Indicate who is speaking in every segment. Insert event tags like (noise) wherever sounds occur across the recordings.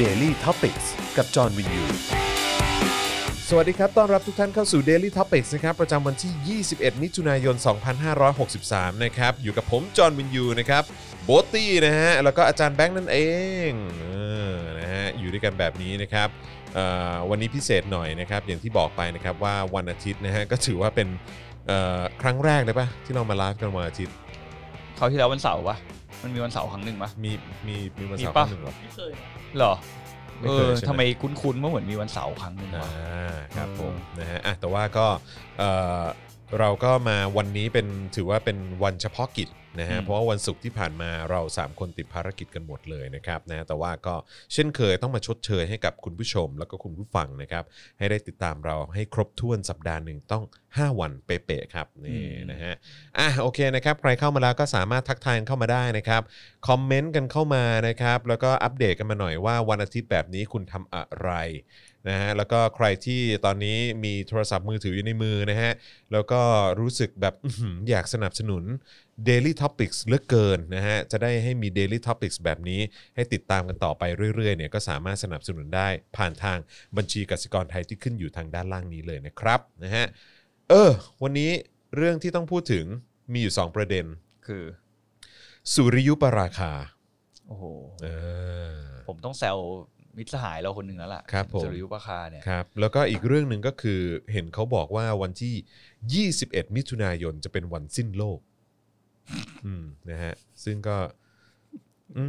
Speaker 1: Daily t o p i c กกับจอห์นวินยู สวัสดีครับ ต้อนรับทุกท่านเข้าสู่ Daily Topics นะครับ ประจำวันที่ 21 มิถุนายน 2563 นะครับ อยู่กับผม จอห์นวินยู นะครับ โบทตี้นะฮะ แล้วก็อาจารย์แบงค์นั่นเองเออนะฮะ อยู่ด้วยกันแบบนี้นะครับเอ่อวันนี้พิเศษหน่อยนะครับ อย่างที่บอกไปนะครับว่าวันอาทิตย์นะฮะ ก็ถือว่าเป็นเอ่อครั้งแรกเลยปะที่เรามาไลฟ์กันวันอาทิตย์
Speaker 2: เขาวที่แล้ววันเสาร์ปะมันมีวันเสาร์ครั้งหนึ่งปะ
Speaker 1: มี มี มีวันเสาร์
Speaker 2: มีปะ
Speaker 1: หนึ่งเหรอ
Speaker 3: ไม่เคยนะ
Speaker 2: เหรอ
Speaker 1: ไม่
Speaker 2: เอ
Speaker 1: เคย
Speaker 2: อ
Speaker 1: ใช่ไหม
Speaker 2: ทำไมคุ้นๆว่าเหมือนมีวันเสาร์ครั้งหนึ่ง
Speaker 1: อ่าว
Speaker 2: ะ
Speaker 1: ครับ
Speaker 2: อืม
Speaker 1: ผมนะฮะอ่ะแต่ว่าก็เอ่อเราก็มาวันนี้เป็นถือว่าเป็นวันเฉพาะกิจนะฮะเพราะว่าวันศุกร์ที่ผ่านมาเรา 3 คนติดภารกิจกันหมดเลยนะครับนะแต่ว่าก็เช่นเคยต้องมาชดเชยให้กับคุณผู้ชม แล้วก็คุณผู้ฟังนะครับ ให้ได้ติดตามเราให้ครบถ้วนสัปดาห์หนึ่งต้อง 5 วันเป๊ะๆครับนี่นะฮะอ่ะโอเคนะครับใครเข้ามาแล้วก็สามารถทักทายกันเข้ามาได้นะครับ คอมเมนต์กันเข้ามานะครับ แล้วก็อัปเดตกันมาหน่อยว่าวันอาทิตย์แบบนี้คุณทำอะไร นะฮะแล้วก็ใครที่ตอนนี้มีโทรศัพท์มือถืออยู่ในมือนะฮะแล้วก็รู้สึกแบบอื้อหืออยากสนับสนุน Daily Topics เหลือเกินนะฮะจะได้ให้มี Daily Topics แบบนี้ให้ติดตามกันต่อไปเรื่อยๆเนี่ยก็สามารถสนับสนุนได้ผ่านทางบัญชีกสิกรไทยที่ขึ้นอยู่ทางด้านล่างนี้เลยนะครับนะฮะเออวันนี้เรื่องที่ต้องพูดถึงมีอยู่ 2 ประเด็น
Speaker 2: คือ
Speaker 1: สุริยุปราคา
Speaker 2: โอ้โห
Speaker 1: เออ
Speaker 2: ผมต้องแซวมิตรสหายเราคนหนึ่งแล้วล่ะ
Speaker 1: ครับผม
Speaker 2: จริยุปราคาเนี่ย
Speaker 1: ครับแล้วก็อีกเรื่องหนึ่งก็คือเห็นเขาบอกว่าวันที่ 21 มิถุนายนจะเป็นวันสิ้นโลก อืมนะฮะซึ่งก็อืม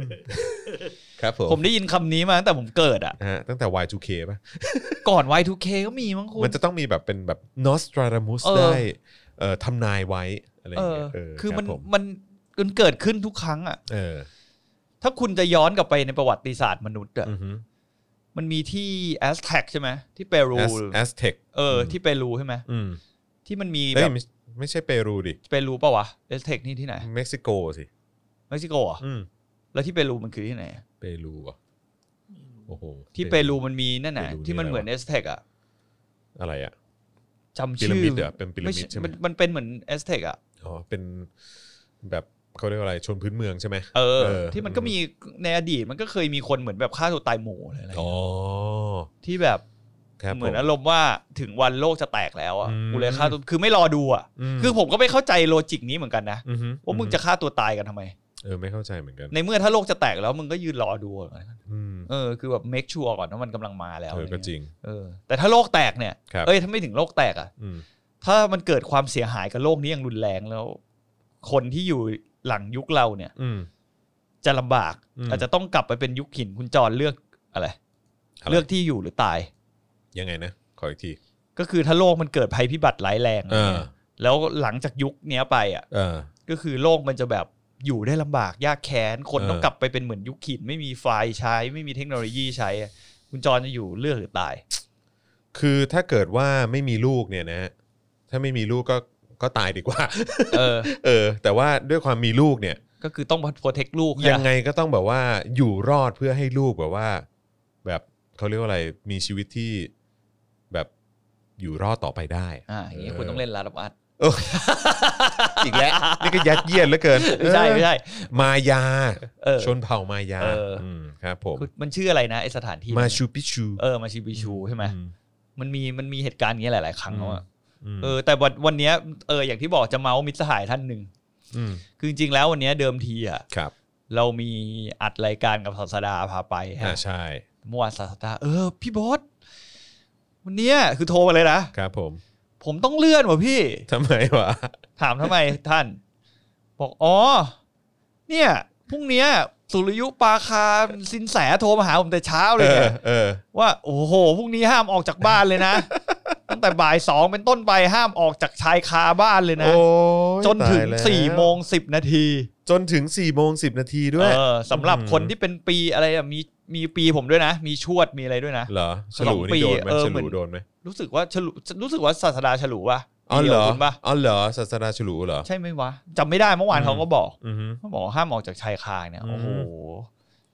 Speaker 1: (laughs) ครับผม
Speaker 2: ผมได้ยินคำนี้มาตั้งแต่ผมเกิดอ่ะ
Speaker 1: นะฮะตั้งแต่ Y2K ป่ะ
Speaker 2: ก่อน Y2K ก็มีมั้งคุณ
Speaker 1: มันจะต้องมีแบบเป็นแบบ Nostradamus
Speaker 2: เออ
Speaker 1: ได้เอ่อทำนายไว้อะไรอ
Speaker 2: เอย่าง อ
Speaker 1: เงี้ยเ
Speaker 2: คือมัน
Speaker 1: รับผ
Speaker 2: มันมันเกิดขึ้นทุกครั้งอ่ะ
Speaker 1: เออ
Speaker 2: ถ้าคุณจะย้อนกลับไปในประวัติศาสตร์มนุษย์อ่ะ
Speaker 1: อือฮึ
Speaker 2: มันมีที่แอสแท็กใช่ไหม ที่เปรู
Speaker 1: แอสแอสเทค
Speaker 2: เออ ที่เปรูใช่ไหม
Speaker 1: อืม
Speaker 2: ที่มันมี
Speaker 1: เอ้
Speaker 2: แบ
Speaker 1: ย
Speaker 2: บ
Speaker 1: ไม่ไม่ใช่เปรูดิ
Speaker 2: เปรูปะวะแอสแท็กนี่ที่ไหน
Speaker 1: เม็กซิโกสิ
Speaker 2: เม็กซิโกเหรอ่ะ
Speaker 1: อืม
Speaker 2: แล้วที่เปรูมันคือที่ไหน
Speaker 1: เปรูเหรอ่ะโอ้โห
Speaker 2: ที่เปรูมันมีนั่นน่ะ
Speaker 1: เปรูนี่
Speaker 2: ที่มันเหมือน
Speaker 1: อะไร
Speaker 2: เอ
Speaker 1: วะ
Speaker 2: สเทกอ่ะ
Speaker 1: อะไรอ่ะ
Speaker 2: จำ
Speaker 1: พี
Speaker 2: ชื่
Speaker 1: ระ
Speaker 2: อ
Speaker 1: มิดเหรอเป็นพีระ
Speaker 2: ไม่
Speaker 1: มิ
Speaker 2: ใช่
Speaker 1: ดใช่ไหม
Speaker 2: มันมันเป็นเหมือนเอสเทกอ่ะ
Speaker 1: อ๋อ เป็นแบบเขาเรียกว่าอะไรชนพื้นเมืองใช่ไหม
Speaker 2: เออ
Speaker 1: เออ
Speaker 2: ที่มันก็มีในอดีตมันก็เคยมีคนเหมือนแบบฆ่าตัวตายหมู่อะไร
Speaker 1: อ๋อ
Speaker 2: ที่แบบ
Speaker 1: ครับ
Speaker 2: เหมือน
Speaker 1: ผ
Speaker 2: อารมณ์ว่าถึงวันโลกจะแตกแล้วอ่ะ
Speaker 1: อืม
Speaker 2: กูเลยฆ่าตัวคือไม่รอดูอ่ะ
Speaker 1: ม
Speaker 2: คือผมก็ไม่เข้าใจโลจิกนี้เหมือนกันนะ
Speaker 1: อือฮึ
Speaker 2: ว่ามึงจะฆ่าตัวตายกันทำไม
Speaker 1: เออไม่เข้าใจเหมือนกัน
Speaker 2: ในเมื่อถ้าโลกจะแตกแล้วมึงก็ยืนรอดูเหรอ
Speaker 1: อืม
Speaker 2: เออคือแบบเมคชัวร์ก่อนว่ามันกำลังมาแล้ว
Speaker 1: เออก็จริง
Speaker 2: เออแต่ถ้าโลกแตกเนี่ย
Speaker 1: ครับ
Speaker 2: เอ้ยถ้าไม่ถึงโลกแตกอ่ะ
Speaker 1: อืม
Speaker 2: ถ้ามันเกิดความเสียหายกับโลกนี้อย่างรุนแรงแล้ว คนที่อยู่หลังยุคเราเนี่ย
Speaker 1: อืม
Speaker 2: จะลำบาก
Speaker 1: อืม
Speaker 2: อาจจะต้องกลับไปเป็นยุคหินคุณจรเลือกอะไร
Speaker 1: ะไร
Speaker 2: เลือกที่อยู่หรือตาย
Speaker 1: ยังไงนะ ขออีกที
Speaker 2: ก็คือถ้าโลกมันเกิดภัยพิบัติร้ายแรง
Speaker 1: เออ
Speaker 2: แล้วหลังจากยุคเนี้ยไปอ่ะ
Speaker 1: เออ
Speaker 2: ก็คือโลกมันจะแบบอยู่ได้ลำบากยากแค้นคน
Speaker 1: เออ
Speaker 2: ต้องกลับไปเป็นเหมือนยุคหินไม่มีไฟใช้ ไม่มีเทคโนโลยีใช้อะคุณจรจะอยู่เลือกหรือตาย
Speaker 1: คือถ้าเกิดว่าไม่มีลูกเนี่ยนะฮะถ้าไม่มีลูกก็ก็ตายดีกว่า (laughs)
Speaker 2: เออ
Speaker 1: เออ แต่ว่าด้วยความมีลูกเนี่ย
Speaker 2: ก็คือต้องโปรเทคลูก
Speaker 1: ยัง
Speaker 2: นะ
Speaker 1: ไงก็ต้องแบบว่าอยู่รอดเพื่อให้ลูกแบบว่า แบบเขาเรียกว่าอะไรมีชีวิตที่แบบอยู่รอดต่อไปได้ะ
Speaker 2: อ่าอย่างเงี้ยคุณต้องเล่นลาดับอัด
Speaker 1: อีกแล้ว นี่ก็ยัดเยียดเหลือเกิน
Speaker 2: ไม่ใช่ไม่ใช่
Speaker 1: มายา
Speaker 2: เออ
Speaker 1: ชนเผ่ามายา
Speaker 2: เอออื
Speaker 1: มครับผม
Speaker 2: คือมันชื่ออะไรนะไอสถานที่
Speaker 1: มา
Speaker 2: นั้น
Speaker 1: ชูปิชู
Speaker 2: เออมาชูปิชูใช่ไหม
Speaker 1: อืม
Speaker 2: มันมีมันมีเหตุการณ์อย่างเงี้ยหลาย ๆ ครั้งแล้วอะ
Speaker 1: ม
Speaker 2: เออแต่วันวันเนี้ยเอออย่างที่บอกจะเมาส์มิตรสหายท่านหนึ่ง
Speaker 1: ม
Speaker 2: คือจริงๆแล้ววันเนี้ยเดิมทีอ่ะ
Speaker 1: ครับ
Speaker 2: เรามีอัดรายการกับศาสดาพาไป
Speaker 1: อ่า
Speaker 2: ฮะ
Speaker 1: ใช่
Speaker 2: เมื่อวานศาสดาเออพี่โบอสวันเนี้ยคือโทรมาเลยนะครับ
Speaker 1: ผม
Speaker 2: ผมต้องเลื่อนว่ะพี่
Speaker 1: ทำไมวะ
Speaker 2: ถามทำไม ท่าน บอกอ๋อเนี่ยพรุ่งเนี้ยสุริยุปราคาสินแสโทรมาหาผมแต่เช้าเล
Speaker 1: เอย อ
Speaker 2: เนี่ย
Speaker 1: เออ
Speaker 2: ว่าโอ้โหพรุ่งนี้ห้ามออกจากบ้านเลยนะ (laughs) ตั้งแต่บ่ายสองเป็นต้นไปห้ามออกจากชายคาบ้านเลยนะ
Speaker 1: โอ้ย
Speaker 2: จนถึง
Speaker 1: ตายแล้ว
Speaker 2: สี่โมงสิบนาที
Speaker 1: จนถึง4ี่โมงสินาทีด้วย
Speaker 2: เออสำหรับ
Speaker 1: อืม
Speaker 2: คนที่เป็นปีอะไรอะมีมีปีผมด้วยนะ มีชวดมีอะไรด้วยนะ
Speaker 1: เหรอฉ
Speaker 2: สอ
Speaker 1: ลู
Speaker 2: งปี
Speaker 1: นี่โดนไหม
Speaker 2: เออ
Speaker 1: ฉ
Speaker 2: เหมื
Speaker 1: ลู
Speaker 2: อน
Speaker 1: โดนไหม
Speaker 2: รู้สึกว่าฉลุรู้สึกว่าศาสดาฉลูวะ
Speaker 1: อ๋อเหรอ
Speaker 2: ดียวคุณปะ
Speaker 1: อ๋อเหรอศาสนาฉลูเหรอ
Speaker 2: ใช่ไหมวะจำไม่ได้เมื่อวาน
Speaker 1: อืม
Speaker 2: เขาก็บอก
Speaker 1: อือฮึ
Speaker 2: เขาบอกว่าห้ามออกจากชายคาเนี่ย
Speaker 1: อืม
Speaker 2: โอ้โห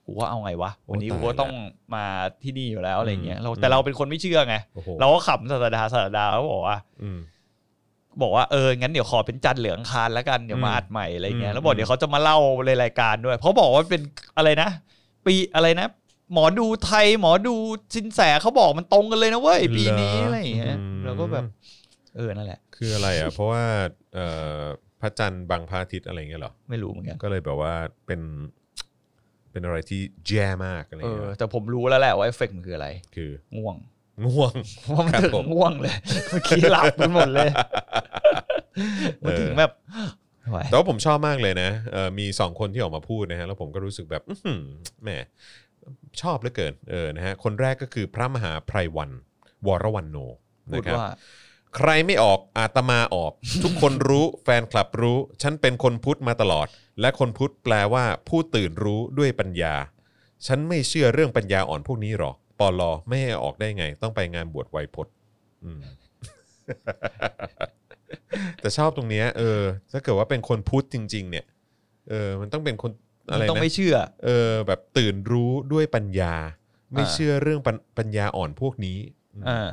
Speaker 2: กูว่าเอาไงวะวันนี้
Speaker 1: โอ้
Speaker 2: กู
Speaker 1: ตาย
Speaker 2: ก็ต้องมาที่นี่อยู่แล้วอะไรเงี้ยเรา
Speaker 1: อืม
Speaker 2: แต่เราเป็นคนไม่เชื่อไง
Speaker 1: โอ้โห
Speaker 2: เราก็ขำศาสดาศาสดาเขาบอกว่า
Speaker 1: อืม
Speaker 2: บอกว่าเอองั้นเดี๋ยวขอเป็นจันทร์เหลืองคารแล้วกันเดี๋ยวมา
Speaker 1: อืม
Speaker 2: อัดใหม่อะไรเงี้
Speaker 1: อื
Speaker 2: ย
Speaker 1: ม
Speaker 2: แล้วบอกเดี๋ยวเขาจะมาเล่าในรายการด้วยเพราะบอกว่าเป็นอะไรนะ ปีอะไรนะ หมอดูไทย หมอดูสินแสเขาบอกมันตรงกันเลยนะเว้ย
Speaker 1: เหรอ
Speaker 2: ปีนี้อะไรอย่างเงี้ย
Speaker 1: อืม
Speaker 2: เราก็แบบ เออนั่นแหละ
Speaker 1: คืออะไรอ่ะ เพราะว่าเอ่อพระจันทร์บังพระอาทิตย์อะไรอย่างเงี้ยเหรอ
Speaker 2: ไม่รู้เหมือนกัน
Speaker 1: ก็เลยแบบว่าเป็นเป็นอะไรที่แย่มากอะไรอ
Speaker 2: เอย่าง อ
Speaker 1: เงี้ย
Speaker 2: แต่ผมรู้แล้วแหละว่าเอฟเฟกต์มันคืออะไร
Speaker 1: คือ
Speaker 2: ง่วง
Speaker 1: ง่ว (laughs) ง
Speaker 2: เพราะมัน
Speaker 1: ครับ
Speaker 2: ถึง
Speaker 1: ผม
Speaker 2: ง่วงเลยเมื่อกี้หลับกันหมดเลย
Speaker 1: (laughs) เออ
Speaker 2: มันถึงแบบไม่ไหว
Speaker 1: แต่ว่าผมชอบมากเลยนะเอ่อมีสองคนที่ออกมาพูดนะฮะแล้วผมก็รู้สึกแบบอื้อหือแหมชอบเหลือเกินเออนะฮะคนแรกก็คือพระมหาไพรวันวรวันโน
Speaker 2: พู
Speaker 1: นะ
Speaker 2: ด
Speaker 1: ครับ
Speaker 2: ว่า
Speaker 1: ใครไม่ออกอาตมาออก ทุกคนรู้แฟนคลับรู้ ฉันเป็นคนพุทธมาตลอด และคนพุทธแปลว่า ผู้ตื่นรู้ด้วยปัญญา ฉันไม่เชื่อเรื่องปัญญาอ่อนพวกนี้หรอกปอลอไม่ให้ออกได้ไง ต้องไปงานบวชไวยพจน์อืม (laughs) แต่ชอบตรงเนี้ยเออ ถ้าเกิดว่าเป็นคนพุทธจริง ๆ เนี่ย เออ มันต้องเป็นคนอะไร
Speaker 2: ต้อง
Speaker 1: นะ
Speaker 2: ไม่เชื่อ
Speaker 1: เออ แบบตื่นรู้ด้วยปัญญา ไม่
Speaker 2: อ่า
Speaker 1: เชื่อเรื่องปัญปัญญาอ่อนพวกนี้ม
Speaker 2: อ่า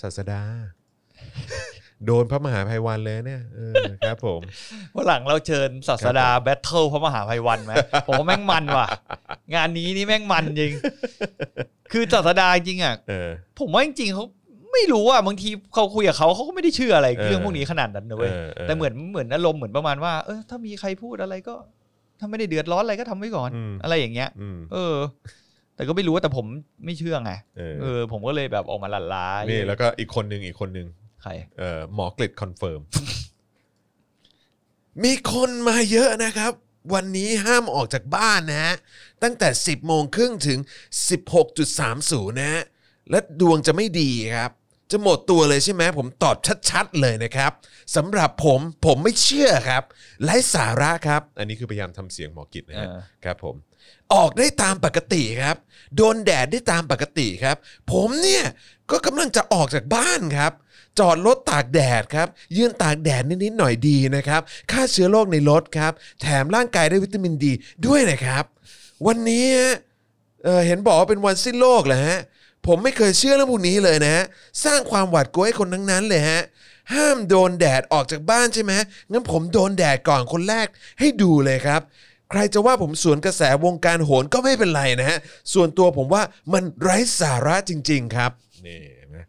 Speaker 1: ศาสดา (laughs) โดนพระมหาภัยวันเลยเนี่ยเออครับผม
Speaker 2: วันหลังเราเชิญศาสดาแบทเทิลพระมหาภัยวันไหม (laughs) ผมว่าแม่งมันว่ะ งานนี้นี่แม่งมันจริง (laughs) คือศาสดาจริงอ่ะ
Speaker 1: เออ
Speaker 2: ผมว่าจริงๆเขาไม่รู้อ่ะบางทีเขาคุยกับเขาเขาก็ไม่ได้เชื่ออะไร
Speaker 1: เออ
Speaker 2: เรื่องพวกนี้ขนาดนั้นนะเว้ยแต่เหมือนเหมือนอารมณ์เหมือนประมาณว่าเออถ้ามีใครพูดอะไรก็ ถ้าไม่ได้เดือดร้อนอะไรก็ทำไว้ก่อน
Speaker 1: อืม
Speaker 2: อะไรอย่างเงี้ย
Speaker 1: อืม
Speaker 2: เออ แต่ก็ไม่รู้ว่าแต่ผมไม่เชื่อไง
Speaker 1: เอ
Speaker 2: เอ
Speaker 1: อ
Speaker 2: อ ผมก็เลยแบบออกมาหลั่นล้า
Speaker 1: นี่
Speaker 2: นี่
Speaker 1: แล้วก็อีกคนหนึ่งอีกคนหนึ่ง
Speaker 2: ใคร
Speaker 1: เออหมอกฤษคอนเฟิร์ม (laughs) มีคนมาเยอะนะครับ วันนี้ห้ามออกจากบ้านนะฮะ ตั้งแต่ 10โมงครึ่งถึง 16.30 นะฮะ และดวงจะไม่ดีครับ จะหมดตัวเลยใช่ไหมผมตอบชัดๆเลยนะครับสำหรับผมผมไม่เชื่อครับไร้สาระครับ อันนี้คือพยายามทำเสียงหมอกิจนะ
Speaker 2: เอ
Speaker 1: ฮะ
Speaker 2: อ
Speaker 1: ครับผมออกได้ตามปกติครับ โดนแดดได้ตามปกติครับ ผมเนี่ยก็กำลังจะออกจากบ้านครับ จอดรถตากแดดครับ ยืนตากแดดนิดๆหน่อยดีนะครับฆ่าเชื้อโรคในรถครับ แถมร่างกายได้วิตามินดีด้วยนะครับ วันนี้ฮะเอ่อเห็นบอกว่าเป็นวันสิ้นโลกเหรอฮะ ผมไม่เคยเชื่อเรื่องพวกนี้เลยนะฮะสร้างความหวาดกลัวให้คนทั้งนั้นเลยฮะ ห้ามโดนแดดออกจากบ้านใช่ไหมงั้นผมโดนแดดก่อนคนแรกให้ดูเลยครับ ใครจะว่าผมสวนกระแสวงการโหนก็ไม่เป็นไรนะฮะ ส่วนตัวผมว่ามันไร้สาระจริง ๆ ครับนี่เห็นะ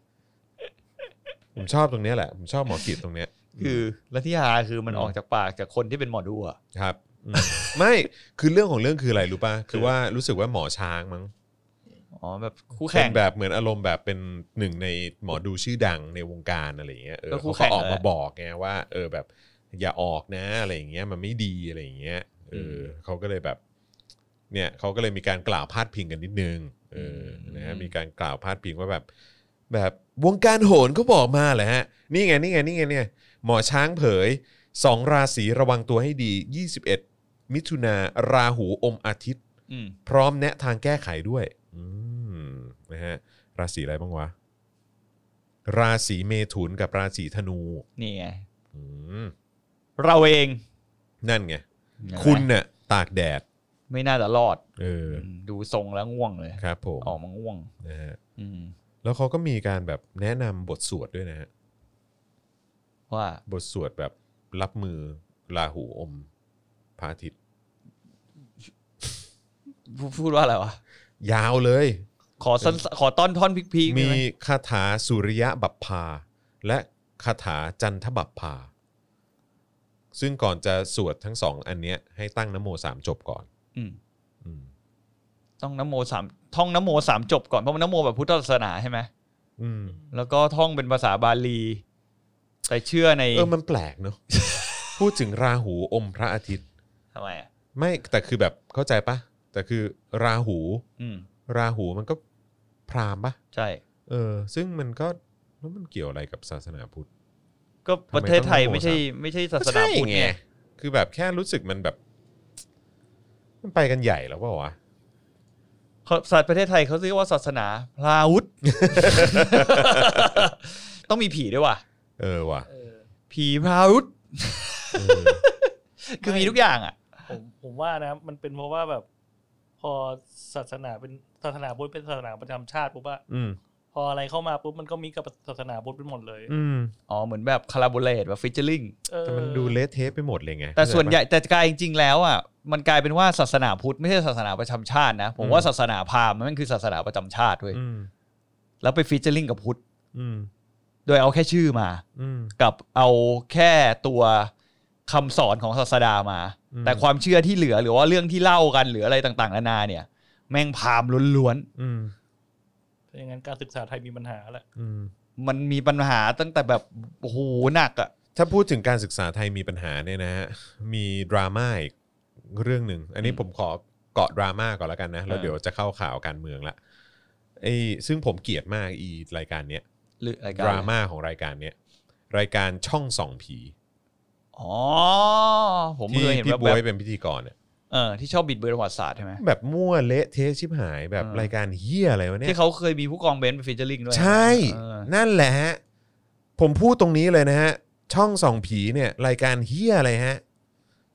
Speaker 1: ผมชอบตรงเนี้ยแหละ ผมชอบหมอกิจตรงเนี้ย
Speaker 2: คือและที่ฮาคือมันออกจากปากจากคนที่เป็นหมอดูอ่ะ
Speaker 1: ครับอืมไม่คือเรื่องของเรื่องคืออะไรรู้ป่ะคือว่ารู้สึกว่าหมอช้างมั้ง
Speaker 2: อ๋อแบบคู่
Speaker 1: เป็
Speaker 2: แข่ง
Speaker 1: นแบบเหมือนอารมณ์แบบเป็นหนึ่งในหมอดูชื่อดังในวงการอะไรอย่างเงี้ยเออ
Speaker 2: ก็คู่
Speaker 1: เขา
Speaker 2: แข่
Speaker 1: ก็
Speaker 2: ง
Speaker 1: ออกมา
Speaker 2: แหละ
Speaker 1: บอกไงว่าเออแบบอย่าออกนะอะไรอย่างเงี้ยมันไม่ดีอะไรอย่างเงี้ยเอออ
Speaker 2: ม
Speaker 1: เขาก็เลยแบบ เนี่ยเขาก็เลยมีการกล่าวพาดพิงกันนิดนึงเอออ
Speaker 2: ม
Speaker 1: นะฮะมีการกล่าวพาดพิงว่าแบบ แบบวงการโหนเขาบอกมาแหละฮะนี่ไงนี่ไงนี่ไงเนี่ยหมอช้างเผยสองราศีระวังตัวให้ดี 21 มิถุนาราหูอมอาทิตย์
Speaker 2: อืม
Speaker 1: พร้อมแนะทางแก้ไขด้วย อืมนะฮะ ราศีอะไรบ้างวะ ราศีเมถุนกับราศีธนู
Speaker 2: นี่ไง
Speaker 1: อืม
Speaker 2: เราเอง
Speaker 1: นั่นไง คุณ
Speaker 2: เห็นไหม
Speaker 1: เน่ะตากแดด
Speaker 2: ไม่น่าจะรอด
Speaker 1: เอออ
Speaker 2: มดูทรงแล้วง่วงเลย
Speaker 1: ครับผม
Speaker 2: ออกมาง่วง
Speaker 1: นะฮะ
Speaker 2: อืม
Speaker 1: แล้วเขาก็มีการแบบแนะนำบทสวดด้วยนะฮะ
Speaker 2: ว่า
Speaker 1: บทสวดแบบรับมือราหูอมพระอาทิตย์
Speaker 2: พูพูดว่าอะไรวะ
Speaker 1: ยาวเลย
Speaker 2: ขอสั้นขอต้อนท่อนพิกพี
Speaker 1: มีคาถาสุริยะบัพพา และคาถาจันทบัพพา ซึ่งก่อนจะสวดทั้งสองอันเนี้ยให้ตั้งนโมสามจบก่อนอม
Speaker 2: ต้องนโมสามท่องนโมสามจบก่อนเพราะมันนโมแบบพุทธศาสนาใช่ไหม
Speaker 1: อืม
Speaker 2: แล้วก็ท่องเป็นภาษาบาลีแต่เชื่อใน
Speaker 1: เออมันแปลกเนอะ (laughs) พูดถึงราหูอมพระอาทิตย์
Speaker 2: ทำไมอ่ะ
Speaker 1: ไม่แต่คือแบบเข้าใจปะแต่คือราหู
Speaker 2: อืม
Speaker 1: ราหูมันก็พราหมณ์ปะ
Speaker 2: ใช่
Speaker 1: เออ ซึ่งมันก็แล้วมันเกี่ยวอะไรกับศาสนาพุทธ
Speaker 2: ก็ประเทศไทย
Speaker 1: ทำไมต้องนโม
Speaker 2: ไม่ใช่
Speaker 1: สาม
Speaker 2: ไม่ใช่ศาสนาพุทธไง
Speaker 1: คือแบบแค่รู้สึกมันแบบ มันไปกันใหญ่แล้วเปล่าวะ
Speaker 2: เขาศาสตร์ประเทศไทยเขาเรียกว่าศาสนาพราหม
Speaker 1: (laughs)
Speaker 2: ณ์ ต้องมีผีด้วยว่ะ
Speaker 1: เออว่ะ
Speaker 3: เออ
Speaker 2: ผีพราวุธคือมีทุกอย่างอ่ะ
Speaker 3: ผมผมว่านะมันเป็นเพราะว่าแบบ พอศาสนาเป็นศาสนาพุทธเป็นศาสนาประจำชาติปุ๊บอะ
Speaker 1: อืม
Speaker 3: พออะไรเข้ามาปุ๊บมันก็มีกับศาสนาพุทธไปหมดเลย
Speaker 1: อืม
Speaker 2: อ๋อเหมือนแบบคาราบูเลตแบบฟิชเชอร์ลิง
Speaker 3: เออ
Speaker 1: แต่มันดูเละเทะไปหมดเลยไง
Speaker 2: แต่ส่วนใหญ่
Speaker 1: เข้าจปะ
Speaker 2: แต่กลายจริงๆแล้วอ่ะมันกลายเป็นว่าศาสนาพุทธไม่ใช่ศาสนาประจำชาตินะ ผมว่า
Speaker 1: อืม
Speaker 2: ศาสนาพราหมณ์มันคือศาสนาประจำชาติเว้ย
Speaker 1: อืม
Speaker 2: แล้วไปฟีเจอริงกับพุทธ
Speaker 1: อืม
Speaker 2: โดยเอาแค่ชื่อมา
Speaker 1: อืม
Speaker 2: กับเอาแค่ตัวคำสอนของศาสดามา
Speaker 1: อืม
Speaker 2: แต่ความเชื่อที่เหลือหรือว่าเรื่องที่เล่ากันหรืออะไรต่างๆนานาเนี่ย แม่งพราหมณ์ล้วน
Speaker 1: อืม
Speaker 3: ถ้าอย่างนั้นการศึกษาไทยมีปัญหาแหละ
Speaker 1: อืม
Speaker 2: ๆมันมีปัญหาตั้งแต่แบบโอ้โหหนักอ่ะ
Speaker 1: ถ้าพูดถึงการศึกษาไทยมีปัญหาเนี่ยนะฮะมีดราม่าอีกเรื่องหนึ่งอันนี้ผมขอเกาะดราม่าก่อนแล้วกันนะแล้วเดี๋ยวจะเข้าข่าวการเมืองละไอ้ซึ่งผมเกลียดมากอีรายการเนี้ย
Speaker 2: หรืออะไรกั
Speaker 1: ดราม่าของรายการเนี้ยรายการช่องส่องผี
Speaker 2: อ๋อผม
Speaker 1: ที่
Speaker 2: เคยเห็น
Speaker 1: พี่
Speaker 2: ว่า
Speaker 1: บ
Speaker 2: แบ
Speaker 1: วย
Speaker 2: บ
Speaker 1: เป็นพิธีกรเนี่ย
Speaker 2: เออที่ชอบบิดเบือนประวัติศาสตร์ใช่ไหม
Speaker 1: แบบมั่วเละเทะชิบหายแบบ
Speaker 2: เออ
Speaker 1: รายการเฮียอะไรวะเนี่ย
Speaker 2: ที่เขาเคยมีผู้กองเบนซ์ไปฟีเจอริงด้วย
Speaker 1: ใช่
Speaker 2: เออ
Speaker 1: นั่นแหละฮะผมพูดตรงนี้เลยนะฮะ ช่องส่องผีเนี่ย รายการเฮียอะไรฮะ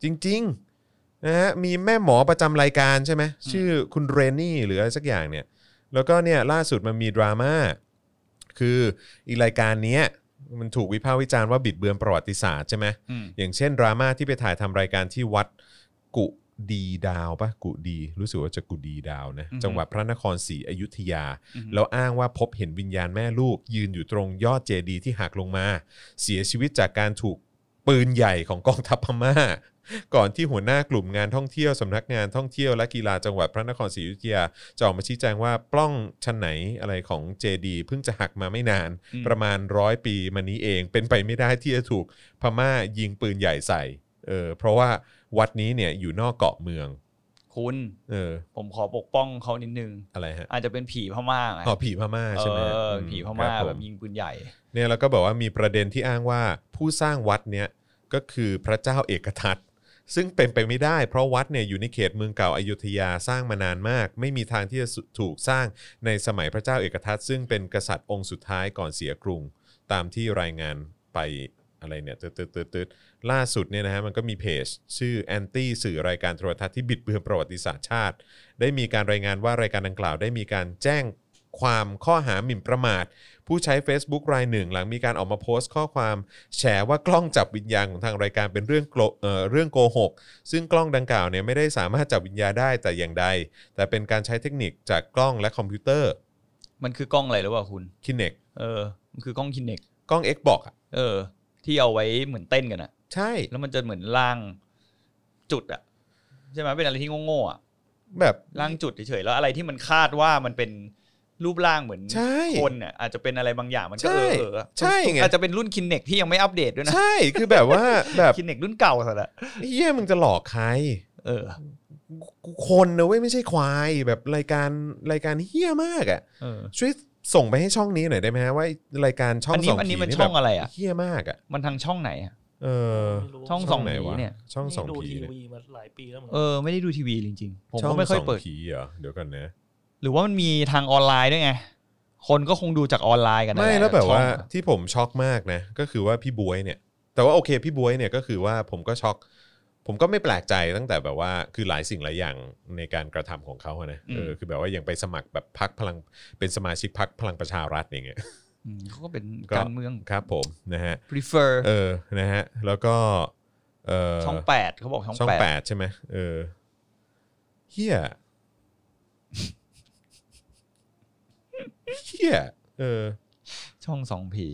Speaker 1: จริงๆนะฮะมีแม่หมอประจำรายการใช่ไหมชื่อคุณเรนนี่หรืออะไรสักอย่างเนี่ย แล้วก็เนี่ยล่าสุดมันมีดราม่าคืออีรายการเนี้ยมันถูกวิพากษ์วิจารณ์ว่าบิดเบือนประวัติศาสตร์ใช่ไหม
Speaker 2: อืม
Speaker 1: อย่างเช่นดราม่าที่ไปถ่ายทำรายการที่วัดกุดีดาวปะกุดี รู้สึกว่าจะกุดีดาวนะจังหวัดพระนครศรีอยุธยา แล้วอ้างว่าพบเห็นวิญญาณแม่ลูก ยืนอยู่ตรงยอดเจดีย์ที่หักลงมา เสียชีวิตจากการถูกปืนใหญ่ของกองทัพพม่า ก่อนที่หัวหน้ากลุ่มงานท่องเที่ยวสำนักงานท่องเที่ยวและกีฬาจังหวัดพระนครศรีอยุธยาจะออกมาชี้แจงว่าปล้องชั้นไหนอะไรของเจดีย์เพิ่งจะหักมาไม่นาน ประมาณร้อยปีมานี้เองเป็นไปไม่ได้ที่จะถูกพม่ายิงปืนใหญ่ใส่เออเพราะว่าวัดนี้เนี่ยอยู่นอกเกาะเมือง
Speaker 2: คุณ
Speaker 1: เออ
Speaker 2: ผมขอปกป้องเขานิดนึง
Speaker 1: อะไรฮะ
Speaker 2: อาจจะเป็นผีพม่าไง
Speaker 1: อ๋อผีพม่าใช่ไหม
Speaker 2: เออผีพม่า
Speaker 1: ครับผ
Speaker 2: แบบยิงปืนใหญ่
Speaker 1: เนี่ยแล้วก็บอกว่ามีประเด็นที่อ้างว่าผู้สร้างวัดเนี่ยก็คือพระเจ้าเอกทัตซึ่งเป็นไปไม่ได้ เพราะวัดเนี่ยอยู่ในเขตเมืองเก่าอายุทยาสร้างมานานมาก ไม่มีทางที่จะถูกสร้างในสมัยพระเจ้าเอกทัตซึ่งเป็นกษัตริย์องค์สุดท้ายก่อนเสียกรุง ตามที่รายงานไปอะไรเนี่ยตืดตืดตืดตืดล่าสุดเนี่ยนะฮะมันก็มีเพจ ชื่อแอนตี้สื่อรายการโทรทัศน์ที่บิดเบือนประวัติศาสตร์ชาติ ได้มีการรายงานว่ารายการดังกล่าวได้มีการแจ้งความข้อหาหมิ่นประมาท ผู้ใช้ Facebook รายหนึ่ง หลังมีการออกมาโพสต์ข้อความ แฉว่ากล้องจับวิญญาณของทางรายการเป็นเรื่องโกลเอ่อเรื่องโกหก ซึ่งกล้องดังกล่าวเนี่ยไม่ได้สามารถจับวิญญาณได้แต่อย่างใด แต่เป็นการใช้เทคนิคจากกล้องและคอมพิวเตอร์
Speaker 2: มันคือกล้องอะไรหรือเปล่าคุณ
Speaker 1: คินเนก
Speaker 2: เออ มันคือกล้องคินเน็ก
Speaker 1: กล้อง Xbox อ่ะ
Speaker 2: เออ ที่เอาไว้เหมือนเต้นกันอะ
Speaker 1: ใช่
Speaker 2: แล้วมันจะเหมือนล่างจุดอะใช่ไหมเป็นอะไรที่โง่ๆอะ
Speaker 1: แบบ
Speaker 2: ล่างจุดเฉยๆแล้วอะไรที่มันคาดว่ามันเป็นรูปร่างเหมือน
Speaker 1: ใช่
Speaker 2: คนอะอาจจะเป็นอะไรบางอย่างมันก็
Speaker 1: ใช่
Speaker 2: เออเอออะ
Speaker 1: ใช่ไง
Speaker 2: อาจจะเป็นรุ่นคินเน็กที่ยังไม่อัปเดตด้วยนะ
Speaker 1: ใช่คือแบบว่าแบบ
Speaker 2: (laughs) คินเน็กรุ่นเก่าเถอะละ
Speaker 1: เฮียมึงจะหลอกใคร
Speaker 2: เออ
Speaker 1: กูคนนะเว้ยไม่ใช่ควายแบบรายการรายการเฮี้ยมากอะ่ะ
Speaker 2: เออ
Speaker 1: ช่วยส่งไปให้ช่องนี้หน่อยได้ไหมฮะว่าไอ้รายการช่อง
Speaker 2: อันนี้
Speaker 1: สอง
Speaker 2: อันนี้
Speaker 1: ผี
Speaker 2: มัน
Speaker 1: นี่
Speaker 2: ช่
Speaker 1: แบ
Speaker 2: อง
Speaker 1: บ
Speaker 2: อะไรอะ
Speaker 1: เฮี้ยมากอะ่ะ
Speaker 2: มันทางช่องไหนอะ
Speaker 1: เออ
Speaker 3: ไม่รู้
Speaker 2: ช่องสอง
Speaker 1: ไหนวะ
Speaker 2: ผีเนี่ย
Speaker 1: ช่องสอง
Speaker 3: นี่ดู
Speaker 1: ผี
Speaker 3: ที
Speaker 1: เนี่ย
Speaker 3: วีมาหลายปีแล้วเหมือน
Speaker 2: เอ
Speaker 3: กัน
Speaker 2: อไม่ได้ดูทีวีจริงๆ ผม
Speaker 1: ช่
Speaker 2: ก็
Speaker 1: อง
Speaker 2: ไม่ค่อย
Speaker 1: สอง
Speaker 2: เปิด
Speaker 1: ผีเหรอเดี๋ยวกันนะ
Speaker 2: หรือว่ามันมีทางออนไลน์ด้วยไง คนก็คงดูจากออนไลน์กันนะ
Speaker 1: ไม่แล้วแบบว่า
Speaker 2: ช่องอะ
Speaker 1: ที่ผมช็อกมากนะก็คือว่าพี่บวยเนี่ย แต่ว่าโอเคพี่บวยเนี่ยก็คือว่าผมก็ช็อก ผมก็ไม่แปลกใจตั้งแต่แบบว่าคือหลายสิ่งหลายอย่างในการกระทำของเขาอะนะเออคือแบบว่ายังไปสมัครแบบพักพลังเป็นสมาชิกพักพลังประชารัฐอย่างเงี้ย
Speaker 2: อืมเขาก็เป็น
Speaker 1: ก็
Speaker 2: การเมือง
Speaker 1: ครับผมนะฮะ
Speaker 2: prefer
Speaker 1: เออ นะฮะ แล้วก็ เออ
Speaker 2: ช่องแปดเขาบอกช่อง
Speaker 1: ช่อง
Speaker 2: แป
Speaker 1: แป
Speaker 2: ด
Speaker 1: ดใช่ไหมเออเฮียเฮียเออ
Speaker 2: ช่องสองผี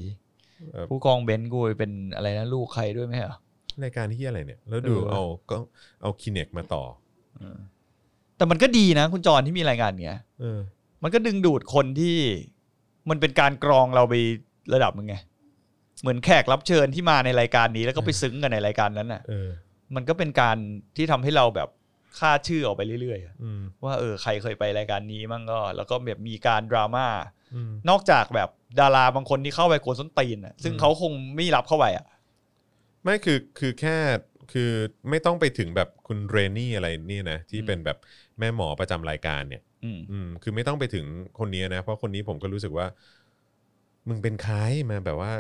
Speaker 1: เอ่อ
Speaker 2: ผู้กองเบนซ์กูไปเป็นอะไรนะลูกใครด้วยไหมเหรอ
Speaker 1: รายการเฮียอะไรเนี่ย แล้วดู
Speaker 2: เออ
Speaker 1: เอาก็เอาคินเนกมาต่อ
Speaker 2: แต่มันก็ดีนะ คุณจรที่มีรายการเนี้ย
Speaker 1: เออ
Speaker 2: มันก็ดึงดูดคนที่ มันเป็นการกรองเราไประดับหนึงไง เหมือนแขกรับเชิญที่มาในรายการนี้แล้วก็ไปซึ้งกันในรายการนั้นน่ะ
Speaker 1: เออ
Speaker 2: มันก็เป็นการที่ทำให้เราแบบค่าชื่อออกไปเรื่อยๆอะ
Speaker 1: อืม
Speaker 2: ว่าเออใครเคยไปรายการนี้มั่งก็ แล้วก็แบบมีการดราม่า
Speaker 1: อืม
Speaker 2: นอกจากแบบดาราบางคนที่เข้าไปกวนส้นตีนอ่ะซึ่ง
Speaker 1: อืม
Speaker 2: เขาคงไม่รับเข้าไปอ่ะ
Speaker 1: ไม่คือคือแค่คือไม่ต้องไปถึงแบบคุณเรนนี่อะไรนี่นะ ที่
Speaker 2: อืม
Speaker 1: เป็นแบบแม่หมอประจำรายการเนี่ย
Speaker 2: อืม
Speaker 1: อืมคือไม่ต้องไปถึงคนนี้นะ เพราะคนนี้ผมก็รู้สึกว่า มึงเป็นใครมาแบบว่า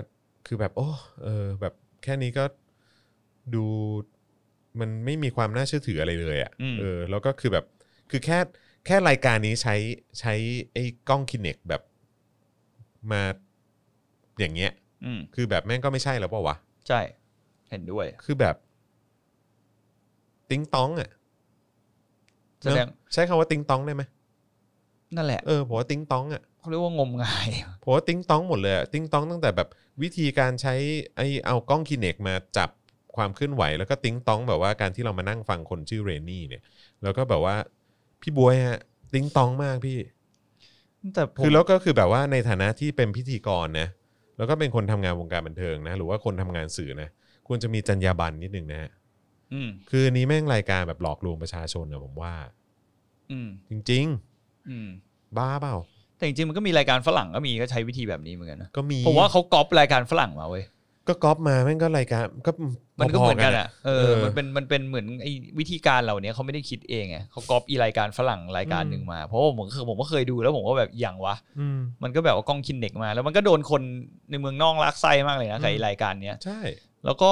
Speaker 1: คือแบบ โอ้เออ แบบแค่นี้ก็ดูมันไม่มีความน่าเชื่อถืออะไรเลยอะ่ะเออ แล้วก็คือแบบ คือแค่แค่รายการนี้ใช้ใช้ไอ้กล้องคินเนกแบบ มาอย่างเงี้ย
Speaker 2: อืม
Speaker 1: คือแบบแม่งก็ไม่ใช่แล้วเปล่าวะ
Speaker 2: ใช่ เห็นด้วย
Speaker 1: คือแบบ ติ๊งต้องอ่ะ
Speaker 2: แสดง
Speaker 1: เนอะใช้คำว่าติ๊งต้องได้ไหม
Speaker 2: นั่นแหละ
Speaker 1: เออผมว่าติ๊งต้องอ่ะ
Speaker 2: เขาเรียกว่างมงาย (laughs)
Speaker 1: ผมว่าติ๊งต้องหมดเลยอะติ๊งต้องตั้งแต่แบบวิธีการใช้ไอเอากล้องคีเนกมาจับความเคลื่อนไหว แล้วก็ติ๊งต้องแบบว่าการที่เรามานั่งฟังคนชื่อเรนนี่เนี่ย แล้วก็แบบว่า พี่บวยฮะ ติ๊งต้องมากพี่
Speaker 2: แต่ผม
Speaker 1: คือแล้วก็คือแบบว่าในฐานะที่เป็นพิธีกรนะแล้วก็เป็นคนทำงานวงการบันเทิงนะ หรือว่าคนทำงานสื่อนะควรจะมีจรรยาบรรณนิดนึงนะฮะ
Speaker 2: อืม
Speaker 1: คืออันนี้แม่งรายการแบบหลอกลวงประชาชนนะผมว่า
Speaker 2: อืม
Speaker 1: จริง
Speaker 2: อืม
Speaker 1: ๆ บ้าเปล่า
Speaker 2: แต่จริงๆมันก็มีรายการฝรั่งก็มีก็ใช้วิธีแบบนี้เหมือนกันนะ
Speaker 1: ก็มี
Speaker 2: ผมว่าเขาก๊อปรายการฝรั่งมาเว้ย
Speaker 1: ก็ก๊อปมาแม่งก็รายการก็
Speaker 2: มันก็
Speaker 1: พ
Speaker 2: เหมือนกัน
Speaker 1: ๆ
Speaker 2: อ่ะเอ
Speaker 1: เอ
Speaker 2: อ
Speaker 1: อ
Speaker 2: มันเป็นมันเป็นเหมือนไอ้วิธีการเหล่านี้เขาไม่ได้คิดเองไงเขาก๊อปอีรายการฝรั่งรายการหนึ่งมาเพราะว่าผมเคยผมก็เคยดูแล้วผมก็แบบอีหยังวะ
Speaker 1: อืม
Speaker 2: มันก็แบบว่ากล้องคินเด็กมา แล้วมันก็โดนคนในเมืองนอกรักไส้มากเลยนะกับ
Speaker 1: อืม
Speaker 2: ไอรายการเนี้ย
Speaker 1: ใช่
Speaker 2: แล้วก็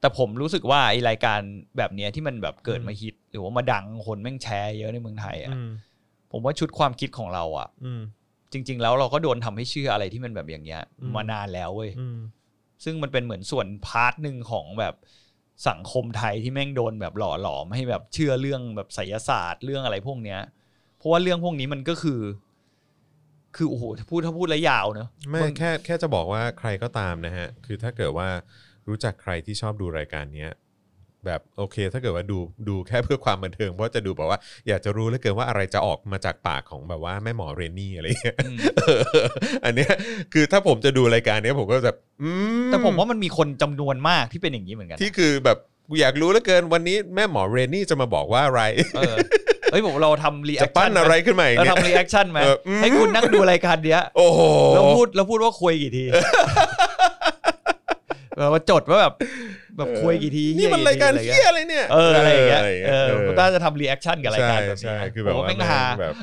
Speaker 2: แต่ผมรู้สึกว่าไอรายการแบบเนี้ยที่มันแบบเกิด
Speaker 1: อืม
Speaker 2: มาฮิต หรือว่ามาดังคนแม่งแชร์เยอะในเมืองไทยอ่ะ
Speaker 1: อืม
Speaker 2: ผมว่าชุดความคิดของเราอ่ะ
Speaker 1: อืม
Speaker 2: จริง ๆ แล้วเราก็โดนทำให้เชื่ออะไรที่มันแบบอย่างเงี้ย
Speaker 1: อืม
Speaker 2: มานานแล้วเว้ย
Speaker 1: อืม
Speaker 2: ซึ่งมันเป็นเหมือนส่วนพาร์ทหนึ่งของแบบสังคมไทยที่แม่งโดนแบบหล่อหลอมให้แบบเชื่อเรื่องแบบไสยศาสตร์เรื่องอะไรพวกเนี้ย เพราะว่าเรื่องพวกนี้มันก็คือ คือโอ้โหถ้าพูดถ้าพูดแล้วยาวเนอะ
Speaker 1: ไม่
Speaker 2: บาง
Speaker 1: แค่แค่จะบอกว่าใครก็ตามนะฮะ คือถ้าเกิดว่ารู้จักใครที่ชอบดูรายการเนี้ยแบบโอเค ถ้าเกิดว่าดูดูแค่เพื่อความบันเทิงเพราะจะดูแบบว่า อยากจะรู้เหลือเกินว่าอะไรจะออกมาจากปากของแบบว่าแม่หมอเรนนี่อะไรอย่างเงี้ย
Speaker 2: อืม
Speaker 1: เอออันเนี้ยคือถ้าผมจะดูรายการเนี้ยผมก็แบบอืม
Speaker 2: แต่ผมว่ามันมีคนจำนวนมากที่เป็นอย่างนี้เหมือนกันนะ
Speaker 1: ที่คือแบบกูอยากรู้เหลือเกินวันนี้แม่หมอเรนนี่จะมาบอกว่าอะไร
Speaker 2: เออเฮ้ยผมเราทำรีแอ
Speaker 1: จะ
Speaker 2: ค
Speaker 1: ปั้
Speaker 2: ชั่
Speaker 1: น
Speaker 2: น
Speaker 1: อะไรขึ้นมาอีก
Speaker 2: เรา
Speaker 1: เนี่ย
Speaker 2: ทำรีแอคชั่นไหม
Speaker 1: เอออืม
Speaker 2: ให้คุณนั่งดูรายการเนี้ย
Speaker 1: โอ้โห
Speaker 2: เราพูดเราพูดว่าคุยกี่ที (laughs) แบบว่าจดว่าแบบ แบบคุยกี่ที
Speaker 1: นี่มันรายการ
Speaker 2: อะไ
Speaker 1: เฮียอะไรเนี่ย
Speaker 2: เอออะไรอย่างเงี้ยเออ
Speaker 1: อ
Speaker 2: คุณต้าจะทำรีแอคชั่นกับรายการแบบ
Speaker 1: ใช่
Speaker 2: นี้
Speaker 1: ใช่
Speaker 2: นะ
Speaker 1: คือแบบ
Speaker 2: โโห
Speaker 1: ว่า
Speaker 2: แม่ง
Speaker 1: แม่ง
Speaker 2: ฮา
Speaker 1: แบบ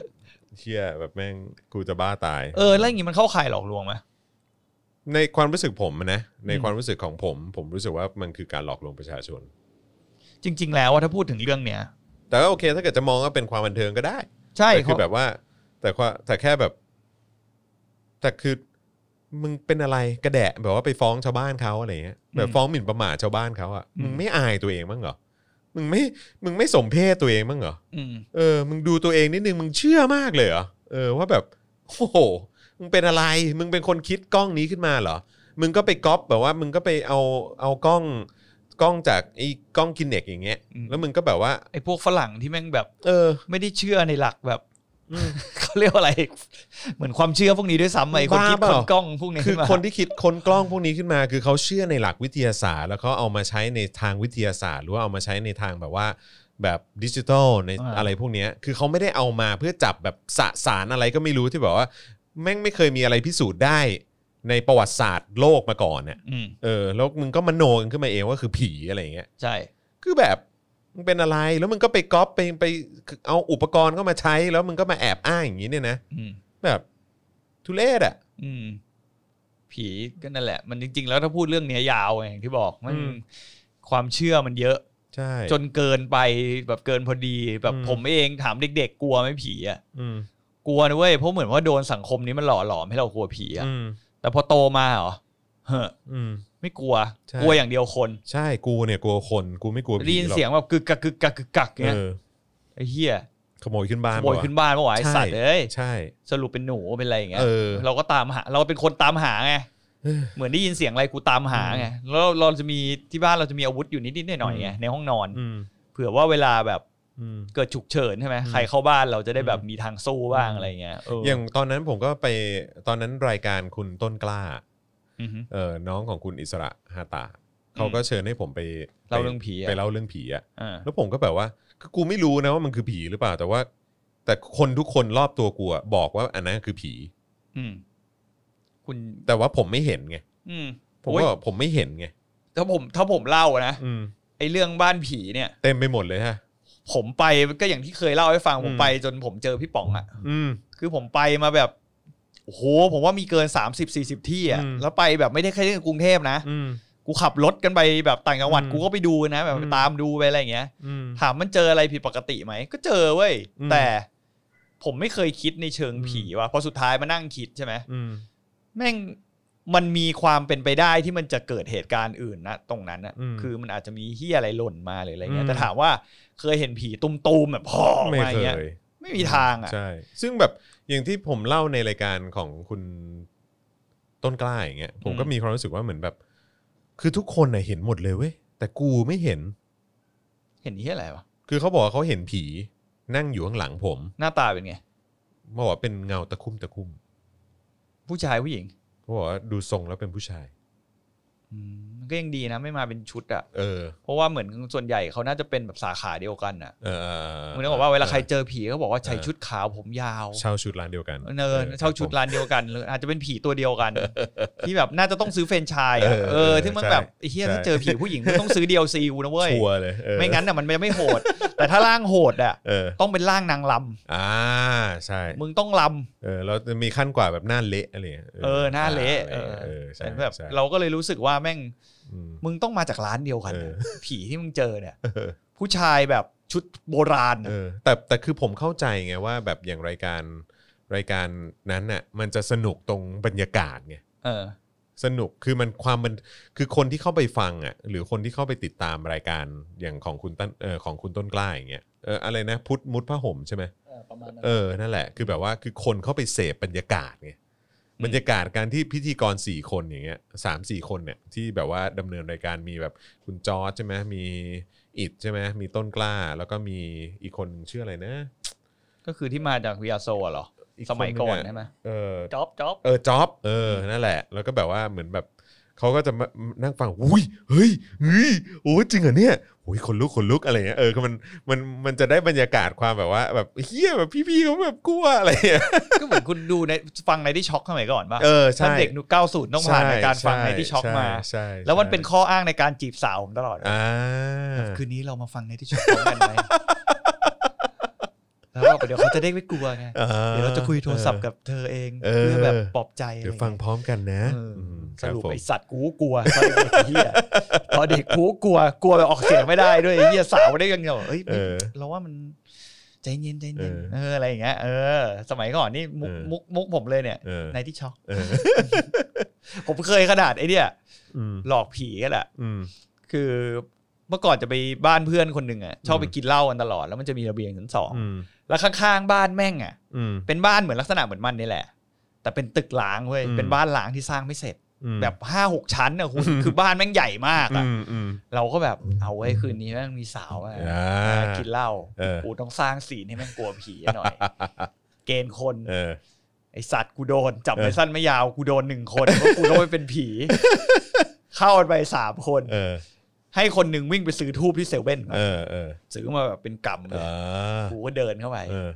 Speaker 1: เฮียแบบแม่งกูจะบ้าตาย
Speaker 2: เออแล้วอย่างงี้มันเข้าข่ายหลอกลวงไหม
Speaker 1: ในความรู้สึกผมนะใน
Speaker 2: อืม
Speaker 1: ความรู้สึกของผม ผมรู้สึกว่ามันคือการหลอกลวงประชาชน
Speaker 2: จริง ๆ แล้วว่าถ้าพูดถึงเรื่องเนี้ย
Speaker 1: แต่ก็โอเค ถ้าเกิดจะมองว่าเป็นความบันเทิงก็ได้
Speaker 2: ใช่
Speaker 1: แต่คือ
Speaker 2: เขา
Speaker 1: แบบว่า แต่ว่าแต่แค่แบบ แต่คือมึงเป็นอะไรกระแดะแบบว่าไปฟ้องชาวบ้านเขาอะไรเงี้ยแบบฟ้องหมิ่นประมาทชาวบ้านเขาอ่ะมึงไม่อายตัวเองบ้างเหรอมึงไม่มึงไม่สมเพศตัวเองบ้างเหรอ
Speaker 2: อืม
Speaker 1: เออมึงดูตัวเองนิดนึงมึงเชื่อมากเลยเหรอเออว่าแบบโอ้โหมึงเป็นอะไร มึงเป็นคนคิดกล้องนี้ขึ้นมาเหรอมึงก็ไปก๊อปแบบว่า มึงก็ไปเอาเอากล้องกล้องจากไอ้กล้องคินเนกอย่างเงี้ย แล้วมึงก็แบบว่า
Speaker 2: ไอ้พวกฝรั่งที่แม่งแบบ
Speaker 1: เออ
Speaker 2: ไม่ได้เชื่อในหลักแบบ
Speaker 1: อืม
Speaker 2: (laughs) เขาเรียกว่าอะไร เหมือนความเชื่อพวกนี้ด้วยซ้ำไอ้คนคิด
Speaker 1: บ้า
Speaker 2: ค
Speaker 1: เป
Speaker 2: น
Speaker 1: ล่า
Speaker 2: กล้องพวกนี้
Speaker 1: คือ
Speaker 2: ขึ้มา
Speaker 1: คนที่คิดค้นกล้องพวกนี้ขึ้นมา คือเขาเชื่อในหลักวิทยาศาสตร์ แล้วเขาเอามาใช้ในทางวิทยาศาสตร์ หรือว่าเอามาใช้ในทางแบบว่าแบบดิจิทัลในอะไรพวกเนี้ยคือเขาไม่ได้เอามาเพื่อจับแบบสะสารอะไรก็ไม่รู้ที่แบบว่า แม่งไม่เคยมีอะไรพิสูจน์ได้ในประวัติศาสตร์โลกมาก่อนเนี่ย
Speaker 2: อืม
Speaker 1: เออแล้วมึงก็มโนกันขึ้นมาเองว่าคือผีอะไรอย่างเงี้ย
Speaker 2: ใช่
Speaker 1: คือแบบมึงเป็นอะไรแล้วมึงก็ไปก๊อปไปไปเอาอุปกรณ์เข้ามาใช้ แล้วมึงก็มาแอบอ้างอย่างนี้เนี่ยนะ
Speaker 2: อืม
Speaker 1: แบบทุเรศอ่ะ
Speaker 2: อืม ผีก็นั่นแหละ มันจริง ๆ แล้วถ้าพูดเรื่องเนี้ยยาวไงอย่างที่บอกมัน
Speaker 1: อืม
Speaker 2: ความเชื่อมันเยอะ
Speaker 1: ใช่
Speaker 2: จนเกินไปแบบเกินพอดีแบบ
Speaker 1: อืม
Speaker 2: ผมเองถามเด็ก ๆ กลัวไหมผีอ่ะ
Speaker 1: อืม
Speaker 2: กลัวนะเว้ยเพราะเหมือนว่าโดนสังคมนี้มันหล่อหลอมให้เรากลัวผีอ่ะ
Speaker 1: อืม
Speaker 2: แต่พอโตมาเหรอเฮ้อ
Speaker 1: อืม
Speaker 2: ไม่กลัว
Speaker 1: ใช่
Speaker 2: กลัวอย่างเดียวคน
Speaker 1: ใช่กูเนี่ยกลัวคนกูไม่กลัว
Speaker 2: ได้
Speaker 1: ผี
Speaker 2: ยิน
Speaker 1: หรอก
Speaker 2: เสียงแบบกึกกักกึกกักกึกกักเงี้ย
Speaker 1: เออ
Speaker 2: ไอ้เหี้ย
Speaker 1: ขโมยขึ้นบ้า
Speaker 2: ข
Speaker 1: น
Speaker 2: โมย
Speaker 1: ปะวะ
Speaker 2: ขึ้นบ้านเมื่อวานไอ้
Speaker 1: ใช่
Speaker 2: สัตว์เอ้ย
Speaker 1: ใช่
Speaker 2: สรุปเป็นหนูเป็นอะไรอย่างเงี้ย
Speaker 1: เออ
Speaker 2: เราก็ตามหา เราเป็นคนตามหาไง
Speaker 1: เออ
Speaker 2: เหมือนได้ยินเสียงอะไรกูตามหาไงแล้วเราจะมีที่บ้านเราจะมีอาวุธอยู่นิดๆหน่อยๆไงในห้องนอน
Speaker 1: อืม
Speaker 2: เผื่อว่าเวลาแบบ
Speaker 1: อืม
Speaker 2: เกิดฉุกเฉินใช่ไหม
Speaker 1: อืม
Speaker 2: ใครเข้าบ้านเราจะได้แบบ
Speaker 1: อืม
Speaker 2: มีทางสู้บ้าง
Speaker 1: อืม
Speaker 2: อะไรเงี้ยเออ
Speaker 1: อ
Speaker 2: อย่าง
Speaker 1: ตอนนั้นผมก็ไปตอนนั้นรายการคุณต้นกล้า
Speaker 2: อือฮึ
Speaker 1: เออน้องของคุณอิสระฮาตาเขาก็เชิญให้ผมไป
Speaker 2: เล่าเรื่องผีอะ
Speaker 1: ไปเล่าเรื่องผีอะ
Speaker 2: อ่า
Speaker 1: แล้วผมก็แบบว่าคือกูไม่รู้นะว่ามันคือผีหรือเปล่า แต่ว่า แต่คนทุกคนรอบตัวกูอะบอกว่าอันนั้นคือผี
Speaker 2: อืมคุณ
Speaker 1: แต่ว่าผมไม่เห็นไง
Speaker 2: อืม
Speaker 1: ผม
Speaker 2: โอ้ย
Speaker 1: ก็บอกผมไม่เห็นไง
Speaker 2: ถ้าผมถ้าผมเล่านะ
Speaker 1: อืม
Speaker 2: ไอเรื่องบ้านผีเนี่ย
Speaker 1: เต็มไปหมดเลยฮะ
Speaker 2: ผมไปก็อย่างที่เคยเล่าให้ฟัง
Speaker 1: อืม
Speaker 2: ผมไปจนผมเจอพี่ป๋องอะ
Speaker 1: อืม
Speaker 2: คือผมไปมาแบบโอ้โหผมว่ามีเกิน 30 40 ที่อะ
Speaker 1: อืม
Speaker 2: แล้วไปแบบไม่ได้แค่ที่กรุงเทพนะ
Speaker 1: อืม
Speaker 2: กูขับรถกันไปแบบต่างจังหวัด
Speaker 1: อืม
Speaker 2: กูก็ไปดูนะแบบ
Speaker 1: อืม
Speaker 2: ตามดูไปอะไรอย่างเงี้ย
Speaker 1: อืม
Speaker 2: ถามมันเจออะไรผิดปกติไหม ก็เจอเว้ย
Speaker 1: อืม
Speaker 2: แต่ผมไม่เคยคิดในเชิงผีว่ะเพอสุดท้ายมานั่งคิดใช่ไหม
Speaker 1: อืม
Speaker 2: แม่งมันมีความเป็นไปได้ที่มันจะเกิดเหตุการณ์อื่นนะตรงนั้นนะ
Speaker 1: อืม
Speaker 2: คือมันอาจจะมีเฮียอะไรหล่นมาหรืออะไรเงี้
Speaker 1: อื
Speaker 2: ย
Speaker 1: ม
Speaker 2: แต่ถามว่าเคยเห็นผีตุ้มๆแบบพอออก
Speaker 1: ไม่
Speaker 2: มาอ
Speaker 1: เค
Speaker 2: ย่างเงี้ย
Speaker 1: ย
Speaker 2: ไม่มีทางอ่ะ
Speaker 1: ใช่ ซึ่งแบบอย่างที่ผมเล่าในรายการของคุณต้นกล้าอย่างเงี้ย ผมก็มีความรู้สึกว่าเหมือนแบบ คือทุกคนน่ะเห็นหมดเลยเว้ย แต่กูไม่เห็น
Speaker 2: เห็นเฮียอะไรวะ
Speaker 1: คือเขาบอกว่าเขาเห็นผีนั่งอยู่ข้างหลังผม
Speaker 2: หน้าตาเป็นไง
Speaker 1: เขาบอกว่าเป็นเงาตะคุ่มตะคุ่ม
Speaker 2: ผู้ชายผู้หญิง
Speaker 1: เขาบอกว่าดูทรงแล้วเป็นผู้ชาย
Speaker 2: อืมมันก็ยังดีนะไม่มาเป็นชุดอ่ะ
Speaker 1: เออ
Speaker 2: เพราะว่าเหมือนส่วนใหญ่เขาน่าจะเป็นแบบสาขาเดียวกันอ่ะ
Speaker 1: เออเออ
Speaker 2: มึงนึกออกว่าเวลาใครเจอผีเขาบอกว่าใส่ชุดขาวผมยาว
Speaker 1: เช่าชุดร้านเดียวกัน
Speaker 2: เนินเช่าชุด
Speaker 1: ครับ
Speaker 2: ร้านเดียวกันหรืออาจจะเป็นผีตัวเดียวกัน
Speaker 1: (laughs)
Speaker 2: ที่แบบน่าจะต้องซื้อเฟรนไชาย
Speaker 1: เออ
Speaker 2: เออที่มัน
Speaker 1: ใช่
Speaker 2: แบบไอ้เฮีย
Speaker 1: ใช่
Speaker 2: ถ้าเจอผีผู้หญิงมันต้องซื้อ DLC กู
Speaker 1: ผ
Speaker 2: นะ
Speaker 1: ม
Speaker 2: เว้ย
Speaker 1: ชัวร์เลยเออ
Speaker 2: ไม่งั้นน่ะมันไม่โหด แต่ถ้าร่างโหดอ่ะ
Speaker 1: เออ
Speaker 2: ต้องเป็นร่างนางล
Speaker 1: อ่า ใช่
Speaker 2: ำมึงต้องล
Speaker 1: เออแล้วจะมีขั้นกว่าแบบหน้าเละอะไรย่งงี้ย
Speaker 2: ำเออหน้าเละ
Speaker 1: อะไร
Speaker 2: เอ
Speaker 1: อย่าง
Speaker 2: อ
Speaker 1: งี้ยเออใช่
Speaker 2: แต่แบบ
Speaker 1: ใช่
Speaker 2: เราก็เลยรู้สึกว่าแม่ง
Speaker 1: อืม
Speaker 2: มึงต้องมาจากร้านเดียวกันน่ะ
Speaker 1: เออ
Speaker 2: ผีที่มึงเจอเนี่ย
Speaker 1: เออ
Speaker 2: ผู้ชายแบบชุดโบราณน่ะ
Speaker 1: เออแต่แต่คือผมเข้าใจไงว่าแบบอย่างรายการรายการนั้นน่ะมันจะสนุกตรงบรรยากาศไง
Speaker 2: เออ
Speaker 1: สนุกคือมันความมันคือคนที่เข้าไปฟังอ่ะหรือคนที่เข้าไปติดตามรายการอย่างของคุณต้นเออของคุณต้นกล้าอย่างเงี้ยเอออะไรนะพุทธมุดพระห่มใช่ไหม
Speaker 3: เออประมาณนั้น
Speaker 1: เออนั่นแหละคือแบบว่าคือคนเข้าไปเสพบรรยากาศไง
Speaker 2: ม
Speaker 1: บรรยากาศการที่พิธีกร 4 คนอย่างเงี้ยสามสี่คนเนี่ยที่แบบว่าดำเนินรายการมีแบบคุณจอร์จใช่ไหมมีอิดใช่ไหมมีต้นกล้า แล้วก็มีอีกคนหนึ่งชื่ออะไรนะ
Speaker 2: ก็คือที่มาจากวิยาโซอะเหรอ
Speaker 1: อีค
Speaker 2: สมัยก่อน
Speaker 1: หงะ
Speaker 2: ใช่ไหม
Speaker 1: เออ
Speaker 3: จ็อบจ็อบ
Speaker 1: เออจ็อบเออนั่นแหละ แล้วก็แบบว่าเหมือนแบบเขาก็จะมานั่งฟังอุ้ยเฮ้ยเฮ้ยโอ้ยจริงเหรอเนี่ยโอ้ยขนลุกขนลุกอะไรเงี้ยเออคือมันมันมันจะได้บรรยากาศความแบบว่าแบบเฮียแบบพี่ๆเขาแบบกลัวอะไรเงี้ย
Speaker 2: ก็เหมือนคุณดูในฟังในที่ช็อกสมัยก่อนป่ะ
Speaker 1: เออ
Speaker 2: ท่าน
Speaker 1: ใช่
Speaker 2: เด็กนุเก้าศูนย์ต้องผ่านในการฟังใน
Speaker 1: ช่
Speaker 2: ที่ช็อกมา
Speaker 1: ใช่ใช่
Speaker 2: แล้วมันเป็นข้ออ้างในการจีบสาวผมตลอด
Speaker 1: อ่า
Speaker 2: คืนนี้เรามาฟังในที่ช็อกพร้อมกัน
Speaker 1: (laughs)
Speaker 2: ไหมแล้วก็เดี๋ยวเขาจะได้ไม่กลัวไง
Speaker 1: อ่
Speaker 2: เดี๋ยวเราจะคุยโทรศัพท์กับเธอเอง
Speaker 1: เออ
Speaker 2: เพื่อแบบปลอบใจอะไร
Speaker 1: เดี๋ยวฟังพร้อมกันนะ
Speaker 2: เออ
Speaker 1: มค
Speaker 2: ส
Speaker 1: บ
Speaker 2: รุป
Speaker 1: ผม
Speaker 2: ไอสัตว์กูกลัว (laughs) ตอนเด็กไอ้เฮียตอนเด็กกูกลัวกลัวแบบออกเสียงไม่ได้ด้วยไอ้เฮียสาวได้ยังไงบอกเอ้ย
Speaker 1: เอ
Speaker 2: ไม่
Speaker 1: อ
Speaker 2: เราว่ามันใจเย็นใจ
Speaker 1: เอ
Speaker 2: เย็น
Speaker 1: อ
Speaker 2: เอออะไรอย่างเงี้ยเออ สมัยก่อนนี่มุก
Speaker 1: เออ
Speaker 2: มุกมุกผมเลยเนี่ย
Speaker 1: เออ
Speaker 2: ในที่ช็อก
Speaker 1: เออ
Speaker 2: ผมเคยขนาดไอ้เนี่ย
Speaker 1: อืม
Speaker 2: หลอกผีกันแหละ
Speaker 1: อืม
Speaker 2: คือเมื่อก่อนจะไปบ้านเพื่อนคนหนึ่งอ่ะชอบไป
Speaker 1: อืม
Speaker 2: กินเหล้ากันตลอดแล้วมันจะมีระเบียงชั้นสอง
Speaker 1: อืม
Speaker 2: แล้วข้างๆบ้านแม่งอ่ะ
Speaker 1: อืม
Speaker 2: เป็นบ้านเหมือนลักษณะเหมือนมันนี่แหละ แต่เป็นตึกล้างเว้ย
Speaker 1: อืม
Speaker 2: เป็นบ้านล้างที่สร้างไม่เสร็จ
Speaker 1: อืม
Speaker 2: แบบห้าหกชั้นอ่ะคุณ
Speaker 1: อืม
Speaker 2: คือบ้านแม่งใหญ่มากอ่ะ
Speaker 1: อืมอืม
Speaker 2: เราก็แบบเอาไว้ยคืนนี้แม่งมีสาวมา
Speaker 1: อ่า
Speaker 2: กินเหล้า
Speaker 1: เออ
Speaker 2: กูต้องสร้างสีนให้แม่งกลัวผีหน่อย เกณฑ์คน
Speaker 1: เออ
Speaker 2: ไอสัตว์กูโดน จับ
Speaker 1: เออ
Speaker 2: ไม่สั้นไม่ยาวกูโดนหนึ่งคนเพราะกูต้องไปเป็นผี เข้ากันไปสามคน
Speaker 1: เออ
Speaker 2: ให้คนหนึ่งวิ่งไปซื้อทูบที่เซเว่น
Speaker 1: เออ เออ
Speaker 2: ซื้อมาแบบเป็นกำเล
Speaker 1: เอย อ
Speaker 2: กูก็เดินเข้าไป
Speaker 1: เออ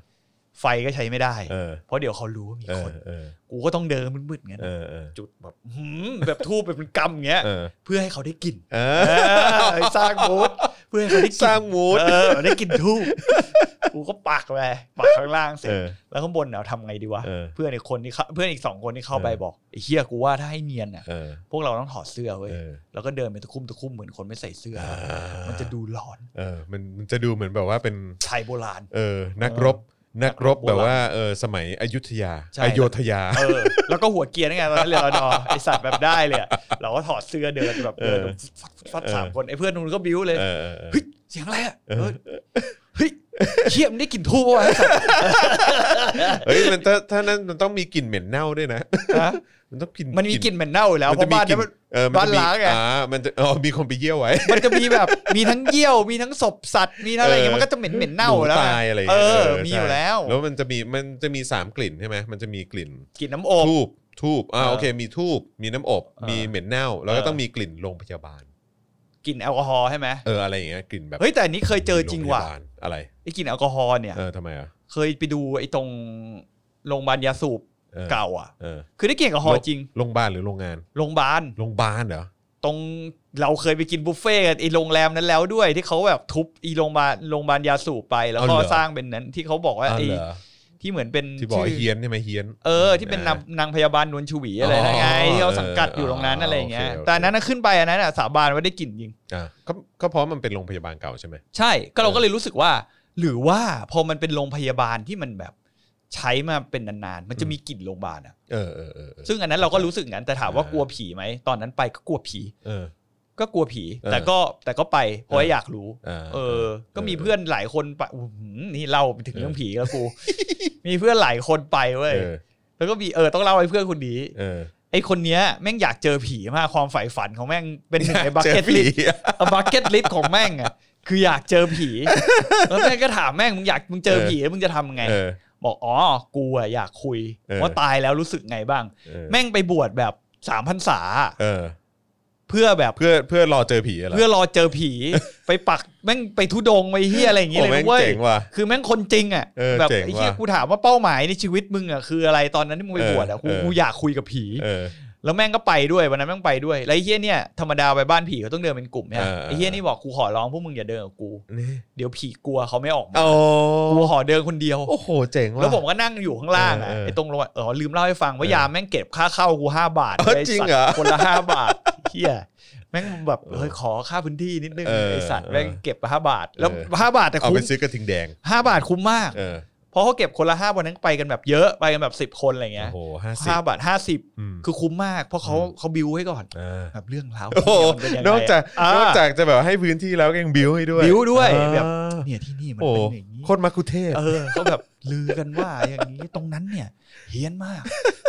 Speaker 2: ไฟก็ใช้ไม่ได้
Speaker 1: เออ
Speaker 2: เพราะเดี๋ยวเขารู้ว่ามี
Speaker 1: เอ
Speaker 2: ค
Speaker 1: อน เออ
Speaker 2: กูก็ต้องเดินมืดๆงั้น
Speaker 1: เออเออ
Speaker 2: จุดแบบหืมแบบทูบแบบเป็นกำอย่างเงี้ย
Speaker 1: เออ
Speaker 2: เพื่อให้เขาได้กลิ่น
Speaker 1: เอ
Speaker 2: เอ
Speaker 1: อ
Speaker 2: อไอ้สร้างมูดเพื่อให้เขาได้ก
Speaker 1: ส
Speaker 2: ลิ่
Speaker 1: ร้าง
Speaker 2: น
Speaker 1: มูด
Speaker 2: เออได้กลิ่นทูบกูก็ปักไปปักข้างล่างเสร็
Speaker 1: เอ
Speaker 2: จ
Speaker 1: อ
Speaker 2: แล้วข้างบนเนี่ยทำไงดีวะ
Speaker 1: เออ
Speaker 2: เพื่อนอีกคนที่เข้าเพื่อนอีกสองคนที่เข้าไปบอกไอ้เฮียกูว่าถ้าให้เนียนอ่ะ
Speaker 1: เออ
Speaker 2: พวกเราต้องถอดเสื้อเว้ย
Speaker 1: เออ
Speaker 2: แล้วก็เดินเป็นตะคุ่มตะคุ่มเหมือนคนไม่ใส่เสื้อ
Speaker 1: อ่ามั
Speaker 2: มันจะดูหลอน
Speaker 1: เออมันมันจะดูเหมือนแบบว่าเป็น
Speaker 2: ชายโบราณ
Speaker 1: เออ นักรบ นักรบแบบว่า เออ สมัยอยุธยา
Speaker 2: ใช่
Speaker 1: อโยธยา
Speaker 2: เออ แล้วก็หัวเกียร์นั่นไงตอนนั้นเรียนรอดอไอสัตว์แบบได้เลยอะเราก็ถอดเสื้อเดินแบบเดิน
Speaker 1: เออ
Speaker 2: ฟัดฟัดฟัด
Speaker 1: เออ
Speaker 2: สามคนไอ้เพื่อนนู้นก็บิ้วเลย
Speaker 1: เออเออเออ
Speaker 2: เฮ้ยเสียงอะไรอ่ะเออเฮ้ยเชี่ยมนได้กลิ่นทูบวะไอ้สัต
Speaker 1: (laughs)
Speaker 2: ว์
Speaker 1: เฮ้ยมันถ้าถ้านั้นมันต้องมีกลิ่นเหม็นเน่าด้วยนะ
Speaker 2: ฮะ
Speaker 1: มันต้องกลิ่น
Speaker 2: มันมีกลิ่นเหม็นเน่าอยู่แล้วเพ
Speaker 1: จะ
Speaker 2: ราะ
Speaker 1: มี
Speaker 2: บ้าน
Speaker 1: กลิ่
Speaker 2: เนี้ยมัน
Speaker 1: เออมันจะมี
Speaker 2: บ้านล้างไง
Speaker 1: อ่ามันจะอ๋อมีคนไปเยี่ยวไว้
Speaker 2: มันจะมีแบบมีทั้งเยี่ยวมีทั้งศพสัตว์มีทั้งอะไรอย่างเงี้ยมันก็จะเหม็นเหม็นๆเน่าอยู่แล้ว
Speaker 1: หตายอะไรย่าง
Speaker 2: เอ
Speaker 1: งี้ย
Speaker 2: อมี
Speaker 1: เใช่
Speaker 2: อยู่แล้ว
Speaker 1: แล้วมันจะมีมันจะมีสามกลิ่นใช่ไหมมันจะมีกลิ่น
Speaker 2: กลิ่นน้ำอบ
Speaker 1: ทูบทูบอ่าโอเค มีทูบมีน้ำอบ มีเหม็นเน่า แล้วก็ต้องมีกลิ่นโรงพยาบาล
Speaker 2: กลิ่นแอลกอฮอล์ใช่ไหม
Speaker 1: เอออะไรอย่างเงี้ยกลิ่นแบบ
Speaker 2: เฮ้ยแต่อันนี้เคยเจอจริงว่ะ
Speaker 1: โพยาบาลอะไร
Speaker 2: ไอ้กลิ่นแอลกอฮอล์เนี่ย
Speaker 1: เออทำไมอ่ะ
Speaker 2: เคยไปดูไอ้ตรงโรงพยาบาลยาสูบ
Speaker 1: ออ
Speaker 2: เก่าอ่ะ
Speaker 1: เออ
Speaker 2: คือได้กลิ่นแอลกอฮอล์จริง
Speaker 1: โรงพยาบาลหรือโรงงาน
Speaker 2: โรงพยาบาล
Speaker 1: โรงพยาบาลเหรอ
Speaker 2: ตรงเราเคยไปกินบุฟเฟ่ต์กันไอ้โรงแรมนั้นแล้วด้วย ที่เขาแบบทุบไอีโรงพยาบาลโรงพยาบาลยาสูบไปแล้วก็สร้างเป็นนั้นที่เขาบอกว่า
Speaker 1: อ๋อ
Speaker 2: ไอ้
Speaker 1: เหรอ
Speaker 2: ที่เหมือนเป็น
Speaker 1: ที่บอก
Speaker 2: ชื่
Speaker 1: เฮียนใช่ไหมเฮียน
Speaker 2: เออที่เป็นนางนางพยาบาลนวลชวีอะไร
Speaker 1: อ๋อ
Speaker 2: นั่นไงที่เขา
Speaker 1: เออ
Speaker 2: สังกัดอยู่ตรงนั้น
Speaker 1: เออ
Speaker 2: อะไรอย่างเงี้ย
Speaker 1: โอเคโอเค
Speaker 2: แต่อันนั้นนะขึ้นไปอันนั้นน่ะสาบานว่าได้กลิ่นจริง
Speaker 1: อ่ะก็ก็เพราะมันเป็นโรงพยาบาลเก่าใช่ไหม
Speaker 2: ใช่ก็เรา
Speaker 1: เออ
Speaker 2: ก็เลยรู้สึกว่า หรือว่าพอมันเป็นโรงพยาบาลที่มันแบบ ใช้มาเป็นนานๆ มันจะมีกลิ่นโรงพยาบาลอะ
Speaker 1: เออเออเออเออ
Speaker 2: ซึ่งอันนั้นเราก็
Speaker 1: เข้าใจ
Speaker 2: รู้สึกงั้นแต่ถามว่า
Speaker 1: อ่าก ก
Speaker 2: ลัวผีไหมตอนนั้นไปก็กลัวผี
Speaker 1: เออ
Speaker 2: ก็กลัวผี
Speaker 1: เออ
Speaker 2: แต่ก็แต่ก็ไปเพราะว่าอยากรู้
Speaker 1: อ่า
Speaker 2: เออ ก็มีเพื่อนหลายคนไปอื้อหือนี่เล่าไปถึงเรื่องผีแล้วกู (laughs) มีเพื่อนหลายคนไปเว้ย
Speaker 1: เออ
Speaker 2: แล้วก็มีเออต้องเล่าให้เพื่อนคนนี้
Speaker 1: เออ
Speaker 2: ไอคนเนี้ยแม่งอยากเจอผีมากความใฝ่ฝันของแม่งเป็นหนึ่งในบัก
Speaker 1: เจอ
Speaker 2: เก็ต
Speaker 1: ผี
Speaker 2: ลิส
Speaker 1: อะ
Speaker 2: บักเก็ตลิสของแม่งอ่ะคืออยากเจอผี
Speaker 1: (laughs)
Speaker 2: แล้วแม่งก็ถามแม่งมึงอยากมึงเจอ
Speaker 1: เออ
Speaker 2: ผีมึงจะทำไง
Speaker 1: เออ
Speaker 2: บอกอ๋อกูอะอยากคุย
Speaker 1: เออ
Speaker 2: ว่าตายแล้วรู้สึกไงบ้าง
Speaker 1: เออ
Speaker 2: แม่งไปบวชแบบสามพรรษา
Speaker 1: เออ
Speaker 2: เพื่อแบบ
Speaker 1: เพื่อเพื่อรอเจอผีอะไร
Speaker 2: เพื่อรอเจอผี ไปปักแม่งไปทุดงไปเฮียอะไรอย่างเงี้ย
Speaker 1: โอ้
Speaker 2: เลย
Speaker 1: แม่ง
Speaker 2: นะเว้ย
Speaker 1: เจ๋งว่ะ
Speaker 2: คือแม่งคนจริงอ่ะ
Speaker 1: เออ
Speaker 2: แบบ
Speaker 1: เจ๋ง
Speaker 2: ไอ้เฮีย
Speaker 1: ว่ะ
Speaker 2: กูถามว่าเป้าหมายในชีวิตมึงอ่ะคืออะไรตอนนั้นที่มึงไป
Speaker 1: เออบ
Speaker 2: วชอ่ะกู
Speaker 1: เออ
Speaker 2: กูอยากคุยกับผี
Speaker 1: เออ
Speaker 2: แล้วแม่งก็ไปด้วยวันนั้นแม่งไปด้วยแล้วไอ้เฮียเนี่ยธรรมดาไปบ้านผีก็ต้องเดินเป็นกลุ่มใช่ไหม
Speaker 1: เออเออ
Speaker 2: ไอ้เฮียนี่บอกกูขอร้องพวกมึงอย่าเดินกับกู
Speaker 1: นี่
Speaker 2: เดี๋ยวผีกลัวเขาไม่ออกมา
Speaker 1: โอ้
Speaker 2: กูขอเดินคนเดียว
Speaker 1: โอ้โหเจ๋งว่ะ
Speaker 2: แล้วผมก็นั่งอยู่ข้างล่างอ่ะ
Speaker 1: เออเออ
Speaker 2: ไอ้ตรงลงมาเออลืมเล่าให้ฟัง
Speaker 1: เออย
Speaker 2: ว่าามแม่งเก็บค่าเข้ากูห้าบาท
Speaker 1: เออ
Speaker 2: ไสัตว์
Speaker 1: จริงเหรอ
Speaker 2: คนละห้าบาทเฮียแม่งแบบเฮ้ยขอค่าพื้นที่นิดนึง
Speaker 1: เออ
Speaker 2: ไอสัตว์
Speaker 1: เออ
Speaker 2: แม่งเก็บห้าบาท แล้ว
Speaker 1: เออ
Speaker 2: ห้าบาทแต่
Speaker 1: เอา
Speaker 2: คุ้
Speaker 1: ไป
Speaker 2: ม
Speaker 1: ซื้อกระทิงแดง
Speaker 2: ห้าบาทคุ้มมาก
Speaker 1: เออ
Speaker 2: เพราะเขาเก็บคนละห้าวันนั้นไปกันแบบเยอะไปกันแบบสิบคนอะไรเงี้
Speaker 1: โอ้
Speaker 2: ย
Speaker 1: โหห้าสิบ
Speaker 2: ห้าบาทห้าสิบ
Speaker 1: อืม
Speaker 2: คือคุ้มมาก เพราะเขา
Speaker 1: อืม
Speaker 2: เขาบิวให้ก่อน
Speaker 1: อ่า
Speaker 2: แบบเรื่องราว
Speaker 1: โอ้โห
Speaker 2: มันเป็นยังไง
Speaker 1: นอกจาก
Speaker 2: อ่ะ
Speaker 1: นอกจากจะแบบให้พื้นที่แล้วก็ยังบิวให้ด้วย
Speaker 2: บิ้วด้วย
Speaker 1: อ่า
Speaker 2: แบบ เนี่ยที่นี่มัน
Speaker 1: โอ้โห
Speaker 2: เป็นอย่างนี้
Speaker 1: โคตรมาคุเทศ
Speaker 2: เออเขาแบบลือกันว่าอย่างนี้ตรงนั้นเนี่ย เฮี้ยนมาก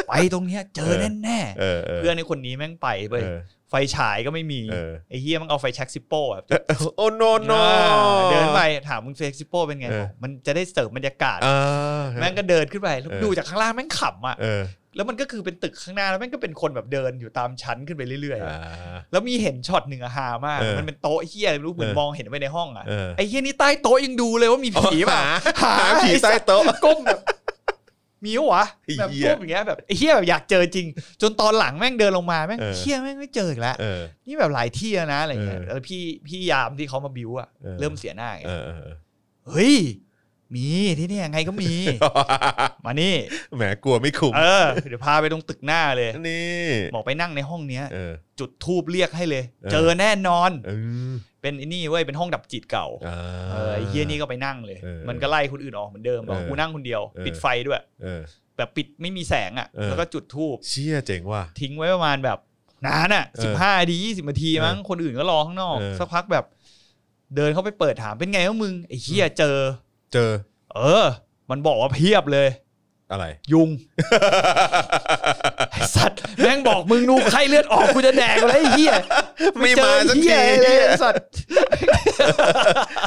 Speaker 2: ไปตรงเนี้ยเจ
Speaker 1: เอ
Speaker 2: อ
Speaker 1: อ
Speaker 2: แน่
Speaker 1: เออ
Speaker 2: ๆเพื่อนในคนนี้แม่งไปเว้ย
Speaker 1: เออ
Speaker 2: ไฟฉายก็ไม่มี
Speaker 1: เออ
Speaker 2: ไอ้เฮี้ยมันเอาไฟแช็กซิปโป้อะ
Speaker 1: โอ้โนโน
Speaker 2: เดินไปถามมึงไฟแช็กซิปโป้เป็นไง
Speaker 1: เออ
Speaker 2: บอกมันจะได้เสริมบรรยากาศ
Speaker 1: อ่า
Speaker 2: แม่งก็เดินขึ้นไปแล้ว
Speaker 1: เออ
Speaker 2: ดูจากข้างล่างแม่งขำอ่ะ
Speaker 1: เออ
Speaker 2: แล้วมันก็คือเป็นตึกข้างหน้าแล้วแม่งก็เป็นคนแบบเดินอยู่ตามชั้นขึ้นไปเรื่อยๆ
Speaker 1: อ่า
Speaker 2: อะแล้วมีเห็นช็อตหนึ่งอะฮามาก
Speaker 1: เออ
Speaker 2: มันเป็นโต๊ะเฮี้ยอะไรไม่รู้เหมือน
Speaker 1: เออ
Speaker 2: มองเห็นไปในห้องอะ
Speaker 1: เออ
Speaker 2: ไอ้เฮียนี่ใต้โต๊ะยังดูเลยว่ามีผีเปล่ะ
Speaker 1: หาผีใต้โต๊ะ
Speaker 2: ก้มแบบมีวะแบบ
Speaker 1: ไอ้เหี้ย
Speaker 2: ก้มอย่างเงี้ยแบบไอ้เฮียแบบอยากเจอจริง จนตอนหลังแม่งเดินลงมาแม่ง
Speaker 1: เออ
Speaker 2: เฮียแม่งไม่เจออีกแล้ว
Speaker 1: เออ
Speaker 2: นี่แบบหลายที่แล้วนะอะไรเงี้ย
Speaker 1: เออ
Speaker 2: แล้วพี่พี่ยามที่เขามาบิวอะ
Speaker 1: เออ
Speaker 2: เริ่มเสียหน้าไง
Speaker 1: เออเออเออ
Speaker 2: เฮ้ย มีที่เนี่ยไงก็มี มานี่
Speaker 1: แหมกลัวไม่คุ้ม
Speaker 2: เออเดี๋ยวพาไปตรงตึกหน้าเลย
Speaker 1: นี่
Speaker 2: บอกไปนั่งในห้องเนี้ย
Speaker 1: เออ
Speaker 2: จุดทูบเรียกให้เลย
Speaker 1: เออ
Speaker 2: เจอแน่นอน
Speaker 1: อืม
Speaker 2: เป็นไอ้นี่เว้ยเป็นห้องดับจิตเก่า
Speaker 1: อ่า
Speaker 2: เออไอ้เฮียนี่ก็ไปนั่งเลย
Speaker 1: เออ
Speaker 2: มันก็ไล่คนอื่นออกเหมือนเดิมบอก
Speaker 1: เออ
Speaker 2: กูนั่งคนเดียว
Speaker 1: เออ
Speaker 2: ปิดไฟด้วย
Speaker 1: เออ
Speaker 2: แบบปิดไม่มีแสงอ่ะ
Speaker 1: เออ
Speaker 2: แล้วก็จุดทูบ
Speaker 1: เชี่ยเจ๋งว่ะ
Speaker 2: ทิ้งไว้ประมาณแบบนานอ่ะ
Speaker 1: เอ
Speaker 2: สิบ
Speaker 1: อ
Speaker 2: ห้าดียี่สิบนาทีมั้ง คนอื่นก็รอข้างนอก
Speaker 1: เออ
Speaker 2: สักพักแบบ เดินเข้าไปเปิดถามเป็นไงวะมึง ไอ้เฮียเจอ
Speaker 1: เจอ
Speaker 2: เออ มันบอกว่าเพียบเลย
Speaker 1: อะไร
Speaker 2: ยุง ไอ้สัตว์แม่งบอกมึงนูไข้เลือดออกกูจะแดกเลยไอ้เฮีย
Speaker 1: ไม่มาสักที
Speaker 2: ไเหี้ยเลยไอ้สัตว์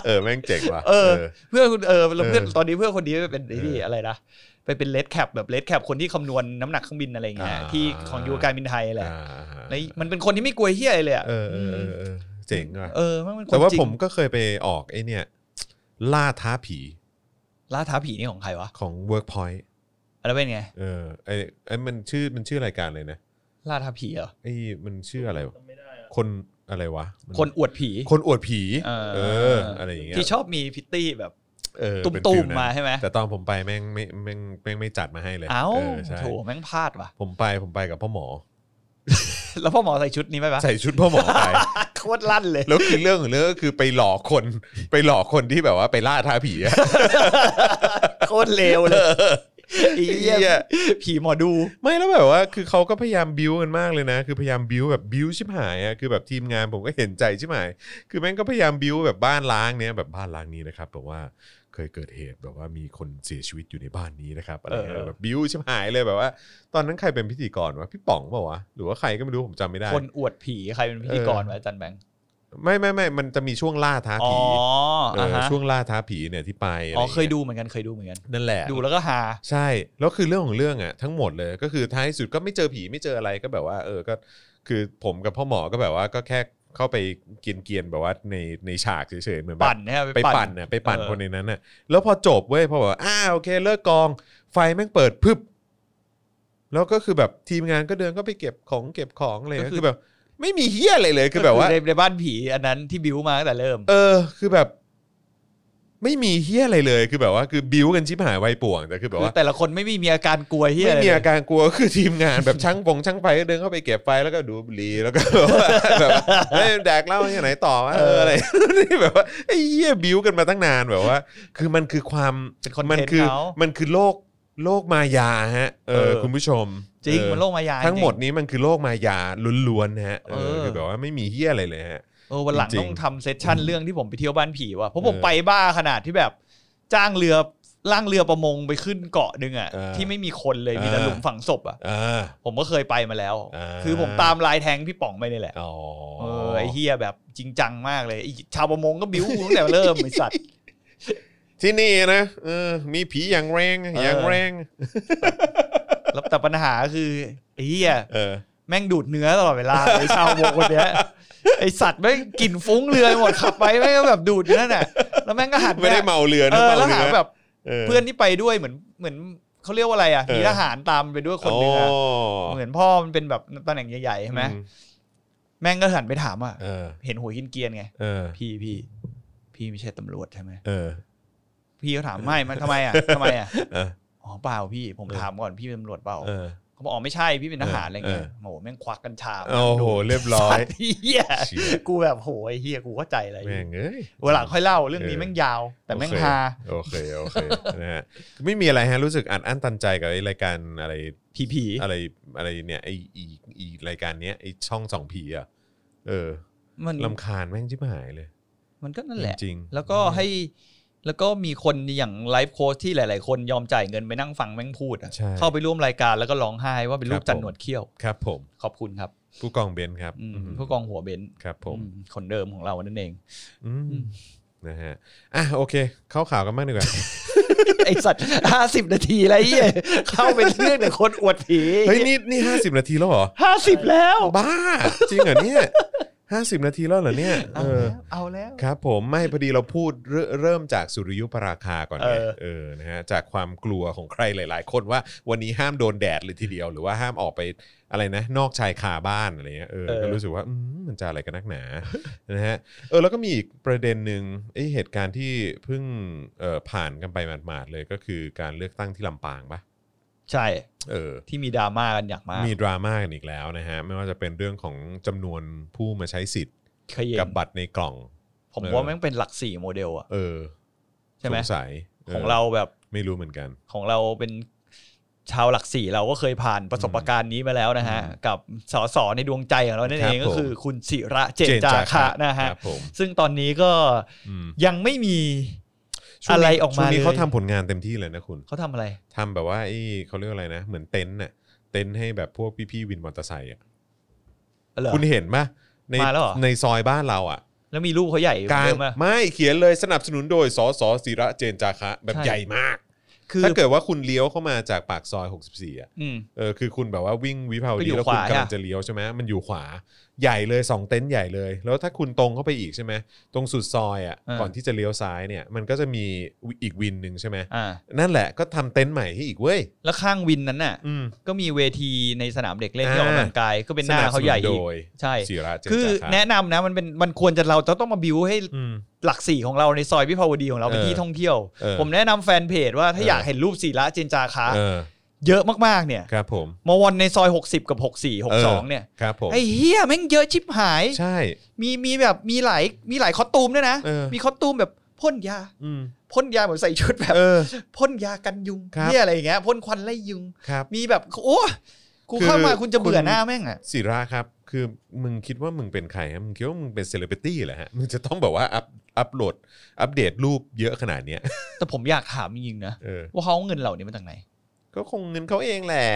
Speaker 1: เออแม่งเจ๋งว่ะ
Speaker 2: เออ เพื่อนคุณเออแล้วเพื่อน
Speaker 1: เออ
Speaker 2: ตอนนี้เพื่อนคนนี้ไปเป็นไอ้นี่
Speaker 1: เอออ
Speaker 2: อะไรนะไปเป็นเลดแคปแบบเลดแคปคนที่คำนวณน้ำหนักเครื่องบินอะไรอย่างเงี้ย
Speaker 1: อ่า
Speaker 2: ที่ของยูการบินไทยแหละ
Speaker 1: อ่า
Speaker 2: ในมันเป็นคนที่ไม่กลัวเฮียอะไรเลยอะ
Speaker 1: เออเออเออเออเจ๋งว่ะ
Speaker 2: เออมันเป็นคน
Speaker 1: แต่ว่า
Speaker 2: จริง
Speaker 1: ผมก็เคยไปออกไอเนี่ย ล่าท้าผี
Speaker 2: ล่าท้าผีนี่ของใครวะ
Speaker 1: ของ Workpoint
Speaker 2: แล้วเป็นไง
Speaker 1: เออไอไอมันชื่อมันชื่อรายการเลยนะ
Speaker 2: ล่าท้าผีเหรอ
Speaker 1: ไอมันชื่ออะไรวะ
Speaker 3: จำไม่ได้อะ
Speaker 1: คนอะไรวะมั
Speaker 2: คนอวดผี
Speaker 1: คนอวดผี
Speaker 2: เออ
Speaker 1: เออ อะไรอย่างเงี้ย
Speaker 2: ที่ชอบมีพิตตี้แบบ
Speaker 1: เออ
Speaker 2: ตุ
Speaker 1: เป็น่ ฟิ
Speaker 2: ม
Speaker 1: ล
Speaker 2: ๆมา
Speaker 1: นั้น
Speaker 2: ใช่ไหม
Speaker 1: แต่ตอนผมไปแม่งไม่แม่งแม่งไม่จัดมาให้เลย
Speaker 2: เอ้า
Speaker 1: เออใช่
Speaker 2: โถแม่งพลาดว่ะ (laughs)
Speaker 1: ผมไปผมไปกับพ่อหมอ
Speaker 2: แล้วพ่อหมอใส่ชุดนี้ไหมวะ
Speaker 1: ใส่ชุดพ่อหมอไป
Speaker 2: โคตรลั่น
Speaker 1: (laughs)
Speaker 2: เลย
Speaker 1: แล้วคือเรื่องของเรื่องก็คือไปหลอกคน (laughs) ไปหลอกคนที่แบบว่าไปล่าท้าผีอะ (laughs)
Speaker 2: โคตรเลวเลยไอ้เหี้
Speaker 1: เหี้
Speaker 2: ย
Speaker 1: ย
Speaker 2: ผีหมอดู
Speaker 1: ไม่แล้วแบบว่าคือเขาก็พยายามบิวกันมากเลยนะ คือพยายามบิวแบบบิวชิบหายอะคือแบบทีมงานผมก็เห็นใจชิบหาย คือแม่งก็พยายามบิวแบบบ้านล้างเนี้ยแบบบ้านล้างนี้นะครับแบบว่าเคยเกิดเหตุแบบว่ามีคนเสียชีวิตอยู่ในบ้านนี้นะครับอะไรเงี้ย
Speaker 2: เออ
Speaker 1: แบบบิวชิบหายเลยแบบว่า ตอนนั้นใครเป็นพิธีกรวะพี่ป๋องเปล่าวะหรือว่าใครก็ไม่รู้ผมจำไม่ได้
Speaker 2: คนอวดผีใครเป็นพิธีกรวะอาจันแบงค์
Speaker 1: ไม่ไม่ไม่มันจะมีช่วงล่าท้า
Speaker 2: อ๋อ
Speaker 1: ผีเอ
Speaker 2: อ่า
Speaker 1: อ
Speaker 2: ฮะ
Speaker 1: ช่วงล่าท้าผีเนี่ยที่ไปะไร
Speaker 2: อ๋อ
Speaker 1: งี้
Speaker 2: เคยดูเหมือนกันเคยดูเหมือนกัน
Speaker 1: นั่นแหละ
Speaker 2: ดูแล้วก็ฮา
Speaker 1: ใช่ แล้วคือเรื่องของเรื่องอ่ะทั้งหมดเลยก็คือท้ายสุดก็ไม่เจอผีไม่เจออะไรก็แบบว่า เออก็คือผมกับพ่อหมอก็แบบว่าก็แค่เข้าไปเกียนเกียนๆแบบว่าในในฉากเฉยๆเหมือนแบบ
Speaker 2: ปั่นนะฮะ
Speaker 1: ไป
Speaker 2: ไป
Speaker 1: ปั่
Speaker 2: ปั่
Speaker 1: น
Speaker 2: น
Speaker 1: น่ะไปปั่น
Speaker 2: เออ
Speaker 1: คนในนั้นน่ะแล้วพอจบเว้ยพอแบบว่าอ้าโอเคเลิกกอง ไฟแม่งเปิดพึบแล้วก็คือแบบทีมงานก็เดินก็ไปเก็บของเก็บของอะไรก็คือแบบ ไม่มีเฮี้ยอะไรเลยคือแบบว่า
Speaker 2: ในในบ้านผีอันนั้นที่บิวมาตั้งแต่เริ่ม
Speaker 1: เออคือแบบ ไม่มีเฮี้ยอะไรเลยคือแบบว่าคือบิ้วกันชิบหายไวายป่วงแต่คือแบบ
Speaker 2: คือ
Speaker 1: ว่า
Speaker 2: แต่ละคนไม่มีมีอาการกลัวเฮีย
Speaker 1: ไม่
Speaker 2: อะไร
Speaker 1: มี
Speaker 2: เลย
Speaker 1: อาการกลัวก็คือทีมงานแบบ (laughs) ช่างฟงช่างไฟก็เดินเข้าไปเก็บไฟแล้วก็ดูบุหรีแล้วก็ (laughs) แบบว่าเฮ้ยแดกเหล้าที่ไหนต่อวะเอออะไร นี่แบบว่าไอ้เหี้ยบิ้วกันมาตั้งนานแบบว่า คือมันคือความ
Speaker 2: เป็นคอน
Speaker 1: มั
Speaker 2: เทนต์
Speaker 1: คือ
Speaker 2: เขา
Speaker 1: มันคือโลก โลกมายาฮะเอ
Speaker 2: เอ
Speaker 1: อ
Speaker 2: อ
Speaker 1: คุณผู้ชม
Speaker 2: จริง
Speaker 1: เออ
Speaker 2: มันโลกมายา
Speaker 1: ทั้งหมด
Speaker 2: จริ
Speaker 1: นี้มันคือโลกมายาล้วนๆนะฮะเออ
Speaker 2: เออ
Speaker 1: คือแบบว่าไม่มีเฮี้ยอะไรเลยฮะ
Speaker 2: เออวันหลัง
Speaker 1: จริง
Speaker 2: ต้องทำเซสชั่นเรื่องที่ผมไปเที่ยวบ้านผีว่ะเพราะผม
Speaker 1: เออ
Speaker 2: ไปบ้าขนาดที่แบบ จ้างเรือล่างเรือประมงไปขึ้นเกาะหนึ่งอ่ะ
Speaker 1: เออ
Speaker 2: ที่ไม่มีคนเลยมีแต่
Speaker 1: เออ
Speaker 2: หลุมฝังศพอ่ะ
Speaker 1: เออ
Speaker 2: ผมก็เคยไปมาแล้ว
Speaker 1: อ่า
Speaker 2: คือผมตามลายแทงพี่ป๋องไปนี่แหละ
Speaker 1: อ๋อ
Speaker 2: เออไอ้เฮียแบบจริงจังมากเลยไอ้ชาวประมงก็บิ้วกูตั้งแต่เริ่มไอ้สัตว์ (laughs)
Speaker 1: ที่นี่นะเออมีผีอย่างแรง
Speaker 2: เอ
Speaker 1: อ
Speaker 2: ออ
Speaker 1: ย่างแรง
Speaker 2: แล้วแต่ปัญหาคือไอ้เฮีย
Speaker 1: เออ
Speaker 2: แม่งดูดเนื้อตลอดเวลาไอ้ชาวประมงคนเนี้ย (laughs) ไอสัตว์แม่งกลิ่นฟุ้งเรือไปหมดขับไปแม่งก็แบบดูดเนื้อน่ะแล้วแม่งก็หันป
Speaker 1: ไม่ได้เมาเรือ
Speaker 2: เอ
Speaker 1: นะ
Speaker 2: อ
Speaker 1: เมา
Speaker 2: แล้ว
Speaker 1: เรื
Speaker 2: หา
Speaker 1: อ
Speaker 2: แบบ
Speaker 1: เพื่
Speaker 2: เพื่
Speaker 1: อ
Speaker 2: อน นที่ไปด้วยเหมือนเหมือนเขาเรียกว่าอะไรอ่ะ
Speaker 1: เออ
Speaker 2: มีทหารตามไปด้วยคนหนึงอ่ะเหมือนพ่อมันเป็นแบบตำแหน่งใหญ่ๆใช่ไหมแม่งก็หันไปถามว่า
Speaker 1: เออ
Speaker 2: เห็นหัวหินเกรียนไง
Speaker 1: เออ
Speaker 2: พี่พี่พี่ไม่ใช่ตำรวจใช่ไหม
Speaker 1: เออ
Speaker 2: พี่ก็ถาม (laughs) ไม่มันทำไมอ่ะทำไมอ่ะ
Speaker 1: เออ
Speaker 2: อ๋อเปล่าพี่ผม
Speaker 1: เออ
Speaker 2: ถามก่อนพี่เป็นตำรวจเปล่า
Speaker 1: เออ
Speaker 2: เขาบอกอ๋อไม่ใช่พี่เป็นทหารอะไรเงี้ย
Speaker 1: เออ
Speaker 2: โอ้โหแม่งควักกัญชา
Speaker 1: โอ้โหเรียบร้อย
Speaker 2: ไอ้เฮีย
Speaker 1: เชี่ย
Speaker 2: กูแบบโหยเฮียกูเข้าใจอะไร
Speaker 1: แม่งเอ้ย
Speaker 2: วันหลังค่อยเล่าเรื่องนี้
Speaker 1: เออ
Speaker 2: แม่งยาว แต่แม่ง
Speaker 1: โอเค
Speaker 2: ฮา
Speaker 1: โอเคโอเคนะฮะไม่มีอะไรฮะรู้สึกอัดอั้นตันใจกับไอ้รายการอะไร
Speaker 2: ผีผี
Speaker 1: อะไรอะไรเนี่ยไอ้อีอีรายการเนี้ยไอ้ช่องสองผีอ่ะเออ
Speaker 2: มัน
Speaker 1: ลำคาญแม่งชิบหายเลย
Speaker 2: มันก็นั่นแหละ
Speaker 1: จริงๆ
Speaker 2: แล้วก็ให้แล้วก็มีคนอย่างไลฟ์โค้ชที่หลาย ๆ คนยอมจ่ายเงินไปนั่งฟังแม่งพูดอะ
Speaker 1: ใช่
Speaker 2: เข้าไปร่วมรายการแล้วก็ร้องไห้ว่าเป็นรู
Speaker 1: ครั
Speaker 2: ป
Speaker 1: บ
Speaker 2: จันหนวดเขี้ยว
Speaker 1: ครับผม
Speaker 2: ขอบคุณครับ
Speaker 1: ผู้กองเบนครับ
Speaker 2: อืม
Speaker 1: ม
Speaker 2: ผู้กองหัวเบนซ์
Speaker 1: ครับผม
Speaker 2: อืคนเดิมของเรานั่นเอง
Speaker 1: อืม
Speaker 2: อืม
Speaker 1: นะฮะอ่ะโอเค เข้าข่าวกันบ้างดีกว่า
Speaker 2: ไอสัตว์ห้าสิบนาทีไรเหี้ยเข้าไปเรื่องแต่คนอวดผี
Speaker 1: เฮ้ยนี่นี่ห้าสิบนาทีแล้วเหรอ
Speaker 2: ห้าสิบแล้ว
Speaker 1: บ้า จริงเหรอเนี่ยห้าสิบนาทีแล้วเหรอเนี่ย
Speaker 2: เอา
Speaker 1: เออ
Speaker 2: แล้วเอาแล้ว
Speaker 1: ครับผมไม่พอดีเราพูดเริ่มเริ่มจากสุริยุปราคาก่อนไง
Speaker 2: เออ
Speaker 1: เออนะฮะจากความกลัวของใครหลาย ๆ คนว่าวันนี้ห้ามโดนแดดเลยทีเดียว หรือว่าห้ามออกไปอะไรนะ นอกชายคาบ้านอะไรเงี้ยเออก็รู้สึกว่าอืมมันจะอะไรกันนักหนา (laughs) นะฮะเออแล้วก็มีอีกประเด็นหนึ่งไอ้เหตุการณ์ที่เพิ่งเอ่อผ่านกันไปหมาดๆเลยก็คือการเลือกตั้งที่ลำปางปะ
Speaker 2: ใช่
Speaker 1: เออ
Speaker 2: ที่มีดราม่ากันอย่างมาก
Speaker 1: มีดราม่ากันอีกแล้วนะฮะไม่ว่าจะเป็นเรื่องของจำนวนผู้มาใช้สิทธิ์
Speaker 2: เขยง
Speaker 1: กับบัตรในกล่อง
Speaker 2: ผม
Speaker 1: เออ
Speaker 2: ว่าแม่งเป็นหลักสี่โมเดลอะ
Speaker 1: เออ
Speaker 2: ใช่ไหม
Speaker 1: สงสัย
Speaker 2: ของเราแบบ
Speaker 1: ไม่รู้เหมือนกัน
Speaker 2: ของเราเป็นชาวหลักสี่เราก็เคยผ่านประสบการณ์นี้มาแล้วนะฮะ กับสสในดวงใจของเรานั่น
Speaker 1: ครั
Speaker 2: เอบ งก็คือ
Speaker 1: ผม
Speaker 2: คุณศิระเจนจาคะนะฮะ
Speaker 1: ครับผม
Speaker 2: ซึ่งตอนนี้ก็
Speaker 1: อืม
Speaker 2: ยังไม่มี
Speaker 1: ช่วงนี้
Speaker 2: อะไรออกมา
Speaker 1: ช่วงนี้
Speaker 2: เลย
Speaker 1: เขาทำผลงานเต็มที่เลยนะคุณ
Speaker 2: เขาทำอะไร
Speaker 1: ทำแบบว่าไอ้เขาเรียกอะไรนะ เหมือนเต็นท์น่ะเต็นท์ให้แบบพวกพี่ๆวินมอเตอร์ไซค์อ่ะ
Speaker 2: เหรอ
Speaker 1: คุณเห็นปะใน
Speaker 2: มาแล้วเหรอ
Speaker 1: ในซอยบ้านเราอ่ะ
Speaker 2: แล้วมีรูปเขาใหญ่
Speaker 1: กลาง
Speaker 2: เยอะมาก
Speaker 1: ไม่เขียนเลยสนับสนุนโดยสสศิระเจนจาคะ แบบ
Speaker 2: ใช่
Speaker 1: ใหญ่มาก
Speaker 2: คือ
Speaker 1: ถ้าเกิดว่าคุณเลี้ยวเข้ามาจากปากซอย 64อ่ะ
Speaker 2: อืม
Speaker 1: เออคือคุณแบบว่าวิ่งวิภาว
Speaker 2: ก็
Speaker 1: ดี
Speaker 2: อยู่
Speaker 1: แล้วคุ
Speaker 2: ขวาก
Speaker 1: ณำลัง
Speaker 2: อะ
Speaker 1: จะเลี้ยวใช่ไหมมันอยู่ขวาใหญ่เลยสองเต็นท์ใหญ่เลย แล้วถ้าคุณตรงเข้าไปอีกใช่ไหมตรงสุดซอยอ่ะก่อนที่จะเลี้ยวซ้ายเนี่ยมันก็จะมีอีกวินหนึ่งใช่ไหม
Speaker 2: อ่า
Speaker 1: นั่นแหละก็ทำเต็นท์ใหม่ให้อีกเว้ย
Speaker 2: แล้วข้างวินนั้นน่ะ
Speaker 1: อืม
Speaker 2: ก็มีเวทีในสนามเด็กเล่นที่อ
Speaker 1: อ่า
Speaker 2: อกกำลังกายก็เป็นหน้าเขาใหญ่
Speaker 1: สบสนุน
Speaker 2: อี
Speaker 1: โด
Speaker 2: ก
Speaker 1: ย
Speaker 2: ใช่
Speaker 1: ศิระเจน
Speaker 2: คือ
Speaker 1: จาคะ
Speaker 2: แนะนำนะมันเป็นมันควรจะเราจะต้องมาบิวให้
Speaker 1: อืม
Speaker 2: หลักสี่ของเราในซอยวิภาวดีของเราเป็น
Speaker 1: เออ
Speaker 2: ที่ท่องเที่ยว
Speaker 1: เออ
Speaker 2: ผมแนะนำแฟนเพจว่าถ้า
Speaker 1: เออ
Speaker 2: อ
Speaker 1: อ
Speaker 2: ยากเห็นรูปศิระเจนจาคะ
Speaker 1: เออ
Speaker 2: เยอะมากๆเนี่ย
Speaker 1: ครับผม
Speaker 2: มาวันในซอย 60 กับ 64 62 เนี่ย
Speaker 1: ครับผม
Speaker 2: ไอ้เฮียแม่งเยอะชิบหาย
Speaker 1: ใช่
Speaker 2: มีมีแบบมีหลายมีหลายคอสตูมด้วยนะ
Speaker 1: เออ
Speaker 2: มีคอสตูมแบบพ่นยา
Speaker 1: อืม
Speaker 2: พ่นยาเหมือนใส่ชุดแบบ
Speaker 1: เออ
Speaker 2: พ่นยากันยุง
Speaker 1: ครับ
Speaker 2: เนี่ยอะไรอย่างเงี้ยพ่นควันไล่ยุง
Speaker 1: ครับ
Speaker 2: มีแบบโอ้กู
Speaker 1: คือ
Speaker 2: เข้ามาคุณจะ
Speaker 1: คุณ
Speaker 2: เบื่อหน้าแม่งอ่ะ
Speaker 1: ศิระครับ คือมึงคิดว่ามึงเป็นใครฮะมึงคิดว่ามึงเป็นเซเลบริตี้เหรอฮะมึงจะต้องแบบว่าอัพอัพโหลดอัปเดตรูปเยอะขนาดเนี้ย
Speaker 2: แต่ผมอยากถามจริงๆนะ
Speaker 1: เออ
Speaker 2: ว่าเขาเอาเงินเหล่านี้มาจากไหน
Speaker 1: ก็คงเงินเขาเองแหละ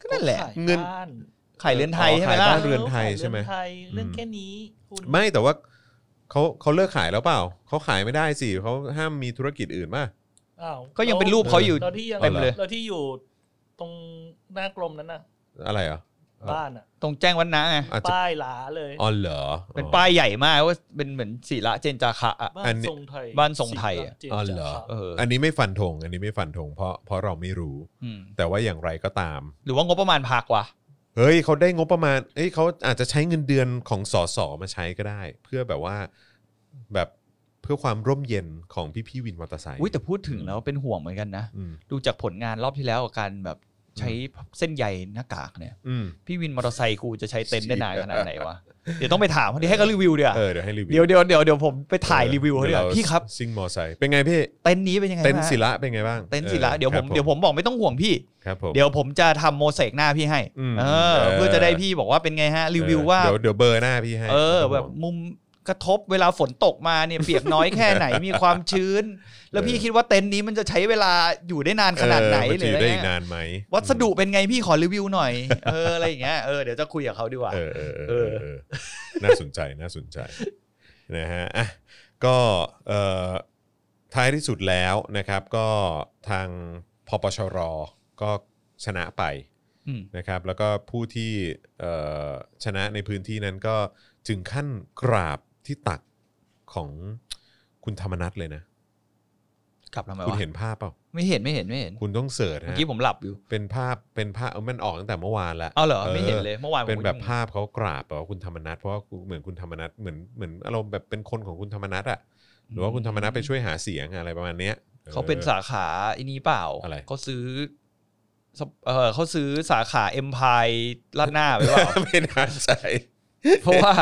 Speaker 2: ก็นั่นแหละ
Speaker 3: ขาย
Speaker 1: เงิน
Speaker 3: บ้า
Speaker 2: ขายเรือนไทยใช่ไหม
Speaker 1: ขาย
Speaker 2: ล่ะ
Speaker 1: บ้าน เรือนไทยใช่ไหม
Speaker 3: ขายเรือนไทยเรื่องแค่นี้คุณ
Speaker 1: ไม่แต่ว่าเขาเขาเลิกขายแล้วเปล่าเขาขายไม่ได้สิเขาห้ามมีธุรกิจอื่นป่ะ
Speaker 3: อ้าว
Speaker 2: ก็ยังเป็นรูปเขาอยู่
Speaker 3: เราที่ยัง
Speaker 1: เต็มเลย
Speaker 3: เราที่อยู่ตรงหน้ากลมนั้นน่ะ
Speaker 1: อะไรเหรอ เออ
Speaker 3: บ้านอ่ะ
Speaker 2: ตรงแจ้งวัฒนะไง
Speaker 1: อาจจะ
Speaker 3: ป้ายหลาเลย
Speaker 1: อ๋อเหรอ
Speaker 2: เป็นป้ายใหญ่มากว่าเป็นเหมือนศิระเจนจาคะอะ
Speaker 3: บ้า
Speaker 1: อัน
Speaker 3: น
Speaker 1: นี้
Speaker 3: ทรงไทย
Speaker 2: บ้านทรงไทยอะ
Speaker 1: อ๋อเหรอ
Speaker 2: เออ
Speaker 1: อันนี้ไม่ฟันธงอันนี้ไม่ฟันธงเพราะเพราะเราไม่รู้
Speaker 2: อืม
Speaker 1: แต่ว่าอย่างไรก็ตาม
Speaker 2: หรือว่างบประมาณพักวะ
Speaker 1: เฮ้ยเขาได้งบประมาณเอ้ยเขาอาจจะใช้เงินเดือนของสสมาใช้ก็ได้ เพื่อแบบว่าแบบเพื่อความร่มเย็นของพี่พี่ๆวินมอเตอร์ไซค์
Speaker 2: อุ้ยแต่พูดถึงแล้วเป็นห่วงเหมือนกันนะ
Speaker 1: อืม
Speaker 2: ดูจากผลงานรอบที่แล้วกับการแบบ ใช้เส้นใยหน้ากากเนี่ย
Speaker 1: อืม
Speaker 2: พี่วินมอเตอร์ไซค์กูจะใช้เต็นท์ได้นานขนาดไหนวะ เดี๋ยวต้องไปถามเขาดีให้เขารีวิวเดี๋ยวา
Speaker 1: เออเดี๋ยวให้รีวิว
Speaker 2: เดี๋ยวเดี๋ยวเดี๋ยวเดี๋ยวผมไปถ่ายรีวิวเขาดีก
Speaker 1: เดี๋
Speaker 2: ว่าพี่ครับ
Speaker 1: ซิ่งมอไซค์เป็นไงพี่
Speaker 2: เต็นท์นี้เป็นยังไง
Speaker 1: เต็นท์
Speaker 2: บ้าง
Speaker 1: ศิละเป็นไงบ้าง
Speaker 2: เต็นท์ศิละ
Speaker 1: ออ
Speaker 2: เดี๋ยวผม
Speaker 1: ครับ
Speaker 2: เดี๋ยวผมบอกไม่ต้องห่วงพี่
Speaker 1: ครับผม
Speaker 2: เดี๋ยวผมจะทำโมเสกหน้าพี่ให้
Speaker 1: อืม
Speaker 2: เออ
Speaker 1: เออ
Speaker 2: เพื่อจะได้พี่บอกว่าเป็นไงฮะ รีวิวว่า
Speaker 1: เดี๋ยเดี๋ยวเบอร์หน้าพี่ให้
Speaker 2: เออ
Speaker 1: ครับผม
Speaker 2: แบบมุมกระทบเวลาฝนตกมาเนี่ยเปียก (laughs) น้อยแค่ไหน มีความชื้
Speaker 1: (laughs)
Speaker 2: น แล้วพี่
Speaker 1: เออ
Speaker 2: คิดว่าเต็นท์นี้มันจะใช้เวลาอยู่ได้นานขนาดไหน
Speaker 1: เออมั
Speaker 2: ห
Speaker 1: จะ
Speaker 2: รืออยู่ อะไร
Speaker 1: ได้อีก
Speaker 2: เงี้ย
Speaker 1: นานไหม
Speaker 2: วัสดุเป็นไงพี่ขอรีวิวหน่
Speaker 1: (laughs)
Speaker 2: อย เอออะไรอย่างเงี้ยเออเดี๋ยวจะคุยกับเขาดีกว่า
Speaker 1: เออเออเออเออน่าสนใจน่าสนใจนะฮะอ่ะก็เอ่อท้ายที่สุดแล้วนะครับ ก็ทางพปชรก็ชนะไป
Speaker 2: อืม
Speaker 1: นะครับแล้วก็ผู้ที่เอ่อชนะในพื้นที่นั้นก็ถึงขั้นกราบที่ตักของคุณธรรมนัทเลยนะ
Speaker 2: กลับทำไม
Speaker 1: คุณ
Speaker 2: วะ
Speaker 1: เห็นภาพเปล่า
Speaker 2: ไม่เห็นไม่เห็นไม่เห็น
Speaker 1: คุณต้องเสิร์ช
Speaker 2: เมื่อ
Speaker 1: ฮะ
Speaker 2: กี้ผมหลับอยู่
Speaker 1: เป็นภาพเป็นภาพเออมันออกตั้งแต่เมื่อวานละ
Speaker 2: เอาเหรอไม่เห็นเลยเมื่อวานผม
Speaker 1: เป็นแบบ
Speaker 2: ยุ่ง
Speaker 1: ภาพเขากราบแบบว่าคุณธรรมนัทเพราะว่าเหมือนคุณธรรมนัทเหมือนเหมือนอารมณ์แบบเป็นคนของคุณธรรมนัทอะหรือว่าคุณธรรมนัทไปช่วยหาเสียงอะไรประมาณเนี้ยออ
Speaker 2: เขาเป็นสาขาไอันนี้เปล่า
Speaker 1: อะไร
Speaker 2: เขาซื้อสปเออเขาซื้อสาขาเอ็มพายลาดหน้าไป
Speaker 1: (laughs)
Speaker 2: เปล่า (laughs)
Speaker 1: ไม่น่าใจ
Speaker 2: เพราะว่า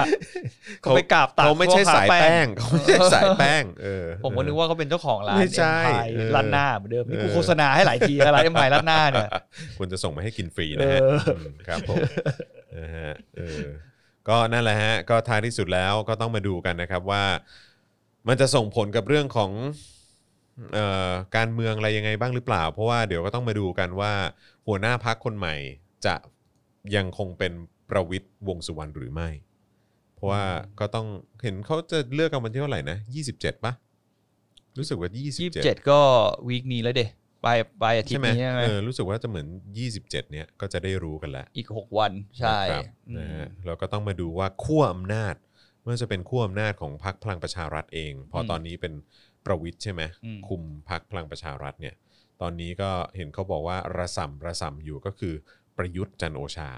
Speaker 2: เขาไปกราบตัก
Speaker 1: เขาไม่ใช่
Speaker 2: พวกข
Speaker 1: สายแป้งเขาไม่ใช่สายแป้งเออ
Speaker 2: ผมก็นึกว่าเขาเป็นเจ้าของร้าน
Speaker 1: ไม่
Speaker 2: เอ็ม
Speaker 1: ใช่
Speaker 2: พาย
Speaker 1: เออ
Speaker 2: ลาดหน้าเหมือนเดิมนี่กู
Speaker 1: เออ
Speaker 2: โฆษณาให้หลายทีอะไรเอ็มพายลาดหน้าเนี่ย
Speaker 1: (laughs) ควรจะส่งมาให้กินฟรีนะฮะ
Speaker 2: เออ
Speaker 1: มครับผมนะฮะเออก็นั่นแหละฮะ ก็ท้ายที่สุดแล้วก็ต้องมาดูกันนะครับว่า มันจะส่งผลกับเรื่องของเอ่อการเมืองอะไรยังไงบ้างหรือเปล่า เพราะว่าเดี๋ยวก็ต้องมาดูกันว่า หัวหน้าพักคนใหม่จะยังคงเป็นประวิทย์วงษ์สุวรรณหรือไม่ เพราะว่าก็ต้องเห็นเขาจะเลือกกันวันที่เท่าไหร่นะ27ปะรู้สึกว่า
Speaker 2: ยี่สิบ
Speaker 1: 27
Speaker 2: เจ็ดก็วีคนี้แล้วเดะปลายปลายอาทิต
Speaker 1: ใช่
Speaker 2: ย์
Speaker 1: ไหม
Speaker 2: นี้ใช่ไหม
Speaker 1: เออรู้สึกว่าจะเหมือน 27 เนี้ยก็จะได้รู้กันแล้ว
Speaker 2: อีกหกวันใช่
Speaker 1: นะครับ
Speaker 2: อืม
Speaker 1: นะฮะเราก็ต้องมาดูว่าขั้วอำนาจไม่ว่าจะเป็นขั้วอำนาจของพรรคพลังประชารัฐเอง พอตอนนี้เป็นประวิทย์ใช่ไหมคุมพรรคพลังประชารัฐเนี่ยตอนนี้ก็เห็นเขาบอกว่าระสำระสำอยู่ก็คือประยุทธ์จันทร์โอชา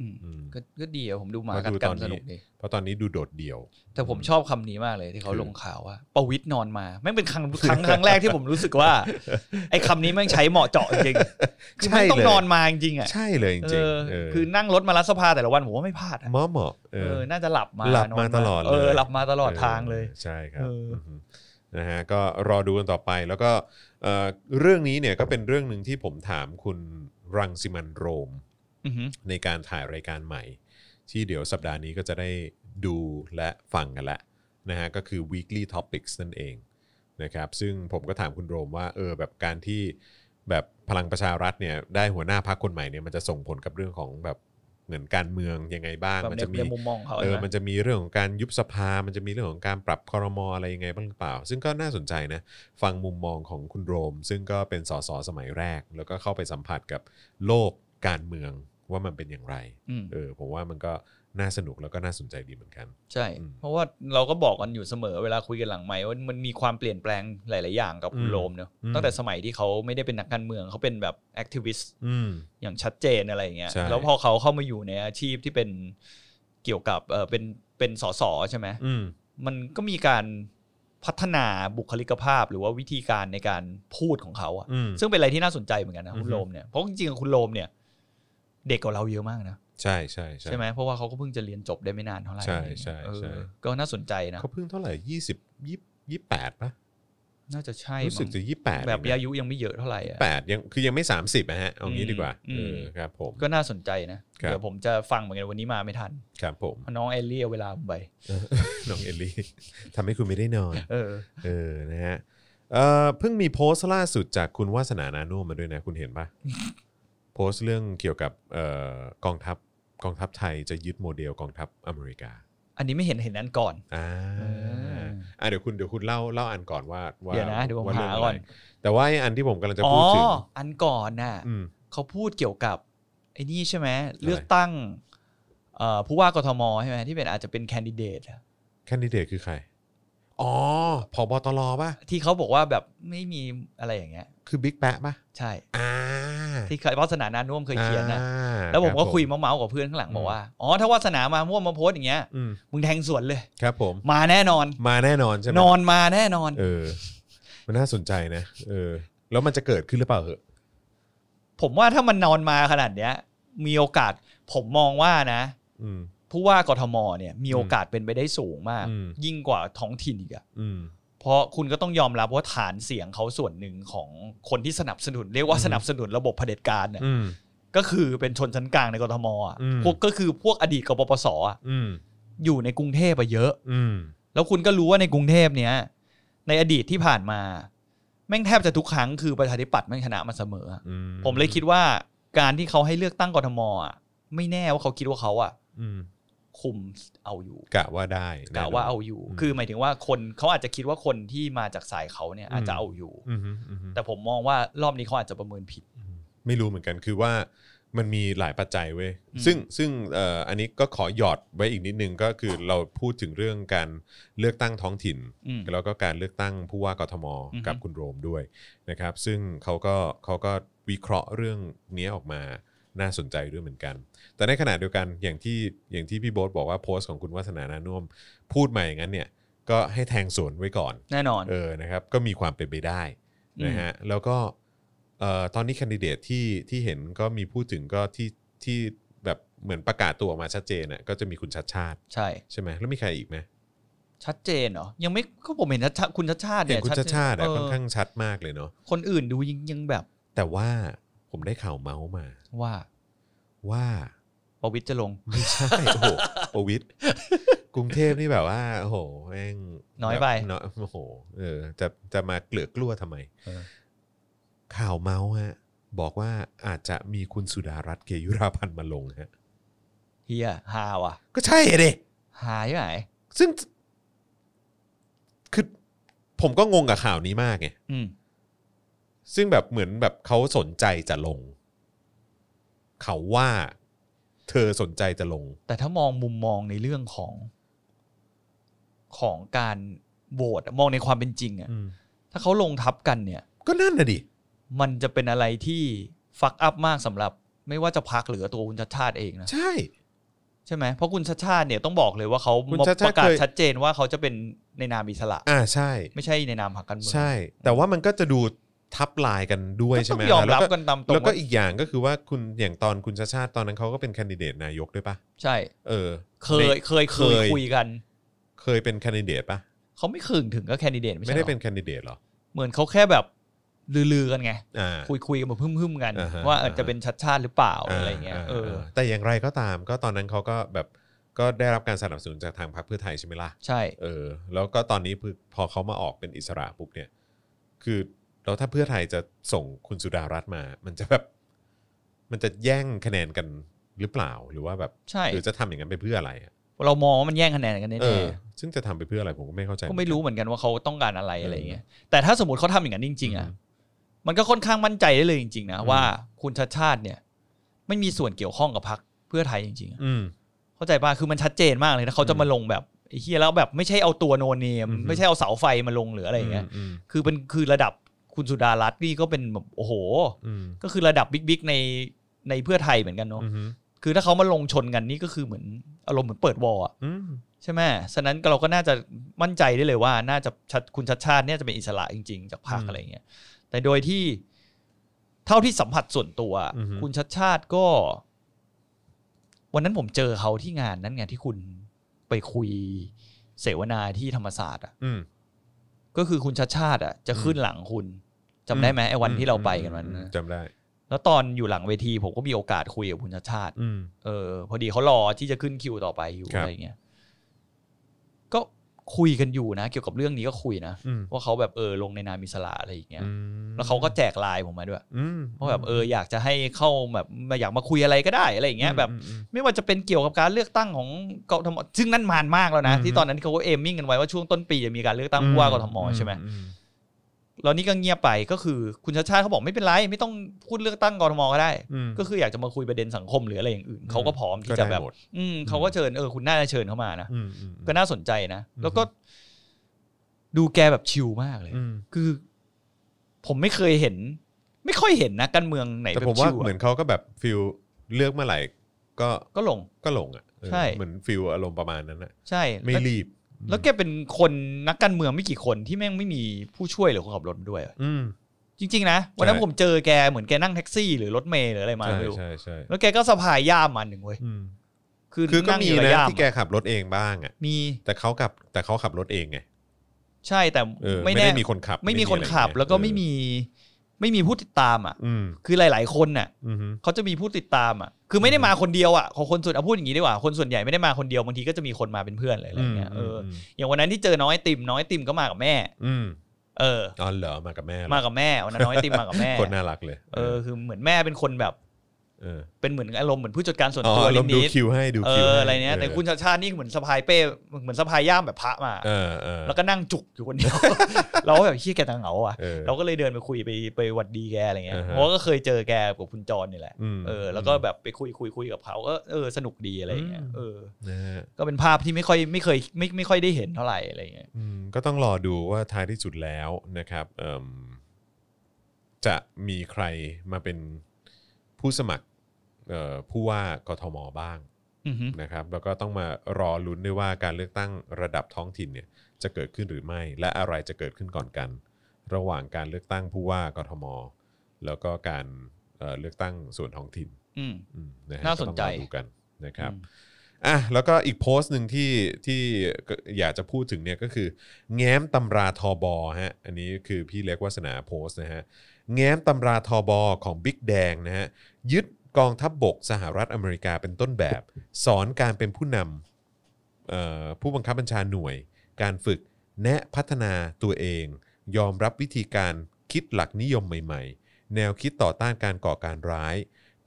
Speaker 2: อืม
Speaker 1: อืม
Speaker 2: ก็ก็ดีอะผมดูหมา
Speaker 1: มา
Speaker 2: กั
Speaker 1: ดู
Speaker 2: ด
Speaker 1: ต
Speaker 2: กั
Speaker 1: อน
Speaker 2: น
Speaker 1: นี้
Speaker 2: สนุกดี
Speaker 1: เพราะตอนนี้ดูโดดเดี่ยว
Speaker 2: แต่ผมชอบคำนี้มากเลยที่เขา
Speaker 1: คือ
Speaker 2: ลงข่าวว่าประวิทย์นอนมาแม่งเป็นครั้งครั้งครั้งแรกที่ผมรู้สึก
Speaker 1: (laughs)
Speaker 2: ว่า ไอ้คำนี้แม่งใช้เหมาะเจาะจริงๆคือแม่งต้องนอนมาจริงๆอ่ะ
Speaker 1: ใช่เลยจริง
Speaker 2: เออ
Speaker 1: ๆเออ
Speaker 2: คือนั่งรถมารัฐสภาแต่ละวันผมว่าไม่พลาดอะ
Speaker 1: หมอเหมาะเอ
Speaker 2: เอ
Speaker 1: อ
Speaker 2: อ น่าจะหลับมา
Speaker 1: หลับ
Speaker 2: น
Speaker 1: มาน ตลอดเลย
Speaker 2: เออหลับมาตลอดทางเลย
Speaker 1: ออใช่ครับ
Speaker 2: เอออื
Speaker 1: อฮึนะฮะก็รอดูกันต่อไปแล้วก็เอ่อเรื่องนี้เนี่ยก็เป็นเรื่องหนึ่งที่ผมถามคุณรังสิมันต์โรม
Speaker 2: อือหือ
Speaker 1: ในการถ่ายรายการใหม่ ที่เดี๋ยวสัปดาห์นี้ก็จะได้ดูและฟังกันละนะฮะก็คือ weekly topics นั่นเองนะครับซึ่งผมก็ถามคุณโรมว่าเออแบบการที่แบบพลังประชารัฐเนี่ยได้หัวหน้าพรรคคนใหม่เนี่ยมันจะส่งผลกับเรื่องของแบบเหมือนการเมืองยังไงบ้าง
Speaker 2: แบบ
Speaker 1: มัน
Speaker 2: ใน
Speaker 1: จะมี
Speaker 2: ในมุมมองของเขา
Speaker 1: เออ
Speaker 2: ใช่ไหม
Speaker 1: มันจะมีเรื่องของการยุบสภา มันจะมีเรื่องของการปรับคอรมออะไรยังไงบ้างหรือเปล่า ซึ่งก็น่าสนใจนะ ฟังมุมมองของคุณโรม ซึ่งก็เป็นสสสมัยแรก แล้วก็เข้าไปสัมผัสกับโลกการเมืองว่ามันเป็นอย่างไร
Speaker 2: อืม
Speaker 1: เออ ผมว่ามันก็น่าสนุกแล้วก็น่าสนใจดีเหมือนกัน
Speaker 2: ใช่
Speaker 1: อืม
Speaker 2: เพราะว่าเราก็บอกกันอยู่เสมอเวลาคุยกันหลังไมค์ว่ามันมีความเปลี่ยนแปลงหลาย ๆ อย่างกับคุ
Speaker 1: อื
Speaker 2: ณ
Speaker 1: ม
Speaker 2: โรมเนอะ
Speaker 1: อืม
Speaker 2: ตั้งแต่สมัยที่เขาไม่ได้เป็นนักการเมืองเขาเป็นแบบแอคทิวิสต์
Speaker 1: อืม
Speaker 2: อย่างชัดเจนอะไรอย่างเงี้ย
Speaker 1: ใช่
Speaker 2: แล้วพอเขาเข้ามาอยู่ในอาชีพที่เป็นเกี่ยวกับเออเป็นเป็นสสใช่ไหม
Speaker 1: อืม
Speaker 2: มันก็มีการพัฒนาบุคลิกภาพหรือว่าวิธีการในการพูดของเขาอะ
Speaker 1: อืม
Speaker 2: ซึ่งเป็นอะไรที่น่าสนใจเหมือนกันนะ
Speaker 1: อือฮึ
Speaker 2: คุณโรมเนี่ย เพราะจริงๆคุณโรมเนี่ย เด็กกว่าเราเยอะมากนะ
Speaker 1: ใช่ใช่ใช่
Speaker 2: ใช่ไหมเพราะว่าเขาก็เพิ่งจะเรียนจบได้ไม่นานเท่าไหร่
Speaker 1: ใช่ใช่
Speaker 2: เออ
Speaker 1: ใช่
Speaker 2: ก็น่าสนใจนะ
Speaker 1: เขาเพิ่งเท่าไหร่ยี่สิบยี่ยี่แปดปะ
Speaker 2: น่าจะใช่
Speaker 1: รู้สึก
Speaker 2: มั้ง
Speaker 1: จะยี่แปด
Speaker 2: แบบอายุยังไม่เยอะเท่าไหร่อะ
Speaker 1: แปดยังคือยังไม่สามสิบนะฮะเอางี้ดีกว่า
Speaker 2: อืม
Speaker 1: เออครับ ผม
Speaker 2: ก็น่าสนใจนะครับ เดี๋ยวผมจะฟังเหมือนกันวันนี้มาไม่ทัน
Speaker 1: ครับผม (laughs)
Speaker 2: เพราะน้องเอลลี่เอาเวลาผมไป
Speaker 1: น้องเอลลี่ (laughs) ทำให้คุณไม่ได้นอน
Speaker 2: เออ
Speaker 1: เออ นะฮะเอ่อเพิ่งมีโพสต์ล่าสุดจากคุณวาสนานานุ่มมาด้วยนะ คุณเห็นปะ โพสต์เรื่องเกี่ยวกับเอ่อกองทัพกองทัพไทยจะยึดโมเดลกองทัพอเมริกา
Speaker 2: อันนี้ไม่เห็นเห็นนั้นก่อน
Speaker 1: อ่า
Speaker 2: ออ่
Speaker 1: อ่าเดี๋ยวคุณเดี๋ยวคุณเล่าเล่าอันก่อนว่าว่า
Speaker 2: เดี๋ยวนะเดี๋ยวผม
Speaker 1: าเรื่งะ
Speaker 2: หา
Speaker 1: ไร
Speaker 2: ก่อน
Speaker 1: แต่ว่าไอ้อันที่ผมกำลังจะ
Speaker 2: อ๋อ
Speaker 1: พูดถึง
Speaker 2: อันก่อนน่ะ
Speaker 1: อืม
Speaker 2: เขาพูดเกี่ยวกับไอ้นี่ใช่ไหม
Speaker 1: อะไร
Speaker 2: เลือกตั้งเอ่อผู้ว่ากทมใช่ไหมที่เป็นอาจจะเป็นแคนดิเดตอะ
Speaker 1: แคนดิเดตคือใคร อ๋อพบตรป่ะ
Speaker 2: ที่เขาบอกว่าแบบไม่มีอะไรอย่างเงี้ย
Speaker 1: คือบิ๊กแปะป่ะ
Speaker 2: ใช่
Speaker 1: อ่า
Speaker 2: ที่เคยวาสนานานุ่วมเคยเขียนนะ
Speaker 1: อ่า
Speaker 2: แล้วผมก็
Speaker 1: รับ
Speaker 2: คุยเมาส์ๆกับเพื่อนข้างหลัง
Speaker 1: อืม
Speaker 2: บอกว่าอ๋อถ้าวาสนามาม่วมมาโพสต์อย่างเงี้ย
Speaker 1: อืม
Speaker 2: มึงแทงสวนเลย
Speaker 1: ครับผม
Speaker 2: มาแน่นอน
Speaker 1: มาแน่นอนใช่ไหม
Speaker 2: นอนมาแน่นอน
Speaker 1: เออ มันน่าสนใจนะ เออ แล้วมันจะเกิดขึ้นหรือเปล่าเหอะ
Speaker 2: ผมว่าถ้ามันนอนมาขนาดเนี้ย มีโอกาสผมมองว่านะ
Speaker 1: อืม
Speaker 2: ผู้ว่ากทมเนี่ยมีโอกาสเป็นไปได้สูงมาก
Speaker 1: อืม
Speaker 2: ยิ่งกว่าท้องถิ่นอีกอะ
Speaker 1: อืม
Speaker 2: เพราะคุณก็ต้องยอมรับว่าฐานเสียงเขาส่วนหนึ่งของคนที่สนับสนุน เรียกว่า
Speaker 1: อืม
Speaker 2: สนับสนุนระบบเผด็จการเนี่ย
Speaker 1: อืม
Speaker 2: ก็คือเป็นชนชั้นกลางในกทมอะ
Speaker 1: อืม
Speaker 2: พวกก็คือพวกอดีตกปปสอะ
Speaker 1: อืม
Speaker 2: อยู่ในกรุงเทพอะเยอะ
Speaker 1: อืม
Speaker 2: แล้วคุณก็รู้ว่าในกรุงเทพเนี้ยในอดีตที่ผ่านมา แม่งแทบจะทุกครั้งคือประชาธิปัตย์แม่งชนะมาเสมออะ
Speaker 1: อื
Speaker 2: ผมเลยคิดว่าการที่เขาให้เลือกตั้งกทมอ่ะไม่แน่ว่าเขาคิดว่าเขาอ่ะ
Speaker 1: อืม
Speaker 2: คุมเอาอยู่
Speaker 1: กะว่าได้แน่น
Speaker 2: กะ
Speaker 1: น
Speaker 2: ว่าเอาอยู่
Speaker 1: อืม
Speaker 2: คือหมายถึงว่าคนเขาอาจจะคิดว่าคนที่มาจากสายเขาเนี่ย
Speaker 1: อืม
Speaker 2: อาจจะเอาอยู่
Speaker 1: อืมฮึอืมฮึ
Speaker 2: แต่ผมมองว่ารอบนี้เขาอาจจะประเมินผิด
Speaker 1: ไม่รู้เหมือนกันคือว่ามันมีหลายปัจจัยเว้ย
Speaker 2: อืม
Speaker 1: ซึ่งซึ่งเอ่ออันนี้ก็ขอหยอดไว้อีกนิดนึงก็คือเราพูดถึงเรื่องการเลือกตั้งท้องถิ่น
Speaker 2: อืม
Speaker 1: แล้วก็การเลือกตั้งผู้ว่ากทม
Speaker 2: อือฮึ
Speaker 1: กับคุณโรมด้วยนะครับ ซึ่งเขาก็เขาก็วิเคราะห์เรื่องนี้ออกมาน่าสนใจด้วยเหมือนกัน แต่ในขณะเดียวกันอย่างที่อย่างที่พี่โบ๊ทบอกว่าโพสต์ของคุณวัฒนานานุ่วมพูดมาอย่างนั้นเนี่ยก็ให้แทงสวนไว้ก่อน
Speaker 2: แน่นอน
Speaker 1: เออ นะครับ ก็มีความเป็นไปได้นะฮะ แล้วก็เอ่อตอนนี้แคนดิเดตที่ที่เห็นก็มีพูดถึงก็ที่ที่แบบเหมือนประกาศตัวออกมาชัดเจนน่ะก็จะมีคุณชัดชาติ
Speaker 2: ใช่
Speaker 1: ใช่ไหมแล้วมีใครอีกไหม
Speaker 2: ชัดเจนเหรอยังไม่ก็ผมเห็นชัดชาคุณชัดชาติ
Speaker 1: เห็
Speaker 2: เนี่
Speaker 1: น
Speaker 2: ย
Speaker 1: คุณชัดชาติอะ
Speaker 2: เ
Speaker 1: ค่อนข้างชัดมากเลยเนาะ
Speaker 2: คนอื่นดูยังยังแบบ
Speaker 1: แต่ว่าผมได้ข่าวเมาส์มา
Speaker 2: ว่า
Speaker 1: ว่า
Speaker 2: ประวิตรจะลง
Speaker 1: ไม่ใช่ (laughs) โอ้โหประวิตรกรุงเทพนี่แบบว่า โอ้โหแม่ง
Speaker 2: น้อยไป
Speaker 1: แบบน้อยโอ้โห เออ จะจะมาเกลือกกลัวทำไม
Speaker 2: เออ
Speaker 1: ข่าวเมาส์ฮะบอกว่าอาจจะมีคุณสุดารัตน์เกยุราพันธ์มาลงฮะ
Speaker 2: เฮียฮาว่ะ
Speaker 1: ก็ใช่เลย
Speaker 2: ฮาใช่ไหม
Speaker 1: ซึ่ง คือผมก็งงกับข่าวนี้มากไง
Speaker 2: อืม
Speaker 1: ซึ่งแบบเหมือนแบบเขาสนใจจะลง เขาว่า เธอสนใจจะลง
Speaker 2: แต่ถ้ามองมุมมองในเรื่องของ ของการโหวตอะมองในความเป็นจริงอะถ้าเขาลงทับกันเนี่ย
Speaker 1: ก็นั่นน่ะดิ
Speaker 2: มันจะเป็นอะไรที่ฟักอัพมากสำหรับ ไม่ว่าจะพักหรือตัวคุณชัดชาติเองนะ
Speaker 1: ใช่
Speaker 2: ใช่ไหมเพราะคุณชัดชาติเนี่ยต้องบอกเลยว่าเขา
Speaker 1: คุณชัดชาติ
Speaker 2: ประกาศ
Speaker 1: เคย
Speaker 2: ชัดเจนว่าเขาจะเป็นในนามอิสระ
Speaker 1: อ่าใช่
Speaker 2: ไม่ใช่ในนามพรรคการเมือง
Speaker 1: ใช่ แต่ว่ามันก็จะดูทับลายกันด้วย
Speaker 2: ก็
Speaker 1: ใช่
Speaker 2: ต้อ
Speaker 1: ไหม
Speaker 2: งยอมรับ
Speaker 1: แล้วก็
Speaker 2: กันตามตรง
Speaker 1: แล้วก็
Speaker 2: ว่า
Speaker 1: อีกอย่างก็คือว่าคุณอย่างตอนคุณชาชาติตอนนั้นเขาก็เป็นแคนดิเดตนายกด้วยปะ
Speaker 2: ใช่
Speaker 1: เออ
Speaker 2: เคยเคยเค
Speaker 1: เค
Speaker 2: ย
Speaker 1: ย
Speaker 2: คุยกัน
Speaker 1: เคยเป็นแคนดิเดตปะ
Speaker 2: เขาไม่คืนถึงก็แคนดิเดตไม่
Speaker 1: ไม่
Speaker 2: ใช่
Speaker 1: ได้
Speaker 2: หรอ
Speaker 1: เป็นแคนดิเดตเหรอ
Speaker 2: เหมือนเขาแค่แบบลือๆกันไง
Speaker 1: อ่า
Speaker 2: คุยคุยกันแบบพึ่มๆกัน
Speaker 1: อ่าฮะ
Speaker 2: ว่าเออจะ
Speaker 1: อ่าฮะ
Speaker 2: เป็นชัดชาติหรือเปล่าอะไรเงี้ย
Speaker 1: า
Speaker 2: เอออ
Speaker 1: าแต่อย่างไรก็ตามก็ตอนนั้นเขาก็แบบก็ได้รับการสนับสนุนจากทางพรรคเพื่อไทยใช่ไหมล่ะ
Speaker 2: ใช่
Speaker 1: เออ แล้วก็ตอนนี้พอเขามาออกเป็นอิสระปุ๊บเนี่ย คือแล้วถ้าเพื่อไทยจะส่งคุณสุดารัตน์มา มันจะแบบ มันจะแย่งคะแนนกันหรือเปล่าหรือว่าแบบ
Speaker 2: ใช่
Speaker 1: หรือจะทำอย่างนั้นไปเพื่ออะไรอะ
Speaker 2: เรามองว่ามันแย่งคะแนนกัน
Speaker 1: เอ
Speaker 2: แน่
Speaker 1: อ
Speaker 2: ๆ
Speaker 1: ซึ่งจะทำไปเพื่ออะไรผมก็ไม่เข้าใจ
Speaker 2: ก็ไม่รู้เหมือนกันว่าเขาต้องการอะไร
Speaker 1: เอออ
Speaker 2: อะไรเงี้ย แต่ถ้าสมมติเขาทำอย่างนั้นจริง ๆ
Speaker 1: อื
Speaker 2: อ่ะ
Speaker 1: ม
Speaker 2: มันก็ค่อนข้างมั่นใจได้เลยจริง ๆ นะ
Speaker 1: อืม
Speaker 2: ว่าคุณชัดชาติเนี่ย ไม่มีส่วนเกี่ยวข้องกับพรรคเพื่อไทยจริง ๆอะ
Speaker 1: อืม
Speaker 2: เข้าใจป่ะคือมันชัดเจนมากเลยนะเขาจะมาลงแบบไอ้เฮียแล้วแบบไม่ใช่เอาตัวโนเนม
Speaker 1: อือฮึ
Speaker 2: ไม่ใช่เอาเสาไฟมาลงหรืออะไรเงี้ย
Speaker 1: อืม
Speaker 2: คือเป็นคือระดับคุณสุดารัตน์นี่ก็เป็นแบบโอ้โห
Speaker 1: อืม
Speaker 2: ก็คือระดับบิ๊กๆในในเพื่อไทยเหมือนกัน
Speaker 1: อืม
Speaker 2: เนาะ
Speaker 1: อืม
Speaker 2: คือถ้าเขามาลงชนกันนี่ก็คือเหมือนอารมณ์เหมือนเปิดวอลอะ
Speaker 1: อืม
Speaker 2: ใช่ไหมฉะนั้นเราก็น่าจะมั่นใจได้เลยว่า น่าจะชัดคุณชัดชาติเนี่ยจะเป็นอิสระจริง ๆ จากพรรคอะไรอย่างเงี้ย แต่โดยที่เท่าที่สัมผัสส่วนตัว คุณชัดชาติก็ วันนั้นผมเจอเขาที่งานนั้นไงที่คุณไปคุยเสวนาที่ธรรมศาสตร์อ่ะ
Speaker 1: อืม
Speaker 2: ก็คือคุณชัดชาติอ่ะจะขึ้นหลังคุณจำได้ไหมไอ้วันที่เราไปกันวันนั้นนะ
Speaker 1: จำได้
Speaker 2: แล้วตอนอยู่หลังเวทีผมก็มีโอกาสคุยกับคุณชัดชาติ
Speaker 1: อืม
Speaker 2: เออพอดีเขารอที่จะขึ้นคิวต่อไปอยู่
Speaker 1: ครับ
Speaker 2: อะไรเงี้ย ก็คุยกันอยู่นะ เกี่ยวกับเรื่องนี้ก็คุยนะ
Speaker 1: อืม
Speaker 2: ว่าเขาแบบเออลงในนามมิสลาอะไรอย่างเงี้ย
Speaker 1: อืม
Speaker 2: แล้วเขาก็แจกไลน์ผมมาด้วย
Speaker 1: อืม
Speaker 2: ว่าแบบเอออยากจะให้เข้าแบบมาอยากมาคุยอะไรก็ได้อะไรอย่างเงี้ยแบบ ไม่ว่าจะเป็นเกี่ยวกับการเลือกตั้งของกทมซึ่งนั่นมานมากแล้วนะ
Speaker 1: อืม
Speaker 2: ที่ตอนนั้นเขาก็เอมมิ่งกันไว้ว่าช่วงต้นปีจะมีการเลือกตั้งผู้ว่ากทมใช่ไหมแล้วนี่ก็เงียบไปก็คือคุณชาติชาติเขาบอกไม่เป็นไร ไม่ต้องพูดเลือกตั้งกทมก็ได้ ก็คืออยากจะมาคุยประเด็นสังคมหรืออะไรอย่างอื่นเขาก็พร้อมที่จะแบบ อืมเขาก็เชิญเออคุณน่าจะเชิญเข้ามานะก็น่าสนใจนะ แล้วก็ ดูแกแบบชิลมากเลย คือ ผมไม่เคยเห็น ไม่ค่อยเห็นนะการเมืองไหน
Speaker 1: แต่
Speaker 2: แบบ
Speaker 1: ผมว่า
Speaker 2: ชิล
Speaker 1: เหมือ
Speaker 2: อะ
Speaker 1: นเขาก็แบบฟิลเลือกเมื่อไหร่ก็
Speaker 2: ก็ลง
Speaker 1: ก็ลงอ่ะเออ
Speaker 2: ใช่
Speaker 1: เหมือนฟิลอารมณ์ประมาณนั้นนะ
Speaker 2: ใช่
Speaker 1: ไม่
Speaker 2: แล้ว
Speaker 1: รีบ
Speaker 2: แล้วแกเป็นคนนักการเมืองไม่กี่คนที่แม่งไม่มีผู้ช่วยหรือคนขับรถมาด้วยอะ
Speaker 1: อืม
Speaker 2: จริง ๆ นะ วันนั้น
Speaker 1: ใช่
Speaker 2: ผมเจอแกเหมือนแกนั่งแท็กซี่หรือรถเมล์หรืออะไรมา
Speaker 1: ใช่
Speaker 2: ไม่รู้
Speaker 1: ใช่ใช่
Speaker 2: แล้วแกก็สะพายย่ามมาหนึ่งเว้ย
Speaker 1: อืม
Speaker 2: คือ
Speaker 1: คือก็
Speaker 2: นั่ง
Speaker 1: มี
Speaker 2: อยู่แล้ว
Speaker 1: นะ
Speaker 2: ย่าม
Speaker 1: ที่แกขับรถเองบ้างอ่ะ
Speaker 2: มี
Speaker 1: แต่เขาขับแต่เขาขับรถเองไง
Speaker 2: ใช่แต่
Speaker 1: เออ
Speaker 2: ไม่
Speaker 1: ไม่
Speaker 2: แน่
Speaker 1: ได้มีคนขับ
Speaker 2: ไม่มีคน
Speaker 1: อะร
Speaker 2: ขับ
Speaker 1: เงี้ย
Speaker 2: แล้วก็ไม่
Speaker 1: เออ
Speaker 2: มีไม่มีผู้ติดตามอ่ะ
Speaker 1: อืม
Speaker 2: คือหลาย ๆ คนน่ะ
Speaker 1: อืมฮึ
Speaker 2: เขาจะมีผู้ติดตามอ่ะ คือไม่ได้มาคนเดียวอ่ะของคนส่วนเอาพูดอย่างนี้ดีกว่าคนส่วนใหญ่ไม่ได้มาคนเดียวบางทีก็จะมีคนมาเป็นเพื่อนอะไรอย่างเงี้ยเอออ
Speaker 1: ม
Speaker 2: อย่างวันนั้นที่เจอน้องไอยติมน้องไอยติมก็มากับแม่
Speaker 1: อืม
Speaker 2: เออ
Speaker 1: อ๋อเหรอมากับแม่เหรอ
Speaker 2: มากับแม่วันนั้นน้องไอยติมมากับแม่
Speaker 1: คนน่ารักเลย
Speaker 2: เออคือเหมือนแม่เป็นคนแบบ
Speaker 1: เออ
Speaker 2: เป็นเหมือนอารมณ์เหมือนผู้จัดการส่วน
Speaker 1: อ๋อ
Speaker 2: ตัว
Speaker 1: ล
Speaker 2: นิ
Speaker 1: ม
Speaker 2: ด
Speaker 1: ดู
Speaker 2: นิด
Speaker 1: คิวให้ดู
Speaker 2: เอ
Speaker 1: คิว
Speaker 2: อ
Speaker 1: ให้
Speaker 2: อะไรเนี้ยแต่คุณชาติชาตินี่เหมือนสะพายเป้เหมือนสะพายย่ามแบบพระมา
Speaker 1: เออเออ
Speaker 2: แล้วก็นั่งจุกอยู่คนเดียว (laughs) เราก็แบบเฮียแกตังเหงาอ่ะ
Speaker 1: เออ
Speaker 2: เราก็เลยเดินไปคุยไปไปหวัดดีแกอะไรเงี้ย
Speaker 1: อ่าฮะ
Speaker 2: เพราะว่าก็เคยเจอแกกับคุณจรนี่แหละ
Speaker 1: ม
Speaker 2: เออแล้วก็แบบไปคุยคุยคุยกับเขาก็เออสนุกดีอะไรเงี้ย
Speaker 1: อืม
Speaker 2: เออ
Speaker 1: นะฮะ
Speaker 2: ก็เป็นภาพที่ไม่ค่อยไม่เคยไม่ไม่ค่อยได้เห็นเท่าไหร่อะไรเงี้ย
Speaker 1: อืมก็ต้องรอดูว่าท้ายที่สุดแล้วนะครับเอิ่มจะมีใครมาเป็นผู้สมัครเอ่อผู้ว่ากทมบ้าง
Speaker 2: อือฮึ
Speaker 1: นะครับ แล้วก็ต้องมารอลุ้นด้วยว่าการเลือกตั้งระดับท้องถิ่นเนี่ยจะเกิดขึ้นหรือไม่ และอะไรจะเกิดขึ้นก่อนกัน ระหว่างการเลือกตั้งผู้ว่ากทม แล้วก็การเอ่อเลือกตั้งส่วนท้องถิ่น
Speaker 2: อืม
Speaker 1: อืมะฮะ
Speaker 2: น่าสนใจ
Speaker 1: ก็ต้องรอดูกันนะครับ อ่ะแล้วก็อีกโพสต์หนึ่งที่ที่ก็อยากจะพูดถึงเนี่ยก็คือ แง้มตำราทอบอฮะอันนี้คือพี่เล็กวัสนาโพสต์นะฮะแง้มตำราทอบอของบิ๊กแดงนะฮะยึดกองทัพบบกสหรัฐอเมริกาเป็นต้นแบบ สอนการเป็นผู้นำเอ่อผู้บังคับบัญชาหน่วย การฝึกแนะพัฒนาตัวเอง ยอมรับวิธีการคิดหลักนิยมใหม่ๆ แนวคิดต่อต้านการก่อการร้าย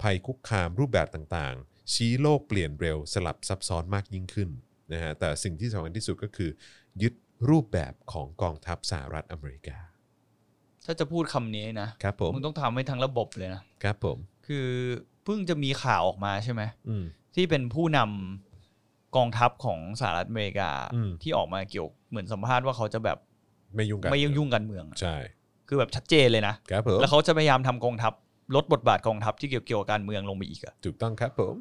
Speaker 1: ภัยคุกคามรูปแบบต่างๆ ชี้โลกเปลี่ยนเร็วสลับซับซ้อนมากยิ่งขึ้นนะฮะแต่สิ่งที่สำคัญที่สุดก็คือ ยึดรูปแบบของกองทัพสหรัฐอเมริกา
Speaker 2: ถ้าจะพูดคำนี้นะครับ
Speaker 1: ผม
Speaker 2: มึงต้องทำให้ทั้งระบบเลยนะครับ
Speaker 1: ผม
Speaker 2: คือเพิ่งจะมีข่าวออกมาใช่ไหม
Speaker 1: อืม
Speaker 2: ที่เป็นผู้นำกองทัพของสหรัฐอเมริกา
Speaker 1: อืม
Speaker 2: ที่ออกมาเกี่ยวเหมือนสัมภาษณ์ว่าเขาจะแบบ
Speaker 1: ไม่ยุ่งกัน
Speaker 2: ไม่ยุ่งยุ่งกันเมืองอะ
Speaker 1: ใช่
Speaker 2: คือแบบชัดเจนเลยนะ
Speaker 1: ครับผม
Speaker 2: แล้วเขาจะพยายามทำกองทัพลดบทบาทกองทัพที่เกี่ยวเกี่ยวกับการเมืองลงไปอีกอะ
Speaker 1: ถูกต้องครับผม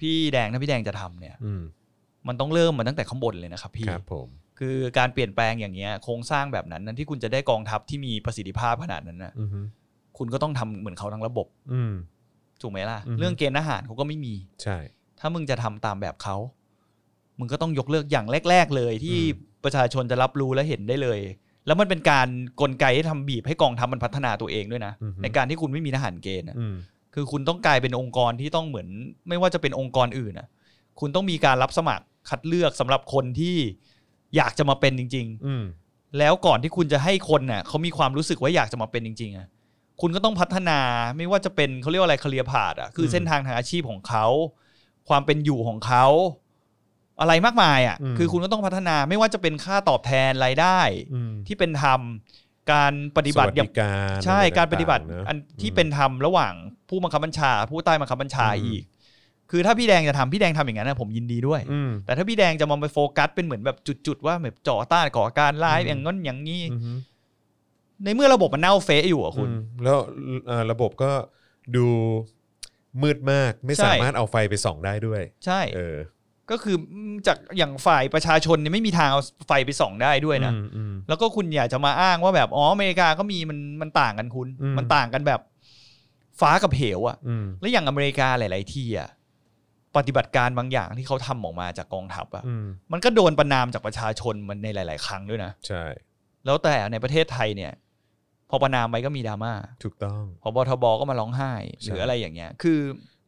Speaker 2: พี่แดงถ้าพี่แดงจะทำเนี่ย
Speaker 1: อืม
Speaker 2: มันต้องเริ่มมาตั้งแต่ข้างบนเลยนะครับพี่
Speaker 1: ครับผม
Speaker 2: คือการเปลี่ยนแปลงอย่างเงี้ยโครงสร้างแบบนั้นนั้นที่คุณจะได้กองทัพที่มีประสิทธิภาพขนาดนั้นนะ
Speaker 1: อืมฮึ
Speaker 2: คุณก็ต้องทำเหมือนเขาทั้งระบบ
Speaker 1: อืม
Speaker 2: ถูกไหมล่ะ
Speaker 1: อือฮึ
Speaker 2: เรื่องเกณฑ์อาหารเขาก็ไม่มี
Speaker 1: ใช่
Speaker 2: ถ้ามึงจะทำตามแบบเขา มึงก็ต้องยกเลิกอย่างแรก ๆ เลย ที่
Speaker 1: อืม
Speaker 2: ประชาชนจะรับรู้และเห็นได้เลย แล้วมันเป็นการกลไกที่ทำบีบให้กองทัพมันพัฒนาตัวเองด้วยนะ ในการที่คุณไม่มีทหารเกณฑ์อะ
Speaker 1: อืม
Speaker 2: คือคุณต้องกลายเป็นองค์กรที่ต้องเหมือน ไม่ว่าจะเป็นองค์กรอื่นนะคุณต้องมีการรับสมัครคัดเลือกสำหรับคนที่อยากจะมาเป็นจริง
Speaker 1: อืม
Speaker 2: ๆ แล้วก่อนที่คุณจะให้คนน่ะเขามีความรู้สึกว่าอยากจะมาเป็นจริง ๆอะคุณก็ต้องพัฒนาไม่ว่าจะเป็นเขาเรียกว่าอะไรเคลียร์พาดอ่ะคือเส้นทางทางอาชีพของเขา ความเป็นอยู่ของเขา อะไรมากมายอ่ะ คือคุณก็ต้องพัฒนาไม่ว่าจะเป็นค่าตอบแทนรายได้
Speaker 1: อืม
Speaker 2: ที่เป็นธรรมการปฏิบัติ
Speaker 1: สวัส
Speaker 2: อย่าง
Speaker 1: ดิการ
Speaker 2: ใช่
Speaker 1: อะไ
Speaker 2: การปฏิบัติ
Speaker 1: งๆะ
Speaker 2: อันที่
Speaker 1: ม
Speaker 2: เป็นธรรมระหว่างผู้บังคับบัญชา ผู้ใต้บังคับบัญชา
Speaker 1: อืม
Speaker 2: อีก คือถ้าพี่แดงจะทำพี่แดงทำอย่างนั้นนะผมยินดีด้วย
Speaker 1: อืม
Speaker 2: แต่ถ้าพี่แดงจะมองไปโฟกัสเป็นเหมือนแบบจุดๆว่าแบบจ่อต้านก่อการร้าย
Speaker 1: อืม
Speaker 2: อย่างนั้นอย่างนี้
Speaker 1: อืมฮึ
Speaker 2: ในเมื่อระบบมันเน่าเฟะอยู่อะคุณ
Speaker 1: อืมแล้วเอ่อระบบก็ดูมืดมากไม่
Speaker 2: ใช่
Speaker 1: สามารถเอาไฟไปส่องได้ด้วย
Speaker 2: ใช่
Speaker 1: เออ
Speaker 2: ก็คือจากอย่างฝ่ายประชาชนเนี่ยไม่มีทางเอาไฟไปส่องได้ด้วยนะ
Speaker 1: อืมอืม
Speaker 2: แล้วก็คุณอยากจะมาอ้างว่าแบบอ๋ออเมริกาก็มีมันมันต่างกันคุณ
Speaker 1: อืม
Speaker 2: มันต่างกันแบบฟ้ากับเหวอะ
Speaker 1: อืม
Speaker 2: และอย่างอเมริกาหลาย ๆ ที่อะปฏิบัติการบางอย่างที่เขาทำออกมาจากกองทัพอะ
Speaker 1: อืม
Speaker 2: มันก็โดนประนามจากประชาชนมันในหลาย ๆ ครั้งด้วยนะ
Speaker 1: ใช่
Speaker 2: แล้วแต่ในประเทศไทยเนี่ย พอประนามไปก็มีดราม่า
Speaker 1: ถูกต้อง
Speaker 2: พอบทบก็มาร้องไห้หรืออะไรอย่างเงี้ย คือ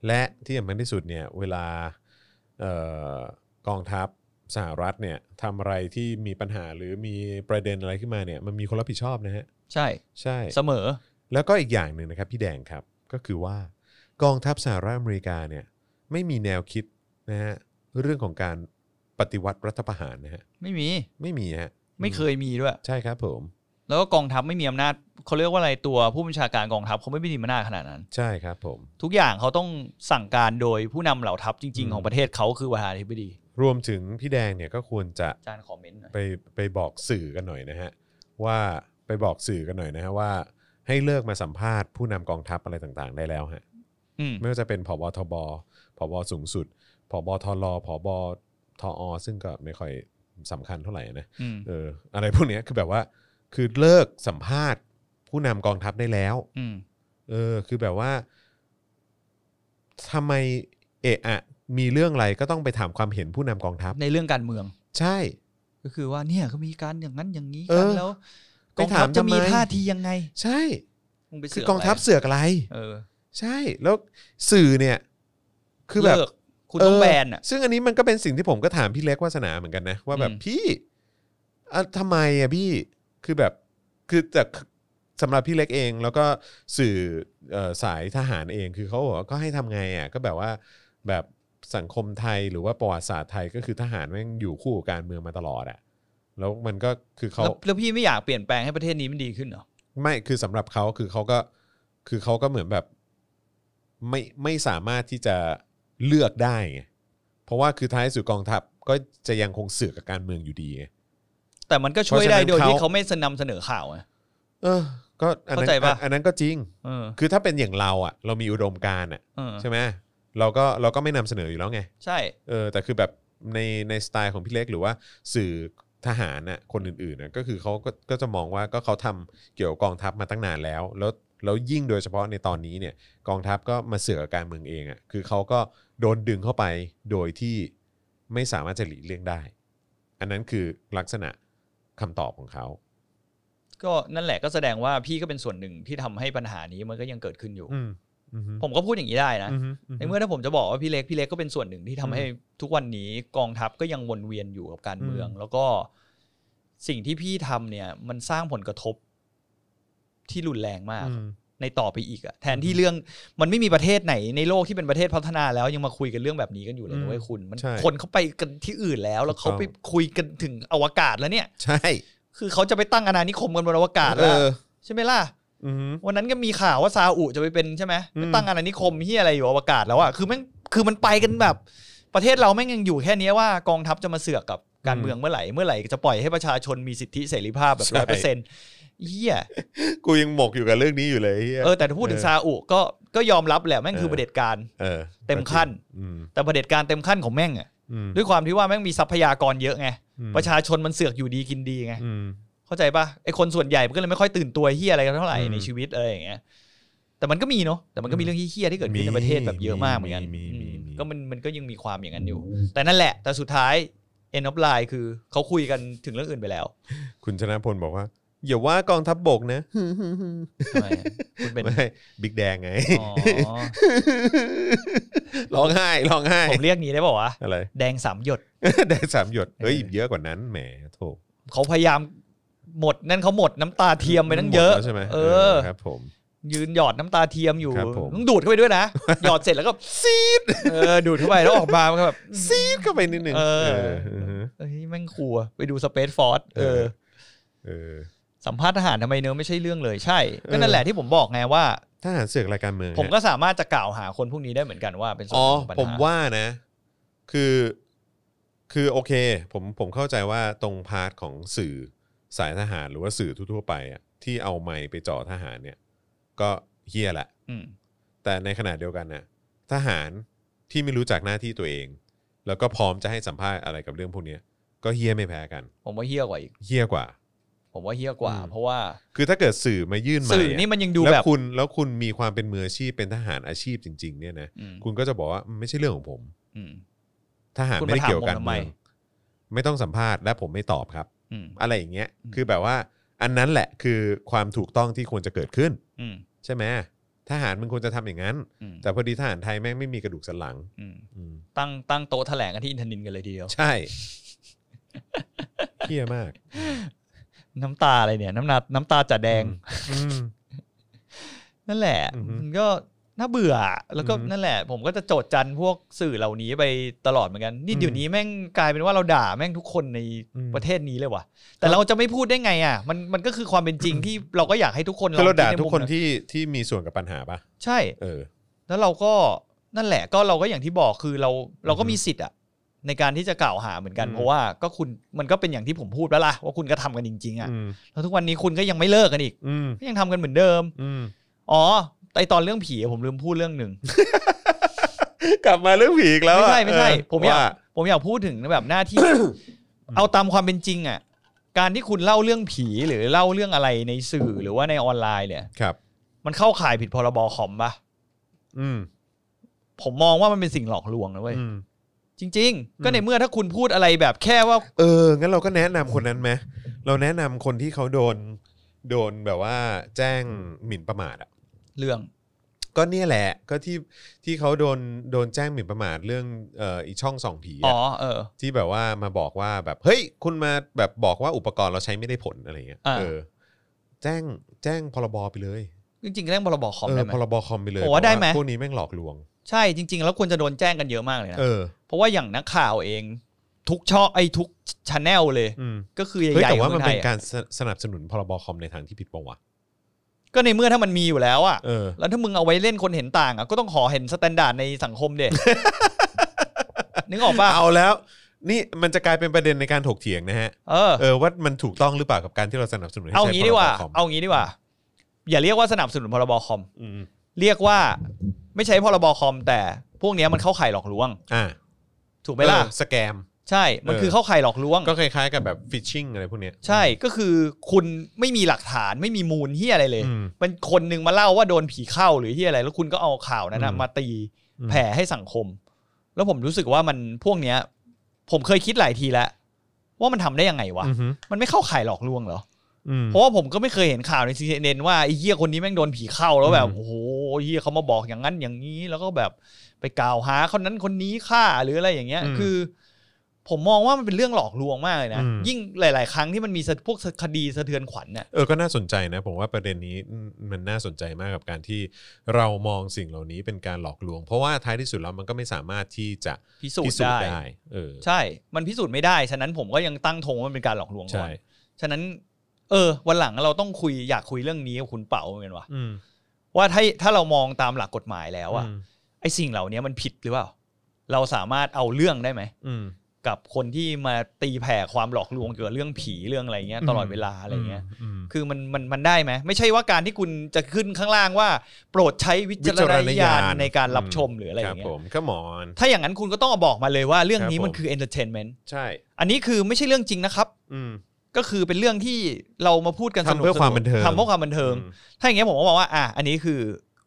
Speaker 1: และที่สำคัญที่สุดเนี่ยเวลาเอ่อกองทัพสหรัฐเนี่ยทำอะไรที่มีปัญหาหรือมีประเด็นอะไรขึ้นมาเนี่ยมันมีคนรับผิดชอบนะฮะ
Speaker 2: ใช่
Speaker 1: ใช่
Speaker 2: เสมอ
Speaker 1: แล้วก็อีกอย่างหนึ่งนะครับพี่แดงครับก็คือว่ากองทัพสหรัฐอเมริกาเนี่ยไม่มีแนวคิดนะฮะเรื่องของการปฏิวัติรัฐประหารนะฮะ
Speaker 2: ไม่มี
Speaker 1: ไม่มีฮะ
Speaker 2: ไม่เคยมีด้วย
Speaker 1: ใช่ครับผม
Speaker 2: แล้วก็กองทัพไม่มีอำนาจเขาเรียกว่าอะไรตัวผู้บัญชาการกองทัพเขาไม่มีอำนาจขนาดนั้น
Speaker 1: ใช่ครับผม
Speaker 2: ทุกอย่างเขาต้องสั่งการโดยผู้นำเหล่าทัพจริง
Speaker 1: อืม
Speaker 2: ๆ ของประเทศเขาคือประธานาธิบดี
Speaker 1: รวมถึงพี่แดงเนี่ยก็ควรจะ
Speaker 2: อาจารย์คอมเมนต์หน่อย
Speaker 1: ไปไปบอกสื่อกันหน่อยนะฮะว่าไปบอกสื่อกันหน่อยนะฮะว่า ให้เลิกมาสัมภาษณ์ผู้นำกองทัพอะไรต่างๆ ได้แล้วฮะ
Speaker 2: อืม
Speaker 1: ไม่ว่าจะเป็นผบทบผบสูงสุดผบทรผบทอซึ่งก็ไม่ค่อยสำคัญเท่าไหร่นะ
Speaker 2: อืม
Speaker 1: เอออะไรพวกเนี้ยคือแบบว่า คือเลิกสัมภาษณ์ ผู้นำกองทัพได้แล้ว
Speaker 2: อืม
Speaker 1: เออ คือแบบว่าทำไมเอะอะมีเรื่องอะไรก็ต้องไปถามความเห็นผู้นำกองทัพ
Speaker 2: ในเรื่องการเมือง
Speaker 1: ใช่
Speaker 2: ก็คือว่าเนี่ยเขามีการอย่างนั้นอย่างนี้
Speaker 1: เอ
Speaker 2: กัน
Speaker 1: อ
Speaker 2: แล้ว
Speaker 1: ไป
Speaker 2: กอง
Speaker 1: ถาม
Speaker 2: ทัพจะมี
Speaker 1: ทำไม
Speaker 2: ท่าทียังไง
Speaker 1: ใช่
Speaker 2: มึงไป
Speaker 1: คื
Speaker 2: เสื
Speaker 1: อ
Speaker 2: อก
Speaker 1: กองทัพ
Speaker 2: ะไร
Speaker 1: เสือกอะไร
Speaker 2: เออ
Speaker 1: ใช่ แล้วสื่อเนี่ย คือแบบ
Speaker 2: เลิกคุณต้องแบนอ่ะ
Speaker 1: เซึ่งอันนี้มันก็เป็นสิ่งที่ผมก็ถามพี่เล็กวาสนาเหมือนกันนะ ว่าแบบ
Speaker 2: อืม
Speaker 1: พี่อ่ะทำไมอ่ะพี่คือแบบคือจากสำหรับพี่เล็กเอง แล้วก็สื่อเอ่อสายทหารเองคือเขาบอกว่าก็ให้ทำไงอ่ะก็แบบว่าแบบสังคมไทยหรือว่าประวัติศาสตร์ไทยก็คือทหารแม่งอยู่คู่กับการเมืองมาตลอดอ่ะแล้วมันก็คือเขา
Speaker 2: แล้วแล้วพี่ไม่อยากเปลี่ยนแปลงให้ประเทศนี้มันดีขึ้นเหรอ
Speaker 1: ไม่คือสำหรับเขาคือเขาก็คือเขาก็เหมือนแบบไม่ไม่สามารถที่จะเลือกได้ไงเพราะว่าคือท้ายสุดกองทัพก็จะยังคงเสือกกับการเมืองอยู่ดีไง
Speaker 2: แต่มันก็ช่วยได้
Speaker 1: เพ
Speaker 2: โด
Speaker 1: ราะ
Speaker 2: ย
Speaker 1: ฉะนั้นเขา
Speaker 2: ที่เขาไม่สนำเสนอข่าวอ่ะ
Speaker 1: เออ ก็อันนั้น
Speaker 2: เข้าใจปะ
Speaker 1: อันอันนั้นก็จริง
Speaker 2: เออ
Speaker 1: คือถ้าเป็นอย่างเราอ่ะ เรามีอุดมการณ์อ่ะ
Speaker 2: เออ
Speaker 1: ใช่ไหมเราก็เราก็ไม่นำเสนออยู่แล้วไง
Speaker 2: ใช่
Speaker 1: เออแต่คือแบบในในสไตล์ของพี่เล็กหรือว่าสื่อทหารน่ะคนอื่นๆน่ะก็คือเขาก็ก็จะมองว่าก็เขาทำเกี่ยวกับกองทัพมาตั้งนานแล้ว แล้วแล้วยิ่งโดยเฉพาะในตอนนี้เนี่ย กองทัพก็มาเสือกกบการเมืองเองอ่ะ คือเขาก็โดนดึงเข้าไปโดยที่ไม่สามารถจะหลีกเลี่ยงได้ อันนั้นคือลักษณะคำตอบของเขา
Speaker 2: ก็นั่นแหละก็แสดงว่าพี่ก็เป็นส่วนหนึ่งที่ทำให้ปัญหานี้มันก็ยังเกิดขึ้นอยู่
Speaker 1: อืมอืม
Speaker 2: ผมก็พูดอย่างนี้ได้นะ
Speaker 1: อืมอืม
Speaker 2: ในเมื่อถ้าผมจะบอกว่าพี่เล็กพี่เล็กก็เป็นส่วนหนึ่งที่ทำให้ทุกวันนี้กองทัพก็ยังวนเวียนอยู่กับการเมือง
Speaker 1: อืม
Speaker 2: แล้วก็สิ่งที่พี่ทำเนี่ย มันสร้างผลกระทบที่รุนแรงมาก
Speaker 1: อืม
Speaker 2: ในต่อไปอีกอะแทนที่เรื่องมันไม่มีประเทศไหนในโลกที่เป็นประเทศพัฒนาแล้วยังมาคุยกันเรื่องแบบนี้กันอยู่เลย
Speaker 1: อืม
Speaker 2: นะเว้ยคุณ มัน
Speaker 1: ใช่
Speaker 2: คนเขาไปกันที่อื่นแล้ว แล้วเขา
Speaker 1: ถูกต้อง
Speaker 2: ไปคุยกันถึงอวกาศแล้วเนี่ย
Speaker 1: ใช่
Speaker 2: คือเขาจะไปตั้งอาณานิคมกันบนอวกาศ
Speaker 1: เอ
Speaker 2: แล้ว
Speaker 1: อ
Speaker 2: ใช่ไหมล่ะ
Speaker 1: อืม
Speaker 2: วันนั้นก็มีข่าวว่าซาอุจะไปเป็นใช่ไหม
Speaker 1: อืม
Speaker 2: ไปตั้งอาณานิคมที่อะไรอยู่อวกาศแล้วอะคือแม่งคือมันไปกันแบบ ประเทศเราแม่งยังอยู่แค่เนี้ยว่ากองทัพจะมาเสือกกับการเมืองเมื่อไหร่เมื่อไหร่จะปล่อยให้ประชาชนมีสิทธิเสรีภาพแบบร้อยเปอร์เซ็นต์เฮีย
Speaker 1: กูยังหมกอยู่กับเรื่องนี้อยู่เลยไหี้ย
Speaker 2: เออแต่ถ้าพูดถึงซาอุก็ก็ยอมรับแหละแม่งคือ
Speaker 1: เออ
Speaker 2: เผด็จการ
Speaker 1: เออ
Speaker 2: เต็มขั้น
Speaker 1: อืม
Speaker 2: แต่เผด็จการเต็มขั้นของแม่งอะ
Speaker 1: อืม
Speaker 2: ด้วยความที่ว่าแม่งมีทรัพยากรเยอะไง
Speaker 1: อืม
Speaker 2: ประชาชนมันเสือกอยู่ดีกินดีไง
Speaker 1: อืม
Speaker 2: เข้าใจปะไอคนส่วนใหญ่มันก็เลยไม่ค่อยตื่นตัวเฮียอะไรกันเท่าไหร่
Speaker 1: อืม
Speaker 2: ในชีวิตอะไรอย่างเงี้ยแต่มันก็มีเนาะแต่มันก็มี
Speaker 1: อืม
Speaker 2: เรื่องเฮี้ยๆที่เกิดขึ้น
Speaker 1: มี
Speaker 2: ในประเทศแบบเยอะมากเหมือนกัน
Speaker 1: มีมีมีมี
Speaker 2: ก็มันมันก็ยังมีความอย่างนั้นอยู่ แต่นั่นแหละ แต่สุดท้าย end of line คือเขาคุยกันถึงเรื่องอื่นไปแล้ว
Speaker 1: คุณชนะพลบอกว่า อย่าว่ากองทัพบบกนะ
Speaker 2: ทำไมอะคุณเป็น
Speaker 1: ไม่บิ๊กแดงไง (laughs)
Speaker 2: อ๋อ
Speaker 1: ร้องไห้ร้องไห้
Speaker 2: ผมเรียกนี้ได้ป่าวะ
Speaker 1: อะไร (laughs)
Speaker 2: แดงสามหยด
Speaker 1: แดงสามหยดเอ้ย
Speaker 2: เออ
Speaker 1: เยอะกว่านั้นแหมโถ
Speaker 2: เขาพยายามหมดนั่นเขาหมดน้ำตาเทียมไปตั้งเยอะ
Speaker 1: หมดแล้วใช่ไหม
Speaker 2: เอ
Speaker 1: เอ
Speaker 2: อ
Speaker 1: อครับผม
Speaker 2: ยืนหยอดน้ำตาเทียมอยู่
Speaker 1: ครับผม
Speaker 2: ต้องดูดเข้าไปด้วยนะ หยอดเสร็จแล้วก็ซี
Speaker 1: (laughs)
Speaker 2: ดเออดูดเข้าไปแล้วออกมามันก็แบบ
Speaker 1: ซีดเข้าไปนิดหนึ่ง
Speaker 2: เออ
Speaker 1: เออ
Speaker 2: เฮ้ยแม่งครัวไปดูสเปซฟอร์สเอ
Speaker 1: เอ
Speaker 2: อ
Speaker 1: อ เออ
Speaker 2: สัมภาษณ์ทหารทำไมเนื้อะไม่ใช่เรื่องเลยใช่
Speaker 1: เอ
Speaker 2: ก็
Speaker 1: อ
Speaker 2: นั่นแหละที่ผมบอกไงว่า
Speaker 1: ทหารเสือกรายการเมือง
Speaker 2: ผมก็สามารถจะกล่าวหาคนพวกนี้ได้เหมือนกันว่าเป็นส่วน
Speaker 1: อ๋อ
Speaker 2: หนึ่งของปัญ
Speaker 1: ผม
Speaker 2: หา
Speaker 1: ว่านะ คือ คือโอเค ผมผมเข้าใจว่าตรงพาร์ทของสื่อสายทหารหรือว่าสื่อทั่วๆไปอะที่เอาไมค์ไปจ่อทหารเนี่ย ก็เฮี้ยแหละ
Speaker 2: อืม
Speaker 1: แต่ในขณะเดียวกันน่ะทหารที่ไม่รู้จักหน้าที่ตัวเอง แล้วก็พร้อมจะให้สัมภาษณ์อะไรกับเรื่องพวกเนี้ยก็เฮี้ยไม่แพ้กัน
Speaker 2: ผมว่าเฮี้ยกว่าอีก
Speaker 1: เฮี้ยกว่า
Speaker 2: ผมว่าเฮี้ยกว่า
Speaker 1: อืม
Speaker 2: เพราะว่า
Speaker 1: คือถ้าเกิดสื่อมายื่นมา
Speaker 2: สื่อนี่มันยังดู
Speaker 1: แล้ว
Speaker 2: แบบ
Speaker 1: คุณแล้วคุณมีความเป็นมืออาชีพเป็นทหารอาชีพจริง ๆ เนี่ยนะ
Speaker 2: อืม
Speaker 1: คุณก็จะบอกว่าไม่ใช่เรื่องของผม
Speaker 2: อืม
Speaker 1: ทหาร
Speaker 2: คุณ
Speaker 1: ไม่ได้
Speaker 2: มาถาม
Speaker 1: เกี่ยวกัน
Speaker 2: ผมทำไม
Speaker 1: เมืองไม่ต้องสัมภาษณ์และผมไม่ตอบครับ
Speaker 2: อืม
Speaker 1: อะไรอย่างเงี้ย
Speaker 2: อืม
Speaker 1: คือแบบว่า อันนั้นแหละคือความถูกต้องที่ควรจะเกิดขึ้น
Speaker 2: อืม
Speaker 1: ใช่ไหมทหารมันควรจะทำอย่างนั้น
Speaker 2: อืม
Speaker 1: แต่พอดีทหารไทยแม่งไม่มีกระดูกสันหลัง
Speaker 2: อืม
Speaker 1: อืม
Speaker 2: ตั้งตั้งโต๊ะแถลงกันที่อินทนินท์กันเลยทีเดียว
Speaker 1: ใช่เฮี้ยมาก
Speaker 2: น้ำตาอะไรเนี่ย น้ำนาน้ำตาจะแดง
Speaker 1: อืม
Speaker 2: นั่นแหละ
Speaker 1: อือฮึ
Speaker 2: มันก็น่าเบื่ออะแล้วก็
Speaker 1: อือฮึ
Speaker 2: นั่นแหละ ผมก็จะโจดจันพวกสื่อเหล่านี้ไปตลอดเหมือนกันนี่
Speaker 1: อืม
Speaker 2: เดี๋ยวนี้แม่งกลายเป็นว่าเราด่าแม่งทุกคนใน
Speaker 1: อืม
Speaker 2: ประเทศนี้เลยว่ะแต่เราจะไม่พูดได้ไงอ่ะมันมันก็คือความเป็นจริงที่เราก็อยากให้ทุกคน
Speaker 1: คือเรา
Speaker 2: ลอง
Speaker 1: ด่า
Speaker 2: ดใมุม
Speaker 1: ทุกคน
Speaker 2: นะ
Speaker 1: ที่ที่มีส่วนกับปัญหาปะ
Speaker 2: ใช่
Speaker 1: เออ
Speaker 2: แล้วเราก็นั่นแหละ ก็เราก็อย่างที่บอกคือเราเราก็มีสิทธิ์อ่ะในการที่จะกล่าวหาเหมือนกัน
Speaker 1: อืม
Speaker 2: เพราะว่าก็คุณมันก็เป็นอย่างที่ผมพูดแล้วล่ะว่าคุณก็ทำกันจริงๆอ่ะ
Speaker 1: อืม
Speaker 2: แล้วทุกวันนี้คุณก็ยังไม่เลิกกันอีก
Speaker 1: อืม
Speaker 2: ก็ยังทำกันเหมือนเดิม
Speaker 1: อืม
Speaker 2: อ๋อไอตอนเรื่องผีผมลืมพูดเรื่องหนึ่ง
Speaker 1: กลับมาเรื่องผีอีกแล้ว
Speaker 2: ไม่
Speaker 1: อะ
Speaker 2: ใช่ไม่ใช่
Speaker 1: เ
Speaker 2: ผมอยาก
Speaker 1: ว่ (coughs)
Speaker 2: ผมอยากพูดถึงแบบหน้าที่ เอาตามความเป็นจริงอ่ะ การที่คุณเล่าเรื่องผีหรือเล่าเรื่องอะไรในสื่อหรือว่าในออนไลน์เนี่ย
Speaker 1: ครับ
Speaker 2: มันเข้าข่ายผิดพรบคอมปะ
Speaker 1: อืม
Speaker 2: ผมมองว่ามันเป็นสิ่งหลอกลวงนะเว้ย
Speaker 1: อืม
Speaker 2: จริง
Speaker 1: อืม
Speaker 2: ๆ ก็ในเมื่อถ้าคุณพูดอะไรแบบแค่ว่า
Speaker 1: เออ งั้นเราก็แนะนำคนนั้นไหมเราแนะนำคนที่เขาโดน โดนแบบว่าแจ้งหมิ่นประมาทอ่ะ
Speaker 2: เรื่อง
Speaker 1: ก็เนี่ยแหละ ก็ที่ที่เขาโดนโดนแจ้งหมิ่นประมาทเรื่องเอ่ออีช่องส่องผีอะ
Speaker 2: อ๋อเออ
Speaker 1: ที่แบบว่ามาบอกว่าแบบเฮ้ยคุณมาแบบบอกว่าอุปกรณ์เราใช้ไม่ได้ผลอะไรเงี้ย
Speaker 2: อ่า
Speaker 1: เออ แจ้งแจ้งพรบไปเลย
Speaker 2: จริงๆเรื่องพรบคอม
Speaker 1: เออ
Speaker 2: ได้ไหม
Speaker 1: พรบคอมไปเลย
Speaker 2: โอ้ได้ไหม
Speaker 1: เพราะว่าพวกนี้แม่งหลอกลวง
Speaker 2: ใช่จริง ๆ แล้วควรจะโดนแจ้งกันเยอะมากเลยนะ
Speaker 1: เออ
Speaker 2: เพราะว่าอย่างนักข่าวเอง ทุกช่องไอ้ทุกชแนลเลย
Speaker 1: อืม
Speaker 2: ก็คือ
Speaker 1: เฮ้ย
Speaker 2: ใหญ่
Speaker 1: แต่
Speaker 2: ๆขอ
Speaker 1: ว่าง มั
Speaker 2: เมื
Speaker 1: น
Speaker 2: องไท
Speaker 1: เป็น
Speaker 2: ย
Speaker 1: กา
Speaker 2: อะ
Speaker 1: รสสนับสนุนพรบคอมในทางที่ผิดปะวะ
Speaker 2: ก็ในเมื่อถ้ามันมีอยู่แล้วอ่ะ
Speaker 1: เออ
Speaker 2: แล้วถ้ามึงเอาไว้เล่นคนเห็นต่างอ่ะก็ต้องขอเห็นสแตนดาร์ดในสังคมเด็ (laughs) นึกออกป่ะ
Speaker 1: เอาแล้ว นี่มันจะกลายเป็นประเด็นในการถกเถียงนะฮะ
Speaker 2: เออ
Speaker 1: เออว่ามันถูกต้องหรือเปล่ากับการที่เราสนับสนุนให้
Speaker 2: เอา
Speaker 1: ใช้
Speaker 2: งี้
Speaker 1: พร
Speaker 2: ดีก
Speaker 1: บ
Speaker 2: ว่า
Speaker 1: คอม
Speaker 2: เอางี้ดีกว่า อย่าเรียกว่าสนับสนุนพรบคอม
Speaker 1: อืม
Speaker 2: เรียกว่าไม่ใช้พรบคอม แต่พวกเนี้ยมันเข้าข่ายหลอกลวง
Speaker 1: อ่า
Speaker 2: ถูกไหมล่ะ
Speaker 1: เออสแกม
Speaker 2: ใช่ มันคือเข้าข่ายหลอกลวง
Speaker 1: ก็คล้ายๆกับแบบฟิชชิงอะไรพวกเนี้ย
Speaker 2: ใช่ ก็คือคุณไม่มีหลักฐานไม่มีมูลที่อะไรเลย
Speaker 1: อืม
Speaker 2: เป็นคนหนึ่งมาเล่าว่าโดนผีเข้าหรือที่อะไร แล้วคุณก็เอาข่าวนั้นนะ
Speaker 1: อืม
Speaker 2: มาตี
Speaker 1: อืม
Speaker 2: แผ่ให้สังคม แล้วผมรู้สึกว่ามันพวกเนี้ย ผมเคยคิดหลายทีแล้ว ว่ามันทำได้ยังไงวะ
Speaker 1: อือฮึ
Speaker 2: มันไม่เข้าข่ายหลอกลวงเหรอ
Speaker 1: อืม
Speaker 2: เพราะว่าผมก็ไม่เคยเห็นข่าวในซีเอ็นว่าไอ้เหี้ยคนนี้แม่งโดนผีเข้าแล้วแบบ
Speaker 1: อืม
Speaker 2: โอ้โหเหี้ยเขามาบอกอย่างนั้นอย่างนี้ แล้วก็แบบไปกล่าวหาคนนั้นคนนี้ฆ่าหรืออะไรอย่างเงี้ย คือ ผมมองว่ามันเป็นเรื่องหลอกลวงมากเลยนะยิ่งหลาย ๆ ครั้งที่มันมีพวกคดีสะเทือนขวัญเนี่ย
Speaker 1: เออก็น่าสนใจนะ ผมว่าประเด็นนี้มันน่าสนใจมากกับการที่เรามองสิ่งเหล่านี้เป็นการหลอกลวง เพราะว่าท้ายที่สุดแล้วมันก็ไม่สามารถที่จะ
Speaker 2: พิสูจ
Speaker 1: พิ
Speaker 2: น์
Speaker 1: สูจน์
Speaker 2: ได้
Speaker 1: ได้เออ
Speaker 2: ใช่ มันพิสูจน์ไม่ได้ ฉะนั้นผมก็ยังตั้งธงว่ามันเป็นการหลอกลวงก่
Speaker 1: ใช่
Speaker 2: อนฉะนั้น เออ วันหลังเราต้องคุยอยากคุยเรื่องนี้กับคุณเป๋าเหมือนกันว่า
Speaker 1: อืม
Speaker 2: ว่าถ้าถ้าเรามองตามหลักกฎหมายแล้วอะ
Speaker 1: อืม
Speaker 2: ไอ้สิ่งเหล่านี้มันผิดหรือเปล่า เราสามารถเอาเรื่องได้ไหม
Speaker 1: อืม
Speaker 2: กับคนที่มาตีแผ่ความหลอกลวงเกี่ยวกับเรื่องผีเรื่องอะไรเงี้ยตลอดเวลาอะไรเงี้ย
Speaker 1: อืม
Speaker 2: คือมันมันมันได้ไหมไม่ใช่ว่าการที่คุณจะขึ้นข้างล่างว่า โปรดใช้วิจาร
Speaker 1: วิจาร
Speaker 2: ณ
Speaker 1: ณ
Speaker 2: ญา
Speaker 1: ญา
Speaker 2: ณ
Speaker 1: ณ
Speaker 2: ในการรับชมหรืออะไรอ
Speaker 1: ครั
Speaker 2: ย่า
Speaker 1: บ
Speaker 2: งเงี้
Speaker 1: ผ
Speaker 2: ย
Speaker 1: มก็หมอน
Speaker 2: ถ้าอย่างนั้นคุณก็ต้องเอาบอกมาเลยว่าเรื่องนี้
Speaker 1: ครับ
Speaker 2: มัน
Speaker 1: ผม
Speaker 2: คือ entertainment
Speaker 1: ใช่
Speaker 2: อันนี้คือไม่ใช่เรื่องจริงนะครับ
Speaker 1: อืม
Speaker 2: ก็คือเป็นเรื่องที่เรามาพูดกันสนุ
Speaker 1: ทำ
Speaker 2: ก
Speaker 1: เพื่อความบันเทิง
Speaker 2: ทำเพื่อความบันเทิง
Speaker 1: อืม
Speaker 2: ถ้าอย่างเงี้ยผมก็บอกว่าอ่ะอันนี้คือ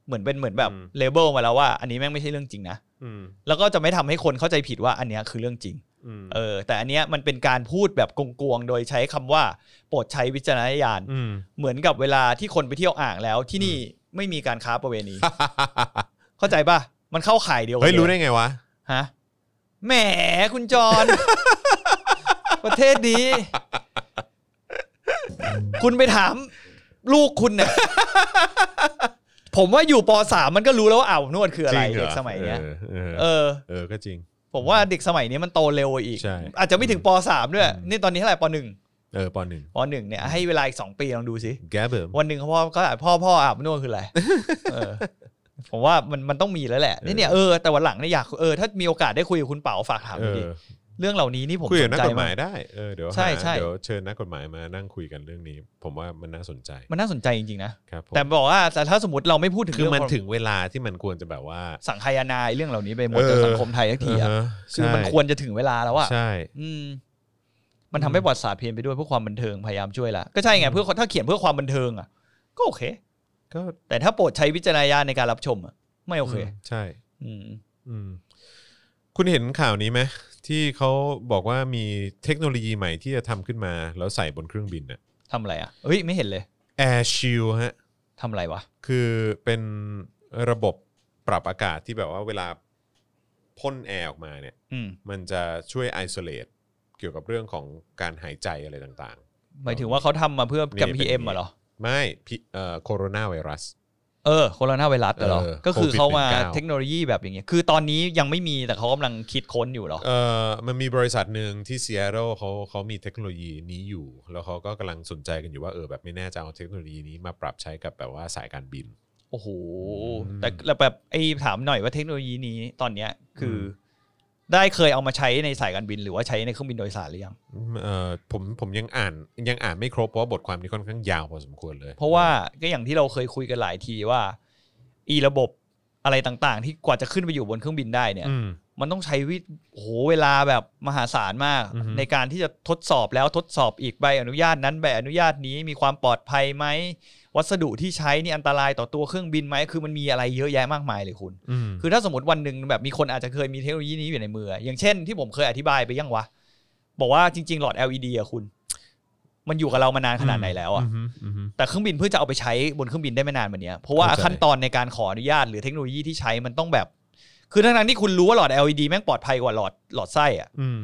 Speaker 2: เหมือนเป็นเหมือนแบบ
Speaker 1: อืม
Speaker 2: เลเบลมาแล้วว่า อันนี้แม่งไม่ใช่เรื่องจริงนะ
Speaker 1: อืม
Speaker 2: แล้วก็จะไม่ทำให้คนเข้าใจผิดว่าอันเนี้ยคือเรื่องจริง
Speaker 1: อืม
Speaker 2: เออแต่อันเนี้ยมันเป็นการพูดแบบกลวงๆโดยใช้คำว่า โปรดใช้วิจารณญาณ
Speaker 1: อืม
Speaker 2: เหมือนกับเวลาที่คนไปเที่ยวอ่างแล้วที่นี่ไม่มีการค้าประเวณี เข้าใจป่ะ มันเข้าข่ายเดียวกั
Speaker 1: เฮ้ยรู้
Speaker 2: ล
Speaker 1: ได้ไงวะ
Speaker 2: ฮะแหมคุณจอน (laughs) ประเทศนี้ คุณไปถามลูกคุณเนี่ย (laughs) ผมว่าอยู่ปสามมันก็รู้แล้วว่าอ่าวนวดคืออะไร
Speaker 1: จงห
Speaker 2: เด็กสมัยเนี้ย
Speaker 1: เออเออ
Speaker 2: เออ
Speaker 1: เออก็จริง
Speaker 2: ผมว่าเด็กสมัยนี้มันโตเร็วกว่าอีก
Speaker 1: ใช่
Speaker 2: อาจจะไม่ถึงปสามด้วย
Speaker 1: อืม
Speaker 2: นี่ตอนนี้เท่าไหร่ปหนึ่ง
Speaker 1: เออปหนึ่ง
Speaker 2: ปหนึ่งเนี่ยให้เวลาอีกสองปีลองดูสิ
Speaker 1: แกเบิร์ม
Speaker 2: วันหนึ่งเขาพ่อก็อาจพ่อพ่ออาบนวดคืออะไร เออ ผมว่ามันมันต้องมีแล้วแหละนี่เนี่ยเออแต่วันหลังเนี่ยอยากเออถ้ามีโอกาสได้คุยกับคุณเป๋าฝากถามดูดิเรื่องเหล่านี้นี่ผม
Speaker 1: คุย
Speaker 2: ส
Speaker 1: กับ
Speaker 2: น
Speaker 1: นัก
Speaker 2: ใจ
Speaker 1: กฎ
Speaker 2: มาม
Speaker 1: หาย
Speaker 2: ก
Speaker 1: ได้เออเดี๋ยว
Speaker 2: ใช่
Speaker 1: หา
Speaker 2: ใช่
Speaker 1: เดี๋ยวเชิญนักกฎหมายมานั่งคุยกันเรื่องนี้ ผมว่ามันน่าสนใจ
Speaker 2: มันน่าสนใจจริงๆนะครับ
Speaker 1: ผม
Speaker 2: แต่บอกว่าแต่ถ้าสมมติเราไม่พูดถึง
Speaker 1: คือ
Speaker 2: เรื่
Speaker 1: มัน
Speaker 2: ข
Speaker 1: ถึงเวลาที่มันควรจะแบบว่า
Speaker 2: สังคายนาไอ้เรื่องเหล่านี้ไปหมด
Speaker 1: เออ
Speaker 2: จากสังคมไทยสักทีอ่ะ
Speaker 1: เฮ
Speaker 2: คือ
Speaker 1: ใช่
Speaker 2: มันควรจะถึงเวลาแล้วอ่ะ
Speaker 1: ใช่
Speaker 2: อืม มันทำให้ประวัติศาสตร์เพียนไปด้วยเพื่อความบันเทิงพยายามช่วยละก็ใช่ไงเพื่อถ้าเขียนเพื่อความบันเทิงอ่ะก็โอเค
Speaker 1: ก็
Speaker 2: แต่ถ้าโปรดใช้วิจารณญาณในการรับชมอ่ะไม่โอเค
Speaker 1: มใช่
Speaker 2: อืม
Speaker 1: อืม คุณเห็นข่าวนี้ไหมที่เขาบอกว่ามีเทคโนโลยีใหม่ที่จะทำขึ้นมา แล้วใส่บนเครื่องบินน่ะ
Speaker 2: ทำอะไรอ่ะเฮ้ย ไม่เห็นเลย
Speaker 1: Air Shield ฮะ
Speaker 2: ทำอะไรวะ
Speaker 1: คือเป็นระบบปรับอากาศที่แบบว่าเวลาพ่นแอร์ออกมาเนี่ย
Speaker 2: อืม
Speaker 1: มันจะช่วยไอโซเลตเกี่ยวกับเรื่องของการหายใจอะไรต่าง
Speaker 2: หมายถึงว่าเขาทำมาเพื่อกับ PM อ่ะเหรอ
Speaker 1: ๆ ไม่พิเอ่อโคโรนาไวรัส
Speaker 2: เออ โคโรนาไวรัสอ่ะเหรอ
Speaker 1: เออ
Speaker 2: ก็คือเขามา
Speaker 1: COVID-19
Speaker 2: เทคโนโลยีแบบอย่างเงี้ย คือตอนนี้ยังไม่มีแต่เขากำลังคิดค้นอยู่เหรอ
Speaker 1: เอ่อมันมีบริษัทหนึ่งที่ซีแอโรเขาเขามีเทคโนโลยีนี้อยู่ แล้วเขาก็กำลังสนใจกันอยู่ว่าเออแบบไม่แน่ใจเอาเทคโนโลยีนี้มาปรับใช้กับแบบว่าสายการบิน
Speaker 2: โอ้โห
Speaker 1: อืม
Speaker 2: แต่แล้วแบบไอ้ถามหน่อยว่าเทคโนโลยีนี้ตอนเนี้ยคืออ
Speaker 1: ม
Speaker 2: ได้เคยเอามาใช้ในสายการบิน หรือว่าใช้ในเครื่องบินโดยสารหรือยัง
Speaker 1: เอ่อผมผมยังอ่านยังอ่านไม่ครบเพราะว่าบทความนี้ค่อนข้างยาวพอสมควรเลย
Speaker 2: เพราะว่าก็อย่างที่เราเคยคุยกันหลายทีว่า อีระบบ อะไรต่างๆ ที่กว่าจะขึ้นไปอยู่บนเครื่องบินได้เนี่ย
Speaker 1: อืม
Speaker 2: มันต้องใช้วิโอ้โหเวลาแบบมหาศาลมาก
Speaker 1: อือฮึ
Speaker 2: ในการที่จะทดสอบแล้วทดสอบอีกใบอนุญาตนั้นใบอนุญาตนี้มีความปลอดภัยไหม วัสดุที่ใช้นี่อันตรายต่อตัวเครื่องบินไหมคือมันมีอะไรเยอะแยะมากมายเลยคุณ
Speaker 1: อืม
Speaker 2: คือถ้าสมมติวันหนึ่งแบบมีคนอาจจะเคยมีเทคโนโลยีนี้อยู่ในมือ อย่างเช่นที่ผมเคยอธิบายไปยังวะ บอกว่าจริง ๆ หลอด LED อะคุณ มันอยู่กับเรามานานขนาดไหนแล้วอะ
Speaker 1: ฮึอือฮึ
Speaker 2: แต่เครื่องบินเพื่อจะเอาไปใช้บนเครื่องบินได้ไม่นานวันนี้ยเพราะว่า
Speaker 1: เข้าใจ
Speaker 2: ขั้นตอนในการขออนุญาตหรือเทคโนโลยีที่ใช้มันต้องแบบ คือทั้งๆที่คุณรู้ว่าหลอด LED แม่งปลอดภัยกว่าหลอดหลอดไส้อะ
Speaker 1: อืม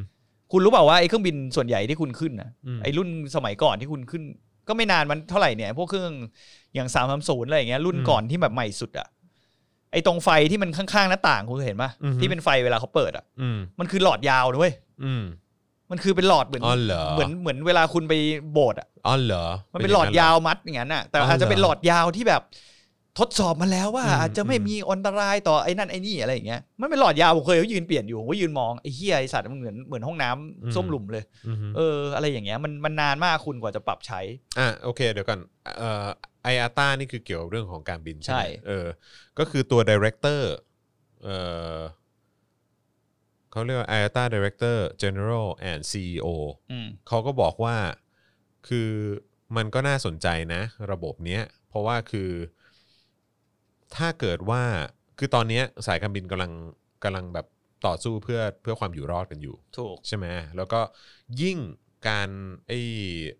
Speaker 2: คุณรู้เปล่าว่าไอ้เครื่องบินส่วนใหญ่ที่คุณขึ้นนะ
Speaker 1: อืม
Speaker 2: ไอ้รุ่นสมัยก่อนที่คุณขึ้น ก็ไม่นานมันเท่าไหร่เนี่ย พวกเครื่องอย่างสามสามศูนย์อะไรอย่างเงี้ยรุ่นก่อนที่แบบใหม่สุดอะไอ้ตรงไฟที่มันข้างๆหน้าต่างคุณเคยเห็นปะที่เป็นไฟเวลาเขาเปิดอะ
Speaker 1: อืม
Speaker 2: มันคือหลอดยาวนะเว้ย
Speaker 1: อืม
Speaker 2: มันคือเป็นหลอดเหมือน
Speaker 1: อ๋อเหรอ
Speaker 2: เหมือนเหมือนเวลาคุณไปโบสถ์อ่ะ
Speaker 1: อ๋อเหรอ
Speaker 2: มันเป็นหลอดยาวมัดอย่างนั้นน่ะ แต่
Speaker 1: อ๋อเหรอ
Speaker 2: อาจจะเป็นหลอดยาวที่แบบทดสอบมาแล้วว่า
Speaker 1: อืม
Speaker 2: อาจจะไม่
Speaker 1: อืม
Speaker 2: มีอันตรายต่อไอ้นั่นไอ้นี่อะไรอย่างเงี้ย มันเป็นหลอดยาวผมเคยยืนเปลี่ยนอยู่ผมก็ยืนมองไอ้เฮียไอ้สัตว์มันเหมือนเหมือนห้องน้ำส้วมหลุมเลย
Speaker 1: อือฮึ
Speaker 2: เอออะไรอย่างเงี้ยมันมันนานมากคุณกว่าจะปรับใช้
Speaker 1: อ่ะโอเคเดี๋ยวก่อนเอ่อไออาตานี่คือเกี่ยวกับเรื่องของการบินใช่ไหม
Speaker 2: ใช่
Speaker 1: เออก็คือตัวดี r e c เตอร์เออเขาเรียกว่า IATA Director General and CEO
Speaker 2: อืม
Speaker 1: เขาก็บอกว่าคือมันก็น่าสนใจนะระบบเนี้ย เพราะว่าคือ ถ้าเกิดว่าคือตอนเนี้ยสายการบินกำลังกำลังแบบต่อสู้เพื่อเพื่อความอยู่รอดกันอยู่
Speaker 2: ถูก
Speaker 1: ใช่ไหมแล้วก็ยิ่งการไอ้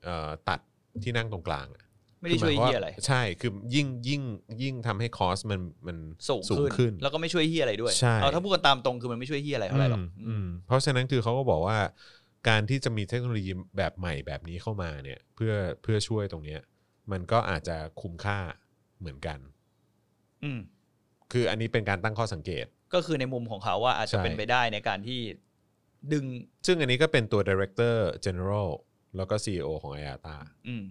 Speaker 1: เอ่อตัดที่นั่งตรงกลางอะ
Speaker 2: ไม่ได้
Speaker 1: คื
Speaker 2: ช่วย
Speaker 1: หาา
Speaker 2: เฮียอะไร
Speaker 1: ใช่คือยิ่งยิ่งยิ่งทำให้คอสมันมัน
Speaker 2: สูงขึ้
Speaker 1: ขึ้
Speaker 2: น
Speaker 1: น
Speaker 2: แล้วก็ไม่ช่วยเฮียอะไรด้วย
Speaker 1: ใช่
Speaker 2: เอาถ้าพูดกันตามตรงคือมันไม่ช่วยเฮียอะไรเท่าไหร่หรอก
Speaker 1: มมเพราะฉะนั้นคือเขาก็บอกว่า การที่จะมีเทคโนโลยีแบบใหม่แบบนี้เข้ามาเนี่ยเพื่อเพื่อช่วยตรงเนี้ยมันก็อาจจะคุ้มค่าเหมือนกัน
Speaker 2: อืม
Speaker 1: คืออันนี้เป็นการตั้งข้อสังเกต
Speaker 2: ก็คือในมุมของเขาว่าอาจจะ
Speaker 1: ใช่
Speaker 2: เป็นไปได้ในการที่ดึง
Speaker 1: ซึ่งอันนี้ก็เป็นตัว Director General แล้วก็ CEO ของ IATA
Speaker 2: อืม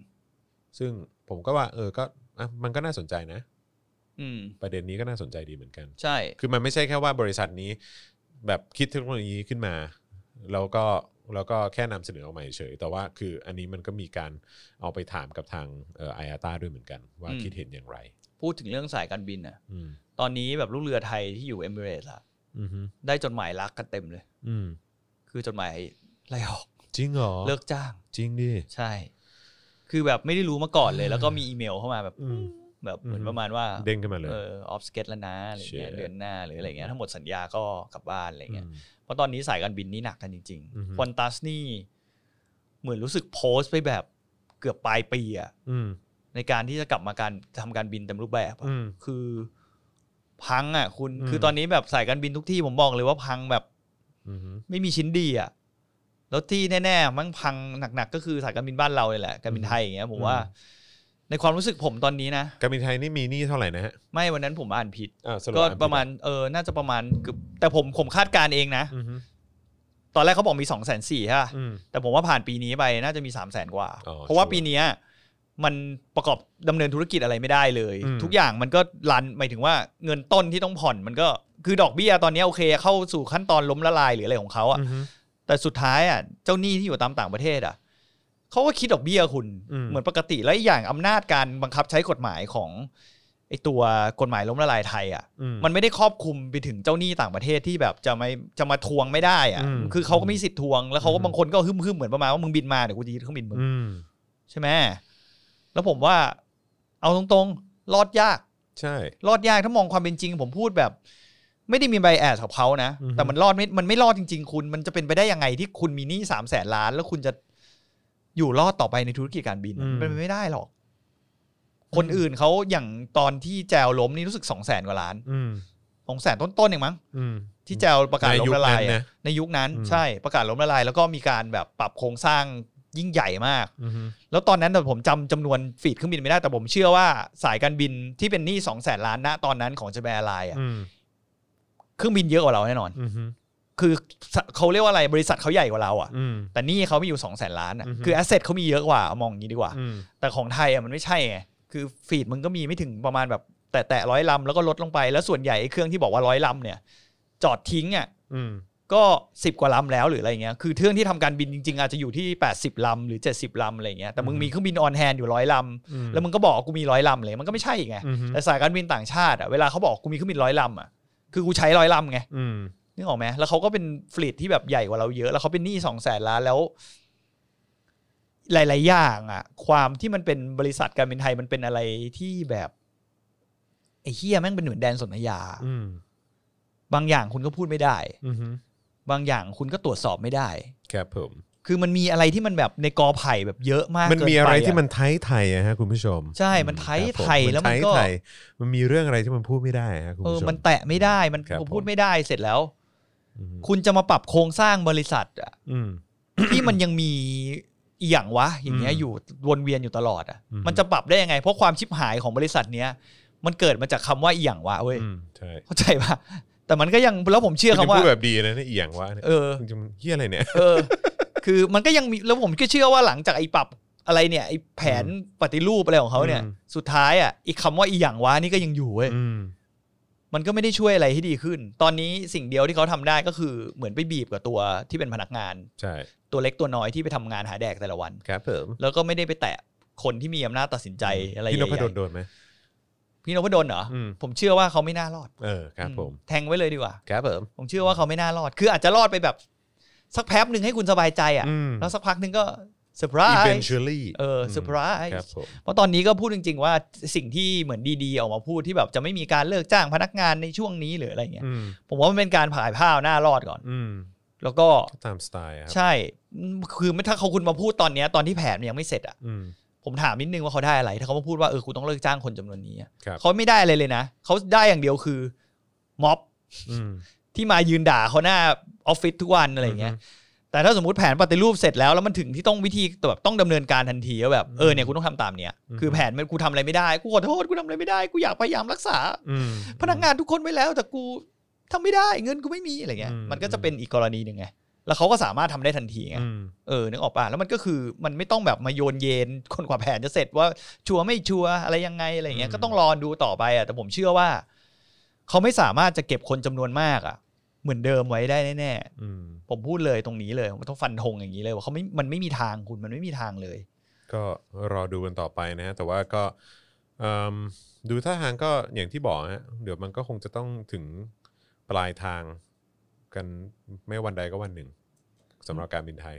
Speaker 1: ซึ่งผมก็ว่าเออก็อ่ะมันก็น่าสนใจนะ
Speaker 2: อืม
Speaker 1: ประเด็นนี้ก็น่าสนใจดีเหมือนกัน
Speaker 2: ใช่
Speaker 1: คือมันไม่ใช่แค่ว่าบริษัทนี้ แบบคิดเทคโนโลยีขึ้นมา แล้วก็แล้วก็แค่นำเสนอออกมาเฉยๆแต่ว่าคืออันนี้มันก็มีการเอาไปถามกับทางเอ่อไอาตาด้วยเหมือนกัน ว่า
Speaker 2: อืม
Speaker 1: คิดเห็นอย่างไร
Speaker 2: พูดถึงเรื่องสายการบินน่ะ
Speaker 1: อืม
Speaker 2: ตอนนี้แบบลูกเรือไทยที่อยู่เอมิเรตส์อะ
Speaker 1: อืม
Speaker 2: ได้จดหมายรักกันเต็มเลย
Speaker 1: อืม
Speaker 2: คือจดหมายไล่ออก
Speaker 1: จริงเหรอ
Speaker 2: เลิกจ้าง
Speaker 1: จริงดิ
Speaker 2: ใช่ คือแบบไม่ได้รู้มาก่อนเลย แล้วก็มีอีเมลเข้ามาแบบ
Speaker 1: อืม
Speaker 2: แบบเหมือนประมาณว่า
Speaker 1: เด้งขึ้นมาเลย
Speaker 2: เออออฟสเก็ตแล้วนะอะไรเงี้ย
Speaker 1: Shit
Speaker 2: เดือนหน้าหรืออะไรเงี้ยทั้งหมดสัญญาก็กลับบ้านอะไรเงี้ย
Speaker 1: อืม
Speaker 2: เพราะตอนนี้สายการบินนี่หนักกันจริง
Speaker 1: อือฮึ
Speaker 2: ๆควอนตัสนี่ เหมือนรู้สึกโพสต์ไปแบบเกือบปลายปีอะ
Speaker 1: อืม
Speaker 2: ในการที่จะกลับมาการทำการบินเต็มรูปแบบอะ
Speaker 1: อืม
Speaker 2: คือพังอ่ะ คุณ
Speaker 1: อืม
Speaker 2: คือตอนนี้แบบสายการบินทุกที่ผมบอกเลยว่าพังแบบ
Speaker 1: อืม
Speaker 2: ไม่มีชิ้นดีอ่ะแล้วที่แน่ๆมันพังหนักๆก็คือสายการบินบ้านเราเนี่ยแหละการบินไทยอย่างเงี้ยผมว่า
Speaker 1: อืม
Speaker 2: ในความรู้สึกผมตอนนี้นะ
Speaker 1: การบินไทยนี่มีหนี้เท่าไหร่นะฮะ
Speaker 2: ไม่วันนั้นผมอ่านผิด
Speaker 1: อ่าสรุป
Speaker 2: ก็
Speaker 1: อ่นผิด
Speaker 2: ประมาณเออน่าจะประมาณเกือบแต่ผมผมคาดการณ์เองนะ
Speaker 1: อืม
Speaker 2: ตอนแรกเขาบอกมีสองแสนสี่ใช่ปะ
Speaker 1: อืม
Speaker 2: แต่ผมว่าผ่านปีนี้ไปน่าจะมีสามแสนกว่า
Speaker 1: อ๋อ
Speaker 2: เพราะว่า
Speaker 1: ชัวร์
Speaker 2: ปีเนี้ยมันประกอบดำเนินธุรกิจอะไรไม่ได้เลย
Speaker 1: อืม
Speaker 2: ทุกอย่างมันก็รันหมายถึงว่าเงินต้นที่ต้องผ่อนมันก็คือดอกเบี้ยตอนเนี้ยโอเคเข้าสู่ขั้นตอนล้มละลายหรืออะไรของเขาอะ
Speaker 1: อืม
Speaker 2: แต่สุดท้ายอะเจ้าหนี้ที่อยู่ตามต่างประเทศอะเขาก็คิดดอกเบี้ยคุณ
Speaker 1: อืม
Speaker 2: เหมือนปกติแล้วอีกอย่างอำนาจการบังคับใช้กฎหมายของไอตัวกฎหมายล้มละลายไทยอะ
Speaker 1: อืม
Speaker 2: มันไม่ได้ครอบคลุมไปถึงเจ้าหนี้ต่างประเทศที่แบบจะไม่จะมาทวงไม่ได้อะ
Speaker 1: อืม
Speaker 2: คือเขาก็มีสิทธิ์ทวง แล้วเขาก็
Speaker 1: อืม
Speaker 2: บางคนก็ฮึ่มๆเหมือนประมาณว่ามึงบินมาเดี๋ยวกูจะยึดเครื่องบินมึง
Speaker 1: อืม
Speaker 2: ใช่ไหมแล้วผมว่า เอาตรงๆ รอดยาก
Speaker 1: ใช่
Speaker 2: รอดยากถ้ามองความเป็นจริง ผมพูดแบบ ไม่ได้มีใบแอดของเขานะ
Speaker 1: อือฮึ
Speaker 2: แต่มันรอดไม่มันไม่รอดจริง ๆ คุณมันจะเป็นไปได้ยังไงที่คุณมีหนี้สามแสนล้าน แล้วคุณจะอยู่รอดต่อไปในธุรกิจการบินมันเป็นไปไม่ได้หรอก คนอื่นเขาอย่างตอนที่แจวล้มนี่รู้สึกสองแสนกว่าล้าน
Speaker 1: อืม
Speaker 2: สองแสนต้นๆเองมั้ง
Speaker 1: อืม
Speaker 2: ที่แจวประกาศ
Speaker 1: ใน
Speaker 2: ล้
Speaker 1: ยุ
Speaker 2: ม
Speaker 1: ค
Speaker 2: ละลาย
Speaker 1: นั้น
Speaker 2: อะ
Speaker 1: นะ
Speaker 2: ในยุคนั้น
Speaker 1: อืม
Speaker 2: ใช่ประกาศล้มละลายแล้วก็มีการแบบปรับโครงสร้างยิ่งใหญ่มาก
Speaker 1: อืม
Speaker 2: แล้วตอนนั้นแต่ผมจำจำนวนฟีดเครื่องบินไม่ได้แต่ผมเชื่อว่าสายการบินที่เป็นหนี้สองแสนล้านณตอนนั้นของเจแปนแอร์ไลน์อะ
Speaker 1: อืม
Speaker 2: เครื่องบินเยอะกว่าเราแน่นอน
Speaker 1: อืม
Speaker 2: คือเขาเรียกว่าอะไรบริษัทเขาใหญ่กว่าเราอะ
Speaker 1: อืม
Speaker 2: แต่หนี่เขามีอยู่สองแสนล้านอะ
Speaker 1: อือฮึ
Speaker 2: คือแอสเซทเขามีเยอะกว่ามองอย่างนี้ดีกว่า
Speaker 1: อืม
Speaker 2: แต่ของไทยอ่ะมันไม่ใช่ไง คือฟีดมึงก็มีไม่ถึงประมาณแบบแตะแตะร้อยลำแล้วก็ลดลงไป แล้วส่วนใหญ่ไอ้เครื่องที่บอกว่าร้อยลำเนี่ย จอดทิ้งอ่ะ
Speaker 1: อืม
Speaker 2: ก็สิบกว่าลำแล้วหรืออะไรเงี้ยคือเครื่องที่ทำการบินจริง ๆ อาจจะอยู่ที่ 80ลำหรือ 70ลำอะไรเงี้ยแต่มึงมีเครื่องบินออนแฮนด์อยู่ร้อยลำแล้วมึงก็บอกว่ากูมีร้อยลำเลยมันก็ไม่ใช่ไง
Speaker 1: อือฮึ
Speaker 2: แต่สายการบินต่างชาติอะเวลาเขาบอกกูมีเครื่องบินร้อยลำอะคือกูใช้ร้อยลำไง
Speaker 1: อืม
Speaker 2: นึกออกไหมแล้วเขาก็เป็นฟลีดที่แบบใหญ่กว่าเราเยอะ แล้วเขาเป็นหนี้สองแสนล้านแล้ว หลาย ๆ อย่างอะความที่มันเป็นบริษัทการบินไทยมันเป็นอะไรที่แบบไอ้เฮียแม่งเป็นเหมือนแดนสนธยา
Speaker 1: อืม
Speaker 2: บางอย่างคุณก็พูดไม่ได้
Speaker 1: อืม
Speaker 2: บางอย่างคุณก็ตรวจสอบไม่ได้
Speaker 1: ครับผม
Speaker 2: คือมันมีอะไรที่มันแบบในกอไผ่แบบเยอะมาก
Speaker 1: มันมีอะไรที่มัน
Speaker 2: เกิป
Speaker 1: ไทยไทยๆอะฮะคุณผู้ชม
Speaker 2: ใช่มันไทยๆ
Speaker 1: ครับผ
Speaker 2: แล้วมันก็
Speaker 1: ไทยๆมันมีเรื่องอะไรที่มันพูดไม่ได้ฮะคุณ
Speaker 2: อะเออ
Speaker 1: ผู้ชม
Speaker 2: มันแตะไม่ได้มัน
Speaker 1: ครับผม
Speaker 2: พูดไม่ได้เสร็จแล้ว
Speaker 1: อืม
Speaker 2: คุณจะมาปรับโครงสร้างบริษัทอะ
Speaker 1: (coughs) อืม
Speaker 2: ที่มันยังมีอหย่างวะอย่างเงี้ย
Speaker 1: อืม
Speaker 2: อยู่วนเวียนอยู่ตลอดอ่ะ
Speaker 1: อืม
Speaker 2: มันจะปรับได้ยังไง เพราะความชิบหายของบริษัทเนี้ยมันเกิดมาจากคำว่าอหย่างวะเว้ย
Speaker 1: อืมใช่
Speaker 2: เข้าใจปะแต่มันก็ยังแล้วผมเชื่อ
Speaker 1: คุณ
Speaker 2: คำว่า
Speaker 1: พูดแบบดีนะเนี่ยเอียงวะเนี่ย
Speaker 2: เออ
Speaker 1: คุณจะมันเฮียอะไรเนี่ย
Speaker 2: เออ คือมันก็ยังมีแล้วผมก็เชื่อว่าหลังจากไอ้ปรับอะไรเนี่ยไอ้แผนปฏิรูปอะไรของเขาเนี่ย
Speaker 1: อืม
Speaker 2: สุดท้ายอ่ะอีกคำว่าอีหยังวะนี่ก็ยังอยู่เว้ย
Speaker 1: อืม
Speaker 2: มันก็ไม่ได้ช่วยอะไรให้ดีขึ้น ตอนนี้สิ่งเดียวที่เขาทำได้ก็คือเหมือนไปบีบกับตัวที่เป็นพนักงาน
Speaker 1: ใช่
Speaker 2: ตัวเล็กตัวน้อยที่ไปทำงานหาแดกแต่ละวัน
Speaker 1: ครับผม
Speaker 2: แล้วก็ไม่ได้ไปแตะคนที่มีอำนาจตัดสินใจอะไร
Speaker 1: พี่นพดล
Speaker 2: ใหญ่
Speaker 1: โดนไหม
Speaker 2: ๆพี่นพดลเหรออ
Speaker 1: ม
Speaker 2: ผมเชื่อว่าเขาไม่น่ารอด
Speaker 1: เออครับผม
Speaker 2: อืแทงไว้เลยดีกว่า
Speaker 1: ครับผม
Speaker 2: ผมเชื่อว่าเขาไม่น่ารอด คืออาจจะรอดไปแบบ สักแป๊บหนึ่งให้คุณสบายใจอ่ะ
Speaker 1: อืม
Speaker 2: แล้วสักพักหนึ่งก็เซอร์ไพรส์
Speaker 1: eventually
Speaker 2: เออเซอร์ไพร
Speaker 1: ครั
Speaker 2: ส์
Speaker 1: บผม
Speaker 2: เพราะตอนนี้ก็พูดจริง ๆ ว่าสิ่งที่เหมือนดีๆออกมาพูดที่แบบจะไม่มีการเลิกจ้างพนักงานในช่วงนี้หรืออะไรเงี้ย
Speaker 1: อืม
Speaker 2: ผมว่ามันเป็นการผายผ้าเอาหน้ารอดก่อน
Speaker 1: อืม
Speaker 2: แล้วก็
Speaker 1: ก็ตามสไตล์อะครับ
Speaker 2: ใช่คือไม่ถ้าเขาคุณมาพูดตอนเนี้ยตอนที่แผนมันยังไม่เสร็จอ่ะ
Speaker 1: อืม
Speaker 2: ผมถามนิดนึงว่าเขาได้อะไร ถ้าเขามาพูดว่าเออคุณต้องเลิกจ้างคนจำนวนนี้อะ
Speaker 1: ครับ
Speaker 2: เขาไม่ได้อะไรเลยนะ เขาได้อย่างเดียวคือ ม็อบ
Speaker 1: อืม
Speaker 2: ที่มายืนด่าเขาหน้าออฟฟิศทุกวันอะไรอย่างเงี้ย แต่ถ้าสมมติแผนปฏิรูปเสร็จแล้วแล้วมันถึงที่ต้องวิธีแบบต้องดำเนินการทันทีว่าแบบเออเนี่ยคุณต้องทำตามเนี้ย
Speaker 1: อืม
Speaker 2: คือแผนมันกูทำอะไรไม่ได้กูขอโทษกูทำอะไรไม่ได้กูอยากพยายามรักษา
Speaker 1: อืม
Speaker 2: พนักงานทุกคนไว้แล้ว แต่กูทำไม่ได้เงินกูไม่มีอะไรเงี้ย
Speaker 1: อืม
Speaker 2: มันก็จะเป็นอีกกรณีหนึ่งไงแล้วเขาก็สามารถทำได้ทันทีไง
Speaker 1: อืม
Speaker 2: เออนึกออกป่ะแล้วมันก็คือมันไม่ต้องแบบมาโยนเยนคนกว่าแผนจะเสร็จว่าชัวร์ไม่ชัวร์อะไรยังไงอะไรอย่างเงี้
Speaker 1: อื
Speaker 2: ย
Speaker 1: ม
Speaker 2: ก็ต้องรอดูต่อไปอ่ะแต่ผมเชื่อว่า เขาไม่สามารถจะเก็บคนจำนวนมากอ่ะ เหมือนเดิมไว้ได้แน่
Speaker 1: อืม
Speaker 2: ๆผมพูดเลยตรงนี้เลยผมต้องฟันธงอย่างนี้เลยว่าเขาไม่มันไม่มีทางคุณมันไม่มีทางเลย
Speaker 1: ก็รอดูกันต่อไปนะฮะแต่ว่าก็เอิ่มดูท่าทางก็อย่างที่บอกฮะเดี๋ยวมันก็คงจะต้องถึงปลายทางกันไม่วันใดก็วันหนึ่งสำหรับการบินไทย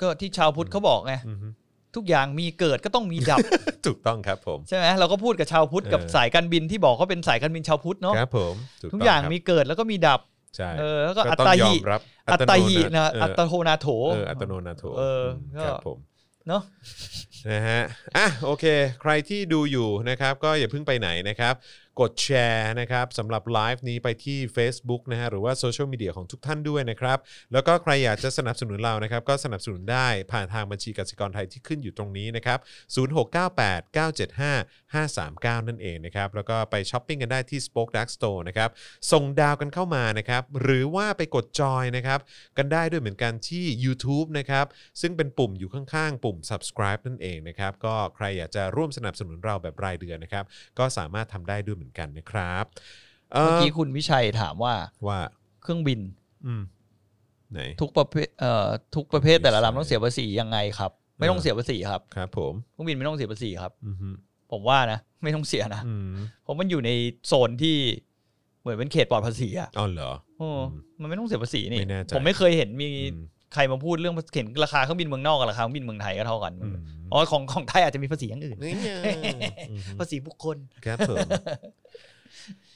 Speaker 2: ก็ที่ชาวพุทธเขาบอกไง
Speaker 1: อือฮึ
Speaker 2: ทุกอย่างมีเกิดก็ต้องมีดับ
Speaker 1: ถูกต้องครับผม
Speaker 2: ใช่ไหมเราก็พูดกับชาวพุทธกับ
Speaker 1: เออ
Speaker 2: สายการบินที่บอกเขาเป็นสายการบินชาวพุทธเนาะ
Speaker 1: ครับผมถู
Speaker 2: ทุก
Speaker 1: ต้
Speaker 2: อย่าง
Speaker 1: ครับ
Speaker 2: มีเกิดแล้วก็มีดับ
Speaker 1: ใช่
Speaker 2: เออแล้วก็
Speaker 1: ก็
Speaker 2: อัต
Speaker 1: ต้อง
Speaker 2: ตาย
Speaker 1: อ
Speaker 2: หิ
Speaker 1: มรับ
Speaker 2: อัตตาหินะ
Speaker 1: เอ
Speaker 2: อั
Speaker 1: อ
Speaker 2: ตโทนาโถ
Speaker 1: เอออัตโนนาโถ
Speaker 2: เออ
Speaker 1: ม
Speaker 2: ก็
Speaker 1: ครับผม
Speaker 2: เนาะ
Speaker 1: นะฮะอ่ะโอเค ใครที่ดูอยู่นะครับ ก็อย่าเพิ่งไปไหนนะครับ กดแชร์นะครับสำหรับไลฟ์นี้ไปที่ Facebook นะฮะหรือว่าโซเชียลมีเดียของทุกท่านด้วยนะครับ แล้วก็ใครอยากจะสนับสนุนเรานะครับ ก็สนับสนุนได้ผ่านทางบัญชีกสิกรไทยที่ขึ้นอยู่ตรงนี้นะครับ 0698 975 539 นั่นเองนะครับ แล้วก็ไปช้อปปิ้งกันได้ที่ Spoke Dark Store นะครับ ส่งดาวกันเข้ามานะครับ หรือว่าไปกดจอยนะครับ กันได้ด้วยเหมือนกันที่ YouTube นะครับ ซึ่งเป็นปุ่มอยู่ข้างๆ ปุ่ม subscribe นั่นเองนะครับ ก็ใครอยากจะร่วมสนับสนุนเราแบบรายเดือนนะครับ ก็สามารถทำได้ด้วยเหมือนกันนะครับเอ่
Speaker 2: เมื่อ
Speaker 1: อ
Speaker 2: กี้คุณวิชัยถามว่า
Speaker 1: ว่า
Speaker 2: เครื่องบิน
Speaker 1: อืมไหน
Speaker 2: ทุกประเภทเอ่อทุกประเภท
Speaker 1: วิชัย
Speaker 2: แต่ละลำต้องเสียภาษียังไงครับ ไม่ต้อ
Speaker 1: เอง อ
Speaker 2: เสียภาษีครับ
Speaker 1: ครับผม
Speaker 2: เครื่องบินไม่ต้องเสียภาษีครับ
Speaker 1: อืมฮึ
Speaker 2: ผมว่านะไม่ต้องเสียนะ
Speaker 1: อืม
Speaker 2: เพราะมันอยู่ในโซนที่เหมือนเป็นเขตปลอดภาษีอ่ะ
Speaker 1: อ๋อเหรอ
Speaker 2: โอ้มันไม่ต้องเสียภาษีนี่
Speaker 1: ไม่แน่ใจ
Speaker 2: ผมไม่เคยเห็นมี
Speaker 1: อืม
Speaker 2: ใครมาพูดเรื่องเห็นราคาเครื่องบินเมืองนอกกับราคาเครื่องบินเมืองไทยก็เท่ากัน
Speaker 1: อืม
Speaker 2: อ๋อของของไทยอาจจะมีภาษีอย่างอื่น
Speaker 1: นี่ไงอืมฮึ
Speaker 2: ภาษีบุคคล
Speaker 1: ครับผม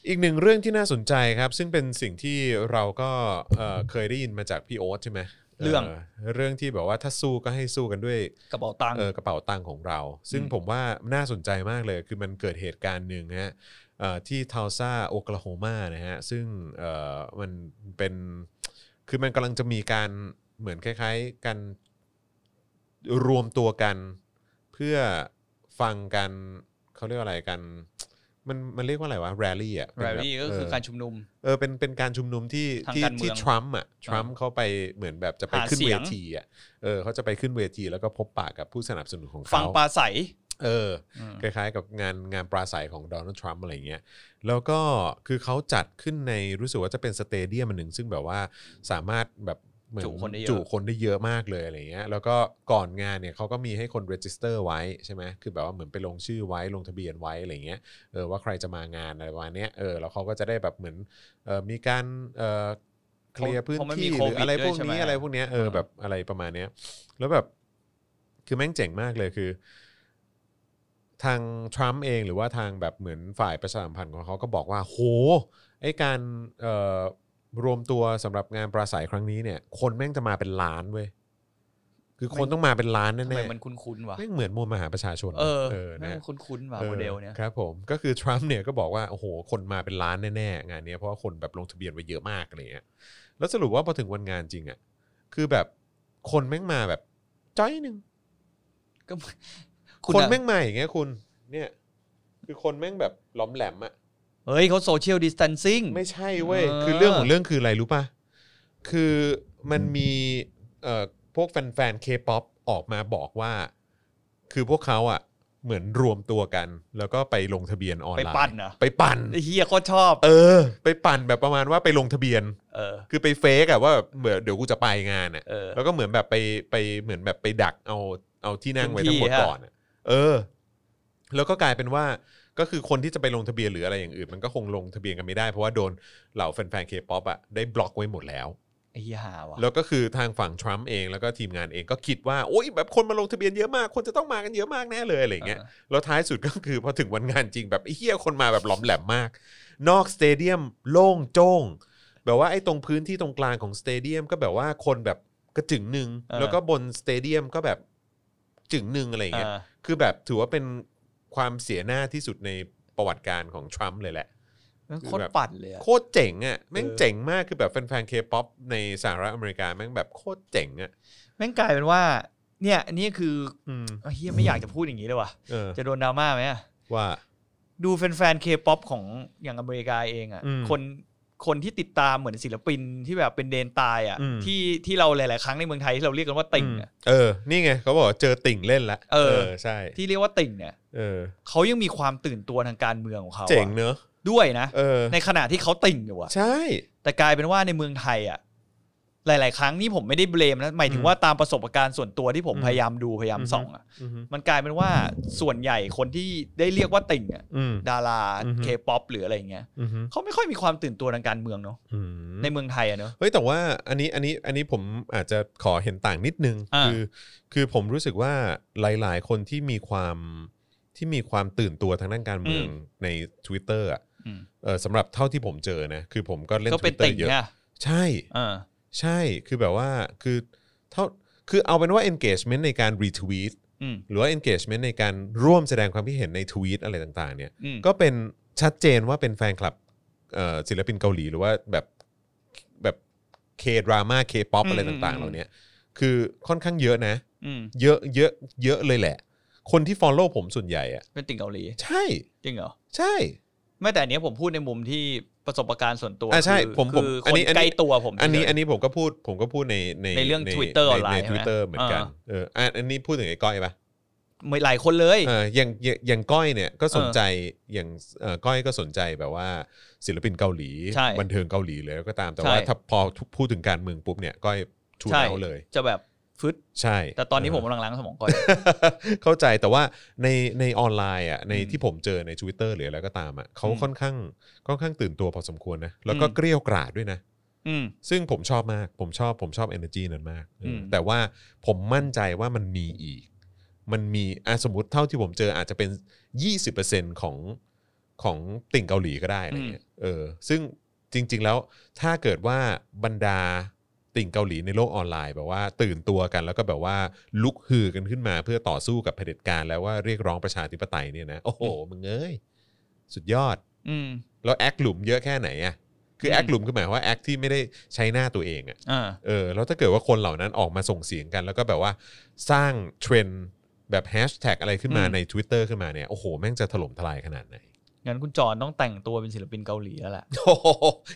Speaker 1: อีกหนึ่งเรื่องที่น่าสนใจครับ ซึ่งเป็นสิ่งที่เราก็เอ่อเคยได้ยินมาจากพี่โอ๊ตใช่ไหม
Speaker 2: เรื่อง
Speaker 1: เรื่องที่แบบว่าถ้าสู้ก็ให้สู้กันด้วย
Speaker 2: กระเป๋าตังค์
Speaker 1: เอ่อกระเป๋าตังค์ของเรา ซึ่ง
Speaker 2: อืม
Speaker 1: ผมว่าน่าสนใจมากเลย คือมันเกิดเหตุการณ์หนึ่งฮะเอ่อที่ทาวซาโอคลาโฮมานะฮะ ซึ่งเอ่อมันเป็น คือมันกำลังจะมีการเหมือนคล้ายๆกันรวมตัวกัน เพื่อฟังกันเขาเรียกว่าอะไรกัน มันมันเรียกว่าอะไรวะแรลลี่อ่ะเป็น
Speaker 2: แร
Speaker 1: แบ
Speaker 2: ล
Speaker 1: บ
Speaker 2: ลี่ก็คือ
Speaker 1: เ
Speaker 2: การชุมนุม
Speaker 1: เออเป็นเป็นการชุมนุมที่
Speaker 2: ทาง
Speaker 1: ที่
Speaker 2: การเมือง
Speaker 1: ที่ทรัมป์อ่ะทรัมป์เขาไปเหมือนแบบจะไป
Speaker 2: หา
Speaker 1: ขึ้น
Speaker 2: เสี
Speaker 1: เวย
Speaker 2: ง
Speaker 1: ทีอ่ะเออเขาจะไปขึ้นเวทีแล้วก็พบปะกับผู้สนับสนุนของ
Speaker 2: ฟัง
Speaker 1: เขา
Speaker 2: ปลาใส
Speaker 1: เ เออ
Speaker 2: อืม
Speaker 1: คล้ายๆกับงานงานปราศัยของโดนัลด์ทรัมป์อะไรเงี้ย แล้วก็คือเขาจัดขึ้นในรู้สึกว่าจะเป็นสเตเดียมอันหนึ่งซึ่งแบบว่าสามารถแบบเหมือน
Speaker 2: จุคนได้เยอะ
Speaker 1: จุคนได้เยอะมากเลยอะไรเงี้ย แล้วก็ก่อนงานเนี่ยเขาก็มีให้คนเรจิสเตอร์ไว้ใช่ไหมคือแบบว่าเหมือนไปลงชื่อไว้ลงทะเบียนไว้อะไรเงี้ย เออว่าใครจะมางานอะไรประมาณเนี้ย เออแล้วเขาก็จะได้แบบเหมือนเออมีการเออเคลียร์พื้น
Speaker 2: เพราะมันมี
Speaker 1: ที่ห
Speaker 2: โควิ
Speaker 1: รือ
Speaker 2: ด
Speaker 1: อะไรพวก
Speaker 2: ด้วยใช่
Speaker 1: นี้
Speaker 2: ไหม
Speaker 1: อะไรพวกเนี้ยเออแบบอะไรประมาณเนี้ย แล้วแบบ คือแม่งเจ๋งมากเลยคือ ทางทรัมป์เองหรือว่าทางแบบเหมือนฝ่ายประชาสัมพันธ์ของเขาก็บอกว่า โหไอการเอ่อรวมตัวสำหรับงานปราศัยครั้งนี้เนี่ย คนแม่งจะมาเป็นล้านเว้ยคือคนต้องมาเป็นล้าน
Speaker 2: ทำไม
Speaker 1: แน่ๆ
Speaker 2: มันคุ้นๆวะ
Speaker 1: แม่งเหมือนมวลมหาประชาชน
Speaker 2: เออ
Speaker 1: เออ
Speaker 2: แม่
Speaker 1: นะ
Speaker 2: งคุ้นๆว่ะ
Speaker 1: ออ
Speaker 2: โมเดลเนี้ย
Speaker 1: ครับผมก็คือทรัมป์เนี่ยก็บอกว่าโอ้โหคนมาเป็นล้านแน่ๆงานเนี้ยเพราะว่าคนแบบลงทะเบียนไว้เยอะมากอะไรเงี้ยแล้วสรุปว่าพอถึงวันงานจริงอ่ะคือแบบคนแม่งมาแบบจ้อยหนึ่ง
Speaker 2: ก็ (laughs)
Speaker 1: ค
Speaker 2: คน น
Speaker 1: แม่งมาอย่างเงี้ยคุณเนี่ย คือคนแม่งแบบหล้อมแหลมอ่ะ
Speaker 2: เฮ้ยเขาโซเชียลดิส a นซิ่ง
Speaker 1: ไม่ใช่เว้ย
Speaker 2: เออ
Speaker 1: คือเรื่องของเรื่องคืออะไรรู้ป่ะคือมันมีเอ่อพวกแฟนๆเคป๊อปออกมาบอกว่า คือพวกเขาอ่ะเหมือนรวมตัวกัน แล้วก็ไปลงทะเบียนออน
Speaker 2: ไป
Speaker 1: ไลน์
Speaker 2: ปั่นเหรอะ
Speaker 1: ไปปั่น
Speaker 2: ไอ้เฮียเขาชอบ
Speaker 1: เออ ไปปั่นแบบประมาณว่าไปลงทะเบียน
Speaker 2: เออ
Speaker 1: คือไปเฟกอะว่าแบบเหมือนเดี๋ยวกูจะไปงานอะ
Speaker 2: เออ
Speaker 1: แล้วก็เหมือนแบบไปไปเหมือนแบบไปดักเอาเอาที่นั่งไว้ทั้งหมด
Speaker 2: พื้นที่อะ
Speaker 1: ก่อนอะเออ แล้วก็กลายเป็นว่าก็คือคนที่จะไปลงทะเบียนหรืออะไรอย่างอื่น มันก็คงลงทะเบียนกันไม่ได้เพราะว่าโดนเหล่าแฟนๆเคป๊อปอะได้บล็อกไว้หมดแล้ว
Speaker 2: ไอ้เฮียหาว่ะ
Speaker 1: แล้วก็คือทางฝั่งทรัมป์เองแล้วก็ทีมงานเองก็คิดว่าโอ๊ยแบบคนมาลงทะเบียนเยอะมาก คนจะต้องมากันเยอะมากแน่เลยอะไรอย่างเงี้ย แล้วท้ายสุดก็คือพอถึงวันงานจริงแบบไอ้เฮียคนมาแบบหลอมแหลมมาก นอกสเตเดียมโล่งโจ้ง แบบว่าไอ้ตรงพื้นที่ตรงกลางของสเตเดียมก็แบบว่าคนแบบกระจึงหนึ่ง
Speaker 2: เออ
Speaker 1: แล้วก็บนสเตเดียมก็แบบจึงหนึ่งอะไรอย่าง
Speaker 2: เอ
Speaker 1: เงี้ย
Speaker 2: อ
Speaker 1: คือแบบถือว่าเป็นความเสียหน้าที่สุดในประวัติการของทรัมป์เลยแหละ
Speaker 2: แม่งโคตรปั่นเลยอะ
Speaker 1: โคตรเจ๋งอ่ะแม่ง
Speaker 2: เออ
Speaker 1: เจ๋งมากคือแบบแฟนๆเคป๊อปในสหรัฐอเมริกาแม่งแบบโคตรเจ๋งอ่ะ
Speaker 2: แม่งกลายเป็นว่า เนี่ยอันนี้คือ
Speaker 1: อืม
Speaker 2: เฮียไม่อยากจะพูดอย่างนี้เลยว่ะ
Speaker 1: เออ
Speaker 2: จะโดนดราม่าไหมอะ
Speaker 1: ว่า
Speaker 2: ดูแฟนๆเคป๊อปของอย่างอเมริกาเองอะ
Speaker 1: อืม
Speaker 2: คนคนที่ติดตามเหมือนศิลปินที่แบบเป็นเดนตายอะ
Speaker 1: อืม
Speaker 2: ที่ที่เราหลาย ๆ ครั้งในเมืองไทยที่เราเรียกกันว่าติ่งอะ
Speaker 1: เออ นี่ไงเขาบอกว่าเจอติ่งเล่นละ
Speaker 2: เออ
Speaker 1: ใช่
Speaker 2: ที่เรียกว่าติ่งเนี่ย
Speaker 1: เออ
Speaker 2: เขายังมีความตื่นตัวทางการเมืองของเขาอะ
Speaker 1: เจ๋งเนอะ
Speaker 2: ด้วยนะ
Speaker 1: เออ
Speaker 2: ในขณะที่เขาติ่งอยู่อะ
Speaker 1: ใช่
Speaker 2: แต่กลายเป็นว่าในเมืองไทยอ่ะ หลาย ๆ ครั้งนี่ผมไม่ได้เบลมนะหมายถึ
Speaker 1: อื
Speaker 2: ง
Speaker 1: ม
Speaker 2: ว่าตามประสบการณ์ส่วนตัวที่ผม
Speaker 1: อืม
Speaker 2: พยายามดูพยายาม
Speaker 1: อือฮึ
Speaker 2: ส่องอ่ะมันกลายเป็นว่าส่วนใหญ่คนที่ได้เรียกว่าติ่งอ่ะ
Speaker 1: อืม
Speaker 2: ดารา
Speaker 1: อือฮึ
Speaker 2: เคป๊อปหรืออะไรอย่างเงี้ย
Speaker 1: อืม
Speaker 2: เขาไม่ค่อยมีความตื่นตัวทางการเมืองเนาะ
Speaker 1: อืม
Speaker 2: ในเมืองไทยอ่ะเนอะ
Speaker 1: เฮ้ยแต่ว่าอันนี้อันนี้อันนี้ผมอาจจะขอเห็นต่างนิดนึง
Speaker 2: อ่า
Speaker 1: คือ คือผมรู้สึกว่าหลาย ๆ คนที่มีความที่มีความตื่นตัวทางด้านการเมืองใน Twitter อ่ะ
Speaker 2: อืม
Speaker 1: เออสำหรับเท่าที่ผมเจอนะ คือผมก็เล่น
Speaker 2: ก็เป็นติ่
Speaker 1: Twitter
Speaker 2: ง
Speaker 1: เยอะ
Speaker 2: นะ
Speaker 1: ใช่
Speaker 2: เออ
Speaker 1: ใช่คือแบบว่าคือเท่าคือเอาเป็นว่า engagement ในการ retweet
Speaker 2: อืม
Speaker 1: หรือว่า engagement ในการร่วมแสดงความคิดเห็นในทวีตอะไรต่างๆเนี่ย
Speaker 2: อืม
Speaker 1: ก็เป็นชัดเจนว่าเป็นแฟนคลับเอ่อศิลปินเกาหลีหรือว่าแบบแบบเคดราม่าเคป๊อปอะไรต่างๆ เหล่าเนี้ยคือค่อนข้างเยอะนะ
Speaker 2: อืม
Speaker 1: เยอะเยอะเยอะเลยแหละ คนที่ follow ผมส่วนใหญ่อะ
Speaker 2: เป็นติ่งเกาหลี
Speaker 1: ใช่
Speaker 2: จริงเหรอ
Speaker 1: ใช่
Speaker 2: ไม่แต่อันเนี้ยผมพูดในมุมที่ประสบการณ์ส่วนตัว
Speaker 1: อ่ะใช่
Speaker 2: คือ
Speaker 1: ผมผม
Speaker 2: คือ
Speaker 1: อัน
Speaker 2: คน
Speaker 1: นี้อันนี้
Speaker 2: ใกล้ตัวผม
Speaker 1: อันนี้
Speaker 2: เฉย
Speaker 1: อันนี้ผมก็พูดผมก็พูดในใน
Speaker 2: ในเรื่อง Twitter ออนไลน์
Speaker 1: ใน
Speaker 2: ใช่
Speaker 1: ท
Speaker 2: ไหม
Speaker 1: วิตเตอร์เหมือนกัน
Speaker 2: อ่า
Speaker 1: เอออ่ะอันนี้พูดถึงไอ้ก้อยปะ
Speaker 2: ๆไม่หลายคนเลย
Speaker 1: เอออย่างอย่างอย่างก้อยเนี่ยก็สน
Speaker 2: เออ
Speaker 1: ใจอย่างเอ่อก้อยก็สนใจแบบว่าศิลปินเกาหลี
Speaker 2: ใช่
Speaker 1: บันเทิงเกาหลีเลยก็ตามแต่
Speaker 2: ใช่
Speaker 1: ว่าถ้าพอพูดถึงการเมืองปุ๊บเนี่ยก้อยทูน
Speaker 2: ใช่
Speaker 1: เอาเลย
Speaker 2: จะแบบฟึด
Speaker 1: ใช่
Speaker 2: แต่ตอนนี้
Speaker 1: เ
Speaker 2: ผมกำลังล้างสมองก่อน
Speaker 1: เข้าใจแต่ว่าในในออนไลน์อ่ะใน
Speaker 2: อืม
Speaker 1: ที่ผมเจอใน Twitter หรืออะไรก็ตามอ่ะเขา
Speaker 2: อืม
Speaker 1: ค่อนข้างค่อนข้างตื่นตัวพอสมควรนะแล้วก็
Speaker 2: อืม
Speaker 1: เกลี้ยวกราดด้วยนะ
Speaker 2: อืม
Speaker 1: ซึ่งผมชอบมาก ผมชอบ ผมชอบ energy นั้นมากเอออ
Speaker 2: ม
Speaker 1: แต่ว่าผมมั่นใจว่ามันมีอีก มันมีอ่ะสมมติเท่าที่ผมเจออาจจะเป็น 20%ของของติ่งเกาหลีก็ได้อะไรเงี้ย เออ ซึ่งจริง ๆ แล้วถ้าเกิดว่าบรรดาติ่งเกาหลีในโลกออนไลน์แบบว่าตื่นตัวกันแล้วก็แบบว่าลุกฮือกันขึ้นมาเพื่อต่อสู้กับเผด็จการแล้วว่าเรียกร้องประชาธิปไตยเนี่ยนะ โอ้โห
Speaker 2: อืม
Speaker 1: มึงเอ้ย สุดยอด
Speaker 2: อืม
Speaker 1: แล้วแอคหลุมเยอะแค่ไหนอะคือ
Speaker 2: ม
Speaker 1: แอคหลุมคือหมายความว่าแอคที่ไม่ได้ใช้หน้าตัวเองอะ
Speaker 2: อ่า
Speaker 1: เออ แล้วถ้าเกิดว่าคนเหล่านั้นออกมาส่งเสียงกัน แล้วก็แบบว่าสร้างเทรนด์แบบแฮชแท็กอะไรขึ้นมา
Speaker 2: อืม
Speaker 1: ใน Twitter ขึ้นมาเนี่ย โอ้โห แม่งจะถล่มทลายขนาดไหน
Speaker 2: งั้นคุณจอนต้องแต่งตัวเป็นศิลปินเกาหลีแล้วแหละ
Speaker 1: โอ้โห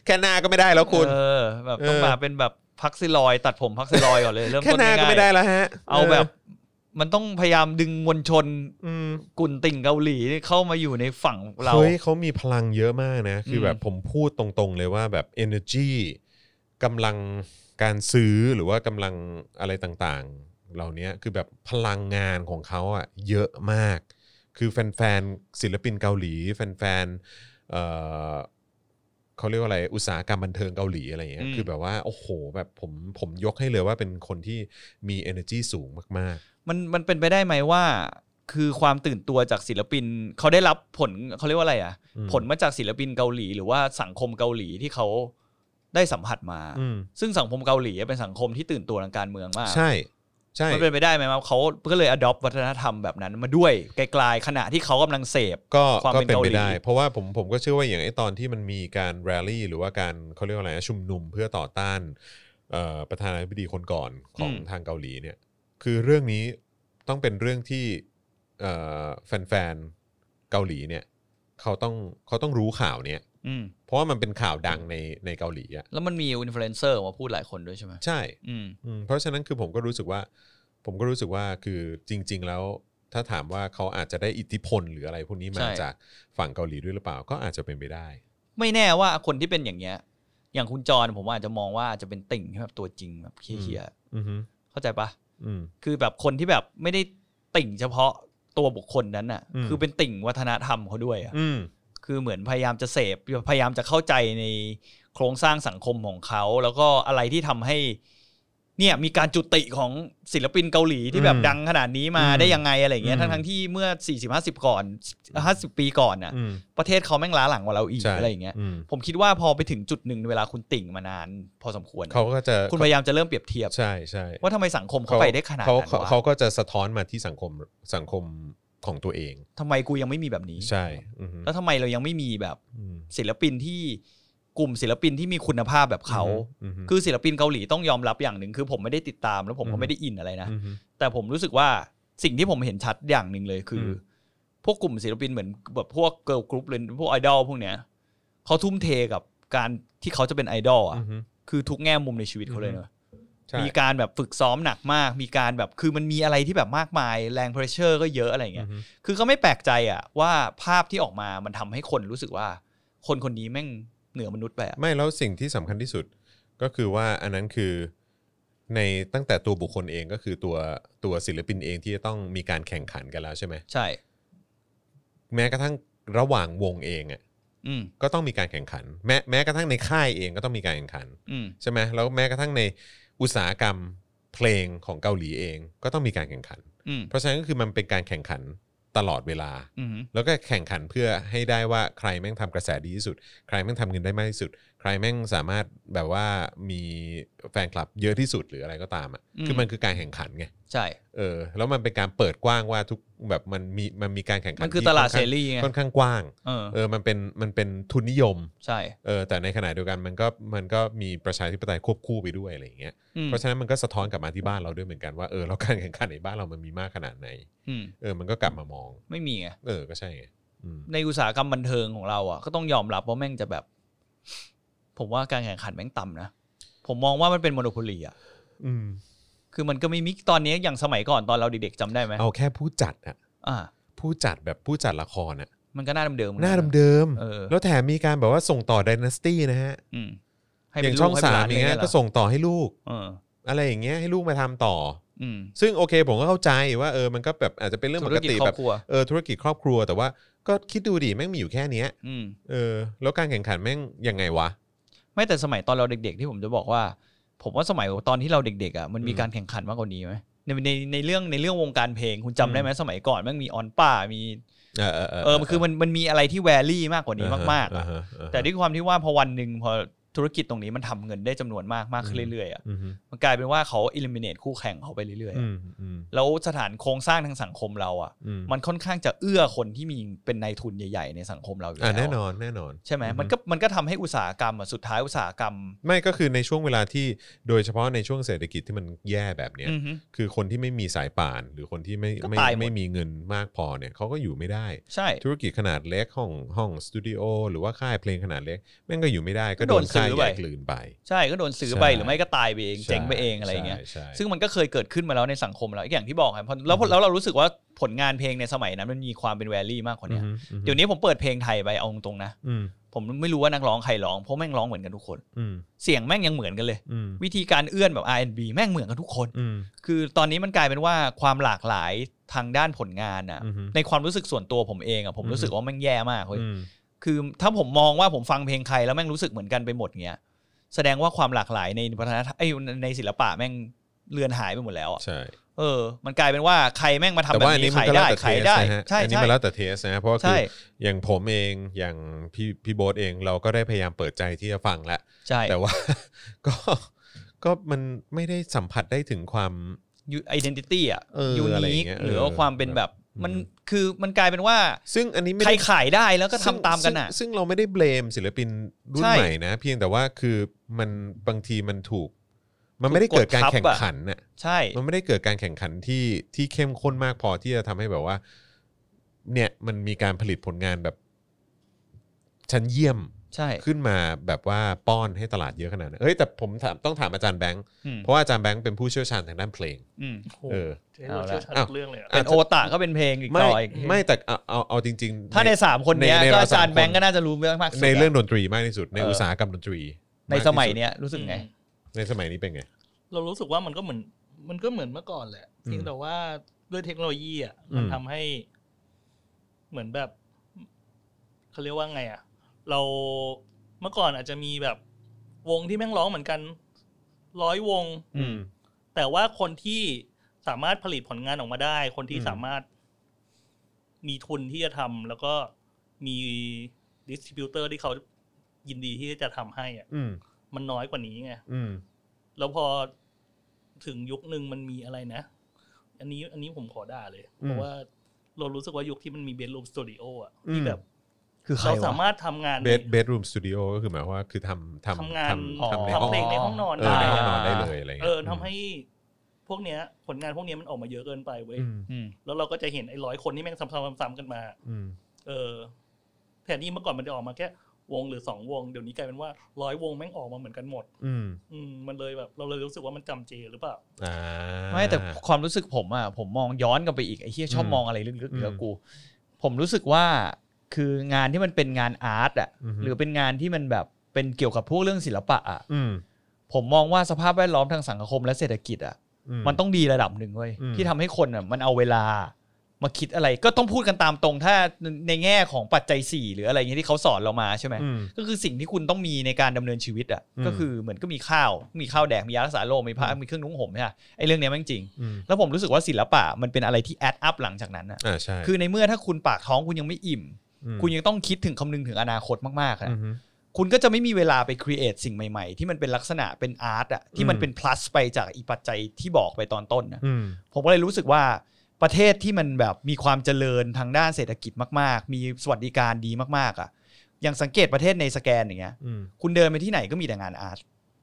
Speaker 1: แค่หน้าก็ไม่ได้แล้วคุณ
Speaker 2: เออ แบบต้อง
Speaker 1: เออ
Speaker 2: มาเป็นแบบพักซิลอย ตัดผมพักซิลอยก่อนเลย เริ่ม
Speaker 1: แค่
Speaker 2: ต้น
Speaker 1: หน้าก็
Speaker 2: ง่าย
Speaker 1: ไม่ได้แล้วฮะ
Speaker 2: ๆเอาแบบ มันต้องพยายามดึงมวลชน
Speaker 1: อืม
Speaker 2: กุนติ่งเกาหลีเข้ามาอยู่ในฝั่งเรา
Speaker 1: เฮ้ยเขามีพลังเยอะมากนะ คืออ
Speaker 2: ม
Speaker 1: แบบผมพูดตรงๆเลยว่าแบบ energy กำลังการซื้อหรือว่ากำลังอะไรต่างๆ เหล่านี้คือแบบพลังงานของเขาอะเยอะมาก คือแฟนๆศิลปินเกาหลี แฟนๆเอ่อเขาเรียกว่าอะไรอุตสาหกรรมบันเทิงเกาหลีอะไรอย่างเงี้ย
Speaker 2: อืม
Speaker 1: คือแบบว่าโอ้โหแบบผมผมยกให้เลยว่าเป็นคนที่มี energy สูงมาก
Speaker 2: มันมันเป็นไปได้ไหมว่า คือความตื่นตัวจากศิลปินเขาได้รับผลเขาเรียกว่าอะไรอ่ะ
Speaker 1: อืม
Speaker 2: ผลมาจากศิลปินเกาหลี หรือว่าสังคมเกาหลีที่เขาได้สัมผัสมา
Speaker 1: ๆ อืม
Speaker 2: ซึ่งสังคมเกาหลีเป็นสังคมที่ตื่นตัวทางการเมืองมาก
Speaker 1: ใช่ใช่
Speaker 2: มันเป็นไปได้ไหมว่าเขาก็เลย adopt วัฒนธรรมแบบนั้นมาด้วยไกลๆขณะที่เขากำลังเสพ
Speaker 1: ก็
Speaker 2: ความ
Speaker 1: ก็
Speaker 2: เป็น
Speaker 1: เป็นไป
Speaker 2: เกาหลี
Speaker 1: ได้ เพราะว่าผมผมก็เชื่อว่าอย่างไอตอนที่มันมีการแรลลี่หรือว่าการเขาเรียกว่าอะไรนะชุมนุมเพื่อต่อต้านเอ่อประธานาธิบดีคนก่อนของทางเกาหลีเนี่ยคือเรื่องนี้ต้องเป็นเรื่องที่เอ่อแฟนๆเกาหลีเนี่ยเขาต้องเขาต้องรู้ข่าวเนี่ย
Speaker 2: อืม
Speaker 1: เพราะว่ามันเป็นข่าวดังในในเกาหลีอ่ะ
Speaker 2: แล้วมันมีอินฟลูเอนเซอร์มาพูดหลายคนด้วยใช่ไหม
Speaker 1: ใช่
Speaker 2: อืม
Speaker 1: อืมเพราะฉะนั้นคือผมก็รู้สึกว่า ผมก็รู้สึกว่าคือจริง ๆ แล้วถ้าถามว่าเขาอาจจะได้อิทธิพลหรืออะไรพวกนี้
Speaker 2: ใช่
Speaker 1: มาจากฝั่งเกาหลีด้วยหรือเปล่า ก็อาจจะเป็นไปได้
Speaker 2: ไม่แน่ว่าคนที่เป็นอย่างเงี้ย อย่างคุณจรผมอาจจะมองว่าอาจจะเป็นติ่งที่แบบตัวจริงแบบเคี้ย
Speaker 1: อือฮึ
Speaker 2: ๆเข้าใจปะ
Speaker 1: อืม
Speaker 2: คือแบบคนที่แบบไม่ได้ติ่งเฉพาะตัวบุคคลนั้นน่ะ
Speaker 1: อืม
Speaker 2: คือเป็นติ่งวัฒนธรรมเขาด้วยอะ
Speaker 1: อืม
Speaker 2: คือเหมือนพยายามจะเสพพยายามจะเข้าใจในโครงสร้างสังคมของเขา แล้วก็อะไรที่ทำให้ เนี่ยมีการจุติของศิลปินเกาหลีที่แบบ
Speaker 1: อืม
Speaker 2: ดังขนาดนี้มา
Speaker 1: อืม
Speaker 2: ได้ยังไงอะไรเงี้ย
Speaker 1: อืม
Speaker 2: ทั้งทั้งๆที่เมื่อ 4 0 50 ก่อน 50 ปีก่อนน่ะ
Speaker 1: อืม
Speaker 2: ประเทศเขาแม่งล้าหลังกว่าเราอีก
Speaker 1: ใช่
Speaker 2: อะไรอย่างเงี้ย
Speaker 1: อืม
Speaker 2: ผมคิดว่าพอไปถึงจุดหนึ่งเวลาคุณติ่งมานาน พอสมควร
Speaker 1: เขาก็จะ
Speaker 2: คุณพยายามจะเริ่มเปรียบเทียบ
Speaker 1: ใช่ใช่
Speaker 2: ว่าทำไมสังคมเขาไปได้ขนาด
Speaker 1: เขา
Speaker 2: นั้น
Speaker 1: เขา
Speaker 2: วะ
Speaker 1: เขาก็จะสะท้อนมาที่สังคมสังคมของตัวเอง
Speaker 2: ทำไมกูยังไม่มีแบบนี้
Speaker 1: ใช่ อือฮึ
Speaker 2: แล้วทำไมเรายังไม่มีแบบ
Speaker 1: อืม
Speaker 2: ศิลปินที่กลุ่มศิลปินที่มีคุณภาพแบบเขา
Speaker 1: อือฮึ
Speaker 2: คือศิลปินเกาหลีต้องยอมรับอย่างหนึ่งคือผมไม่ได้ติดตามแล้วผม
Speaker 1: อื
Speaker 2: ก็
Speaker 1: ม
Speaker 2: ไม่ได้อินอะไรนะ
Speaker 1: อือฮึ
Speaker 2: แต่ผมรู้สึกว่าสิ่งที่ผมเห็นชัดอย่างหนึ่งเลยคืออ
Speaker 1: ม
Speaker 2: พวกกลุ่มศิลปินเหมือนแบบพวกเกิร์ลกรุ๊ปหรือพวกไอดอลพวกเนี้ยเขาทุ่มเทกับการที่เขาจะเป็นไอดอลอ่ะ
Speaker 1: อือฮึ
Speaker 2: คือทุกแง่มุมในชีวิตเขาเลยเนอะ
Speaker 1: ใช่
Speaker 2: มีการแบบฝึกซ้อมหนักมาก มีการแบบคือมันมีอะไรที่แบบมากมายแรงเพรสเชอร์ก็เยอะอะไรอย่างเงี้ย
Speaker 1: อือฮึ
Speaker 2: คือก็ไม่แปลกใจอะว่าภาพที่ออกมามันทำให้คนรู้สึกว่า คนคนนี้แม่งเหนือมนุษย์ไปอะ
Speaker 1: ไม่แล้วสิ่งที่สำคัญที่สุดก็คือว่าอันนั้นคือในตั้งแต่ตัวบุคคลเองก็คือตัวตัวศิลปินเองที่จะต้องมีการแข่งขันกันแล้วใช่ไหม
Speaker 2: ใช่
Speaker 1: แม้กระทั่งระหว่างวงเองอ่ะ
Speaker 2: อืม
Speaker 1: ก็ต้องมีการแข่งขัน แม้แม้กระทั่งในค่ายเองก็ต้องมีการแข่งขัน
Speaker 2: อืม
Speaker 1: ใช่ไหมแล้วแม้กระทั่งในอุตสาหกรรมเพลงของเกาหลีเองก็ต้องมีการแข่งขัน
Speaker 2: อืม
Speaker 1: เพราะฉะนั้นก็คือมันเป็นการแข่งขันตลอดเวลา
Speaker 2: อืม
Speaker 1: แล้วก็แข่งขันเพื่อให้ได้ว่าใครแม่งทำกระแสดีที่สุด ใครแม่งทำเงินได้มากที่สุด ใครแม่งสามารถแบบว่ามีแฟนคลับเยอะที่สุดหรืออะไรก็ตามอ่ะคือมันคือการแข่งขันไง
Speaker 2: ใช่
Speaker 1: เออแล้วมันเป็นการเปิดกว้างว่าทุกแบบมันมีมันมีการแข่งขัน
Speaker 2: มันคือ
Speaker 1: ที่
Speaker 2: ตลาด
Speaker 1: ค่
Speaker 2: เส
Speaker 1: อนข้ง
Speaker 2: รีไง
Speaker 1: ค่อนข้างกว้าง
Speaker 2: เออ
Speaker 1: เออมันเป็นมันเป็นทุนนิยม
Speaker 2: ใช่
Speaker 1: เออแต่ในขณะเดียวกันมันก็มันก็มีประชาธิปไตยควบคู่ไปด้วยอะไรอย่างเงี้ย
Speaker 2: อืม
Speaker 1: เพราะฉะนั้นมันก็สะท้อนกลับมาที่บ้านเราด้วยเหมือนกันว่าเออแล้วการแข่งขันในบ้านเรามันมีมากขนาดไหน
Speaker 2: อืม
Speaker 1: เออมันก็กลับมามอง
Speaker 2: ไม่มีไง
Speaker 1: เออก็ใช่ไงอืม
Speaker 2: ในอุตสาหกรรมบันเทิงของเราอ่ะก็ต้องยอมรับว่าแม่งจะแบบ ผมว่าการแข่งขันแม่งต่ำนะ ผมมองว่ามันเป็นโมโนโพลีอ่ะ
Speaker 1: อืม
Speaker 2: คือมันก็ไม่มีตอนนี้อย่างสมัยก่อนตอนเราเด็กๆจำได้ไหม
Speaker 1: เอาแค่ผู้จัดอะ
Speaker 2: อ่า
Speaker 1: ผู้จัดแบบผู้จัดละครอะ
Speaker 2: มันก็หน้าเดิมๆ
Speaker 1: หน้าเดิม
Speaker 2: เออ
Speaker 1: ๆแล้วแถมมีการแบบว่าส่งต่อด y น a สตี้นะฮะ
Speaker 2: อืมให้
Speaker 1: อย่า
Speaker 2: เป็น
Speaker 1: ง
Speaker 2: ลูก
Speaker 1: ช่อง
Speaker 2: ให้ป็น
Speaker 1: สา
Speaker 2: หล
Speaker 1: ม
Speaker 2: น
Speaker 1: อย่างเงี้ย
Speaker 2: ได้ไ
Speaker 1: ก็ส่งต่อให้ลูก
Speaker 2: เออ
Speaker 1: อะไรอย่างเงี้ยให้ลูกมาทำต่อ
Speaker 2: อืม
Speaker 1: ซึ่งโอเค ผมก็เข้าใจว่าเออมันก็แบบอาจจะเป็นเรื่องปกติ
Speaker 2: ธุรจคร
Speaker 1: แบ
Speaker 2: อบบ ครัว
Speaker 1: เออธุรกิจครอบครัว แต่ว่าก็คิดดูดิแม่งมีอยู่แค่เนี้ย
Speaker 2: อืม
Speaker 1: เออแล้วการแข่งขันแม่งยังไงวะ
Speaker 2: ไม่แต่สมัยตอนเราเด็ก ๆ ที่ผมจะบอกว่า ผมว่าสมัยตอนที่เราเด็กๆอ่ะมันมี
Speaker 1: อืม
Speaker 2: การแข่งขันมากกว่านี้ไหมในในในเรื่องในเรื่องวงการเพลงคุณจำ
Speaker 1: อืม
Speaker 2: ได้ไหมสมัยก่อนมันมีออนป้ามี
Speaker 1: เออเออเออ
Speaker 2: เออมันคือมันมันมีอะไรที่แวรี่มากกว่านี้มากๆ
Speaker 1: อ่
Speaker 2: อะ
Speaker 1: ฮะอ่าฮะ
Speaker 2: แต่ด้วยความที่ว่าพอวันหนึ่งพอธุรกิจตรงนี้มันทำเงินได้จำนวนมากมากขึ้น
Speaker 1: อืม
Speaker 2: เรื่อยๆอ่ะ
Speaker 1: อืมฮึ
Speaker 2: มันกลายเป็นว่าเขา eliminate คู่แข่งเขาไปเรื่อยๆ
Speaker 1: อื
Speaker 2: อะ
Speaker 1: มอืม
Speaker 2: แล้วสถานโครงสร้างทางสังคมเราอ่ะ
Speaker 1: อืม
Speaker 2: มันค่อนข้างจะเอื้อคนที่มีเป็นนายทุนใหญ่ ๆ ในสังคมเราอยู่
Speaker 1: อ่า
Speaker 2: แล้ว
Speaker 1: แน่นอนแน่นอน
Speaker 2: ใช่ไหม
Speaker 1: อือฮึ
Speaker 2: มันก็มันก็ทำให้อุตสาหกรรมอะสุดท้ายอุตสาหกรรม
Speaker 1: ไม่ก็คือในช่วงเวลาที่โดยเฉพาะในช่วงเศรษฐกิจที่มันแย่แบบเนี้ย
Speaker 2: อือฮึ
Speaker 1: คือคนที่ไม่มีสายป่าน หรือคนที่ไม่
Speaker 2: ก็
Speaker 1: ไม่
Speaker 2: ตายหมด
Speaker 1: ไม่มีเงินมากพอเนี่ยเขาก็อยู่ไม่ได้
Speaker 2: ใช่
Speaker 1: ธุรกิจขนาดเล็กห้องห้องสตูดิโอหรือว่าค่ายเพลงขนาดเล็กแม่งก็อยู่ไม่ได้ก็
Speaker 2: ก็โดน
Speaker 1: ค่า
Speaker 2: ซื้อ
Speaker 1: ให
Speaker 2: ไป
Speaker 1: ญ่กลืนไป
Speaker 2: ใช่ก็โดนซื้อไป
Speaker 1: ใช่
Speaker 2: หรือไม่ก็ตายไปเองเจ๊งไปเองอะไรอย่างเงี้ย
Speaker 1: ใช่ใช่
Speaker 2: ซึ่งมันก็เคยเกิดขึ้นมาแล้วในสังคมแล้วอย่างที่บอกครับเพราะแล้วแล้วเรารู้สึกว่าผลงานเพลงในสมัยนั้นมันมีความเป็นแวลี่มากกว่าเนี้ย
Speaker 1: อือฮึ
Speaker 2: เดี๋ยวนี้ผมเปิดเพลงไทยไปเอาตรงๆนะ
Speaker 1: อืม
Speaker 2: ผมไม่รู้ว่านักร้องใครร้องเพราะแม่งร้องเหมือนกันทุกคน
Speaker 1: อืม
Speaker 2: เสียงแม่งยังเหมือนกันเลย
Speaker 1: อืม
Speaker 2: วิธีการเอื้อนแบบ R&B แม่งเหมือนกันทุกคน
Speaker 1: อืม
Speaker 2: คือตอนนี้มันกลายเป็นว่าความหลากหลายทางด้านผลงานอ่ะ
Speaker 1: อือฮึ
Speaker 2: ในความรู้สึกส่วนตัวผมเองอ่ะผม
Speaker 1: อือฮึ
Speaker 2: รู้สึกว่าแม่งแย่มากเว้ย
Speaker 1: อืม
Speaker 2: คือถ้าผมมองว่าผมฟังเพลงใครแล้วแม่งรู้สึกเหมือนกันไปหมดเงี้ยแสดงว่าความหลากหลายในวัฒนธรรมไอ้ยในศิลปะแม่งเลือนหายไปหมดแล้วอะ
Speaker 1: ใช่
Speaker 2: เออ มันกลายเป็นว่าใครแม่งมาทำ
Speaker 1: แต่
Speaker 2: แบบ
Speaker 1: ว่าอันนี้
Speaker 2: นี้
Speaker 1: มัน
Speaker 2: ขาย
Speaker 1: ก็แล้ว
Speaker 2: ได้
Speaker 1: แต่เท
Speaker 2: ขาย
Speaker 1: ส
Speaker 2: ได้
Speaker 1: นะฮะ
Speaker 2: ใช่
Speaker 1: อันนี้
Speaker 2: ใช่
Speaker 1: มันแล้วแต่เทสนะเพราะว่าคื
Speaker 2: ใช่
Speaker 1: อ อย่างผมเองอย่างพี่พี่โบ๊ทเองเราก็ได้พยายามเปิดใจที่จะฟังแล้ว
Speaker 2: ใช่
Speaker 1: แต่ว่า (laughs) ก็ก็มันไม่ได้สัมผัสได้ถึงความ
Speaker 2: ไอเดนติตี้อ่ะ
Speaker 1: เออ
Speaker 2: ยู
Speaker 1: อะไรอ
Speaker 2: นิ
Speaker 1: ย่าง
Speaker 2: ค
Speaker 1: เงี้ย
Speaker 2: หรือว่าความเป็นแบบ
Speaker 1: อืม
Speaker 2: มันคือมันกลายเป็นว่า
Speaker 1: ซึ่งอันนี้ไม่
Speaker 2: ใคร
Speaker 1: ได้
Speaker 2: ขายได้แล้วก็ทำ
Speaker 1: ซึ่ง
Speaker 2: ตามกันอ่ะ
Speaker 1: ซึ่งซึ่งเราไม่ได้เบลมศิลปินรุ่น
Speaker 2: ใช่
Speaker 1: ใหม่นะ เพียงแต่ว่าคือมันบางทีมันถูก มันไม่ได้
Speaker 2: ถูกกด
Speaker 1: เกิดการ
Speaker 2: ทับ
Speaker 1: แข่ง
Speaker 2: อะ
Speaker 1: ขันน่ะ
Speaker 2: ใช่
Speaker 1: มันไม่ได้เกิดการแข่งขันที่ที่เข้มข้นมากพอที่จะทำให้แบบว่า เนี่ยมันมีการผลิตผลงานแบบชั้นเยี่ยม
Speaker 2: ใช่
Speaker 1: ขึ้นมาแบบว่าป้อนให้ตลาดเยอะขนาดนั้น เอ้ยแต่ผมถามต้องถามอาจารย์แบงค์
Speaker 2: อืม
Speaker 1: เพราะว่าอาจารย์แบงค์เป็นผู้เชี่ยวชาญทางด้านเพลง
Speaker 2: อืม
Speaker 3: โอ้โห
Speaker 1: เออ
Speaker 3: เจ๊เราเชี่ยวชาญ
Speaker 1: เอาละ
Speaker 3: ทุกเรื่องเลยอะ
Speaker 2: เป็นโอตาก็เป็นเพลงอีก
Speaker 1: ไม่
Speaker 2: ต่ออีก
Speaker 1: ไม่แต่เอาเอาเอาจริงๆ
Speaker 2: ถ้าในสามคนเนี้ย
Speaker 1: ใใ
Speaker 2: ก็อาจาร
Speaker 1: ส
Speaker 2: ย์
Speaker 1: ม
Speaker 2: แบงก์ก็น่าจะรู้เรื่องมากสุด
Speaker 1: ใน
Speaker 2: อะ
Speaker 1: เรื่องดนตรีมากที่สุด ใน
Speaker 2: เอออุ
Speaker 1: อุตสาหกรรมดนตรี
Speaker 2: ในสมัยเนี้ยรู้สึกไง
Speaker 1: ในสมัยนี้เป็นไง
Speaker 3: เรารู้สึกว่ามันก็เหมือน มันก็เหมือนเมื่อก่อนแหละ
Speaker 1: อืม
Speaker 3: เพียงแต่ว่าด้วยเทคโนโลยีอ่ะมัน
Speaker 1: อืม
Speaker 3: ทำให้ เหมือนแบบเขาเรียกว่าไงอ่ะ เราเมื่อก่อนอาจจะมีแบบวงที่แม่งร้องเหมือนกันร้อยวง
Speaker 2: อืม
Speaker 3: แต่ว่าคนที่สามารถผลิตผลงานออกมาได้ คนที่
Speaker 1: อืม
Speaker 3: สามารถมีทุนที่จะทำแล้วก็มีดิสติบิวเตอร์ที่เขายินดีที่จะทำให้อะ
Speaker 1: อืม
Speaker 3: มันน้อยกว่านี้ไง
Speaker 1: อืม
Speaker 3: แล้วพอถึงยุคหนึ่งมันมีอะไรนะ อันนี้อันนี้ผมขอด่าเลย เพราะว่าเรารู้สึกว่ายุคที่มันมีเบดรูมสตูดิโออะที่แบบ
Speaker 2: คือใคร
Speaker 3: เราสาว
Speaker 2: ะ
Speaker 3: มารถทำงาน
Speaker 1: เบ
Speaker 3: ใน
Speaker 1: ดเบดรูมสตูดิโอก็คือหมายความว่าคือทำทำ
Speaker 3: ทำงาน
Speaker 1: ทำในห้อง
Speaker 3: ทำเพลงในห้องนอน
Speaker 1: เออ
Speaker 3: ได้
Speaker 1: ใน
Speaker 2: ได้
Speaker 1: ห้องนอนได้เลยอะไร
Speaker 3: เอ
Speaker 1: เงี้ย
Speaker 3: อทำให้พวกเนี้ย ผลงานพวกเนี้ยมันออกมาเยอะเกินไปเว้ย
Speaker 1: อืม
Speaker 2: อืม
Speaker 3: แล้วเราก็จะเห็นไอ้ร้อยคนที่แม่งซ้ำๆๆๆกันมา
Speaker 1: อืม
Speaker 3: เออแทนที่เมื่อก่อนมันจะออกมาแค่วงหรือสองวง เดี๋ยวนี้กลายเป็นว่าร้อยวงแม่งออกมาเหมือนกันหมด
Speaker 1: อืม
Speaker 3: อืมมันเลยแบบ เราเลยรู้สึกว่ามันจำเจหรือเปล่า
Speaker 1: อ่า
Speaker 2: ไม่แต่ความรู้สึกผมอ่ะผมมองย้อนกลับไปอีกไอ้เฮียชอบ
Speaker 1: อืม
Speaker 2: มองอะไรลึกๆเหนืออ
Speaker 1: ม
Speaker 2: กู ผมรู้สึกว่าคืองานที่มันเป็นงานอาร์ตอ่ะ
Speaker 1: อือฮึ
Speaker 2: หรือเป็นงานที่มันแบบเป็นเกี่ยวกับพวกเรื่องศิลปะอ่ะ
Speaker 1: อืม
Speaker 2: ผมมองว่าสภาพแวดล้อมทางสังคมและเศรษฐกิจอ่ะมั
Speaker 1: ต้อ
Speaker 2: น
Speaker 1: ง
Speaker 2: ต้องดีระดับหนึ่งเว้ย
Speaker 1: อืม
Speaker 2: ที่ทำให้คนอ่ะมันเอาเวลามาคิดอะไรก็ต้องพูดกันตามตรงถ้าในแง่ของปัจจัยสี่หรืออะไรอย่างเงี้ยที่เขาสอนเรามาใช่ไหม
Speaker 1: อืม
Speaker 2: ก็คือสิ่งที่คุณต้องมีในการดำเนินชีวิตอ่ะ
Speaker 1: อืม
Speaker 2: ก็คือเหมือนก็มีข้าว มีข้าวแดกมียารักษาโรคมีผ้า
Speaker 1: อืม
Speaker 2: มีเครื่องนุ่งห่มใช่ไหมไอ้เรื่องเนี้ยแม่งจริง
Speaker 1: อืม
Speaker 2: แล้วผมรู้สึกว่าศิลปะมันเป็นอะไรที่แอดอัพหลังจากนั้นอ่ะ
Speaker 1: อ่าใช่
Speaker 2: คือในเมื่อถ้าคุณปากท้องคุณยังไม่อิ่ม
Speaker 1: ม
Speaker 2: คุณยังต้องคิดถึงคำนึงถึงอนาคตมากๆอะ
Speaker 1: อือฮึ
Speaker 2: คุณก็จะไม่มีเวลาไปครีเอทสิ่งใหม่ๆ ที่มันเป็นลักษณะเป็นอาร์ตอะที่มัน
Speaker 1: อืม
Speaker 2: เป็น plus ไปจากอีปัจจัยที่บอกไปตอนต้นนะ
Speaker 1: อืม
Speaker 2: ผมก็เลยรู้สึกว่าประเทศที่มันแบบมีความเจริญทางด้านเศรษฐกิจมากๆ มีสวัสดิการดีมากๆอะอย่างสังเกตประเทศในสแกนอย่างเงี้ย
Speaker 1: อืม
Speaker 2: คุณเดินไปที่ไหนก็มีแต่งานอาร์ต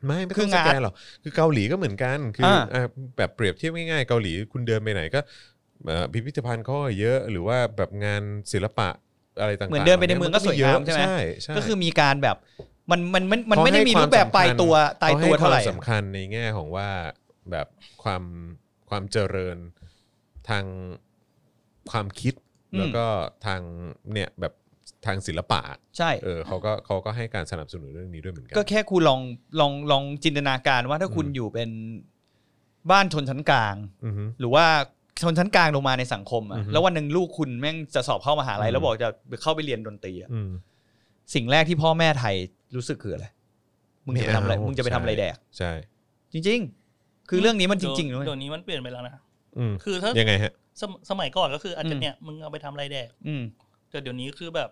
Speaker 1: ไม่ไม่
Speaker 2: คื
Speaker 1: ต้อ
Speaker 2: อง
Speaker 1: ส
Speaker 2: งาน
Speaker 1: แกนหรอกคือเกาหลีก็เหมือนกันคืออา อ่ะแบบเปรียบเทียบง่ายๆเกาหลีคุณเดินไปไหนก็เอ่อพิพิธภัณฑ์เขาก็เยอะหรือว่าแบบงานศิลปะอะไรต่างๆ
Speaker 2: เหมือนเดินไปในเมืองก็สวยงามใช่ไหม
Speaker 1: ใช่ใช่
Speaker 2: ก็คือมีการแบบมันมันมันมันไม่ได้มีรูปแบบปลายตัวตายตัว
Speaker 1: ขให้
Speaker 2: เท่าไห
Speaker 1: ค
Speaker 2: ร่
Speaker 1: วม
Speaker 2: อะ
Speaker 1: สำคัญในแง่ของว่าแบบความความเจริญทางความคิดแล้วก็ทางเนี่ยแบบทางศิลปะ
Speaker 2: ใช่
Speaker 1: เออเขาก็เขาก็ให้การสนับสนุนเรื่องนี้ด้วยเหมือนกั
Speaker 2: ก็แค่คุณลองลองลองจินตนาการว่าถ้าคุณ
Speaker 1: อืม
Speaker 2: อยู่เป็นบ้านชนชั้นกลาง
Speaker 1: อือฮึ
Speaker 2: หรือว่าชนชั้นกลางลงมาในสังคม
Speaker 1: อื
Speaker 2: อะ
Speaker 1: อฮึ
Speaker 2: แล้ววันหนึ่งลูกคุณแม่งจะสอบเข้ามหาลั
Speaker 1: อื
Speaker 2: ย
Speaker 1: ม
Speaker 2: แล้วบอกจะเข้าไปเรียนดนตรีอะ
Speaker 1: อืม
Speaker 2: สิ่งแรกที่พ่อแม่ไทยรู้สึกคืออะไรมึงจะไปทำอะไร
Speaker 1: ไม่เอา
Speaker 2: มึงจะไปทำอะไร
Speaker 1: ใช่
Speaker 2: แดก
Speaker 1: ใช่
Speaker 2: จริง ๆ คือเรื่องนี้มันจริงๆ
Speaker 3: เดี๋
Speaker 2: เลย
Speaker 3: วย เดี๋ยวนี้มันเปลี่ยนไปแล้วนะ
Speaker 1: อืม
Speaker 3: คือถ้า
Speaker 1: ยังไงฮะ
Speaker 3: สมสมัยก่อนก็คืออาจ
Speaker 2: อื
Speaker 3: จะ
Speaker 2: ม
Speaker 3: เนี่ยมึงเอาไปทำอะไรแดก
Speaker 2: อืม
Speaker 3: แต่เดี๋ยวนี้คือแบบ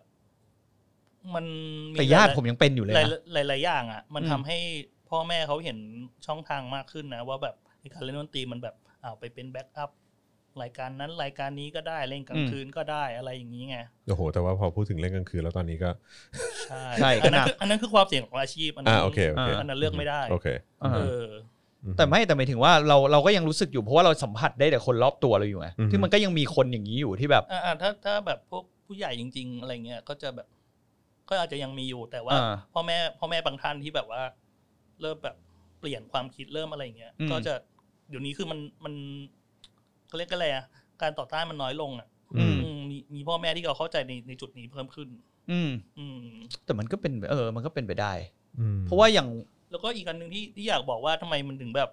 Speaker 3: มันมี
Speaker 2: แต่ญาติ
Speaker 3: หลย
Speaker 2: ผมยังเป็นอยู่เลย
Speaker 3: หลาย
Speaker 2: นะ
Speaker 3: หลายหลายอย่างอ่ะ มัน
Speaker 2: อืม
Speaker 3: ทำให้พ่อแม่เขาเห็นช่องทางมากขึ้นนะ ว่าแบบไอ้การเล่นดนตรีมันแบบอ้าวไปเป็นแบ็กอัพรายการนั้นรายการนี้ก็ได้เล่นกลางคืนก็ได้อะไรอย่างนี้ไง
Speaker 1: โอ้โห แต่ว่าพอพูดถึงเรื่องกลางคืนแล้วตอนนี้ก็
Speaker 3: ใช่
Speaker 2: ใช่
Speaker 3: อันนั้น
Speaker 2: ขนาด
Speaker 3: คืออันนั้นคือความเสี่ยงของอาชีพ อันนั้
Speaker 1: อ่าน โอเค โอเค
Speaker 3: อันนั้นเลือกไม่ได้
Speaker 1: โอเค
Speaker 2: อ่า
Speaker 3: เออ
Speaker 2: แต่ไม่แต่หมายถึงว่าเราเราก็ยังรู้สึกอยู่เพราะว่าเราสัมผัสได้แต่คนรอบตัวเราอยู่ไงที่มันก็ยังมีคนอย่างนี้อยู่ที่แบบ
Speaker 3: อ่าถ้าถ้าแบบพวกผู้ใหญ่จริง ๆ อะไรเงี้ยก็จะแบบ ก็อาจจะยังมีอยู่แต่ว่า
Speaker 2: อ่า
Speaker 3: พ่อแม่พ่อแม่บางท่านที่แบบว่า เริ่มแบบเปลี่ยนความคิดเริ่มอะไรอย่างเงี้ย
Speaker 2: อืม
Speaker 3: ก็จะเดี๋ยวนี้คือมันมันเขาเรียกกันอะไรอะการต่อต้านมันน้อยลงอ่ะ
Speaker 2: อืม
Speaker 3: อืมมีมีพ่อแม่ที่เขาเข้าใจในในจุดนี้เพิ่มขึ้น
Speaker 2: อืม
Speaker 3: อืม
Speaker 2: แต่มันก็เป็นเออ มันก็เป็นไปได้
Speaker 1: อืม
Speaker 2: เพราะว่าอย่าง
Speaker 3: แล้วก็อีกอันหนึ่งที่ที่อยากบอกว่าทำไมมันถึงแบบ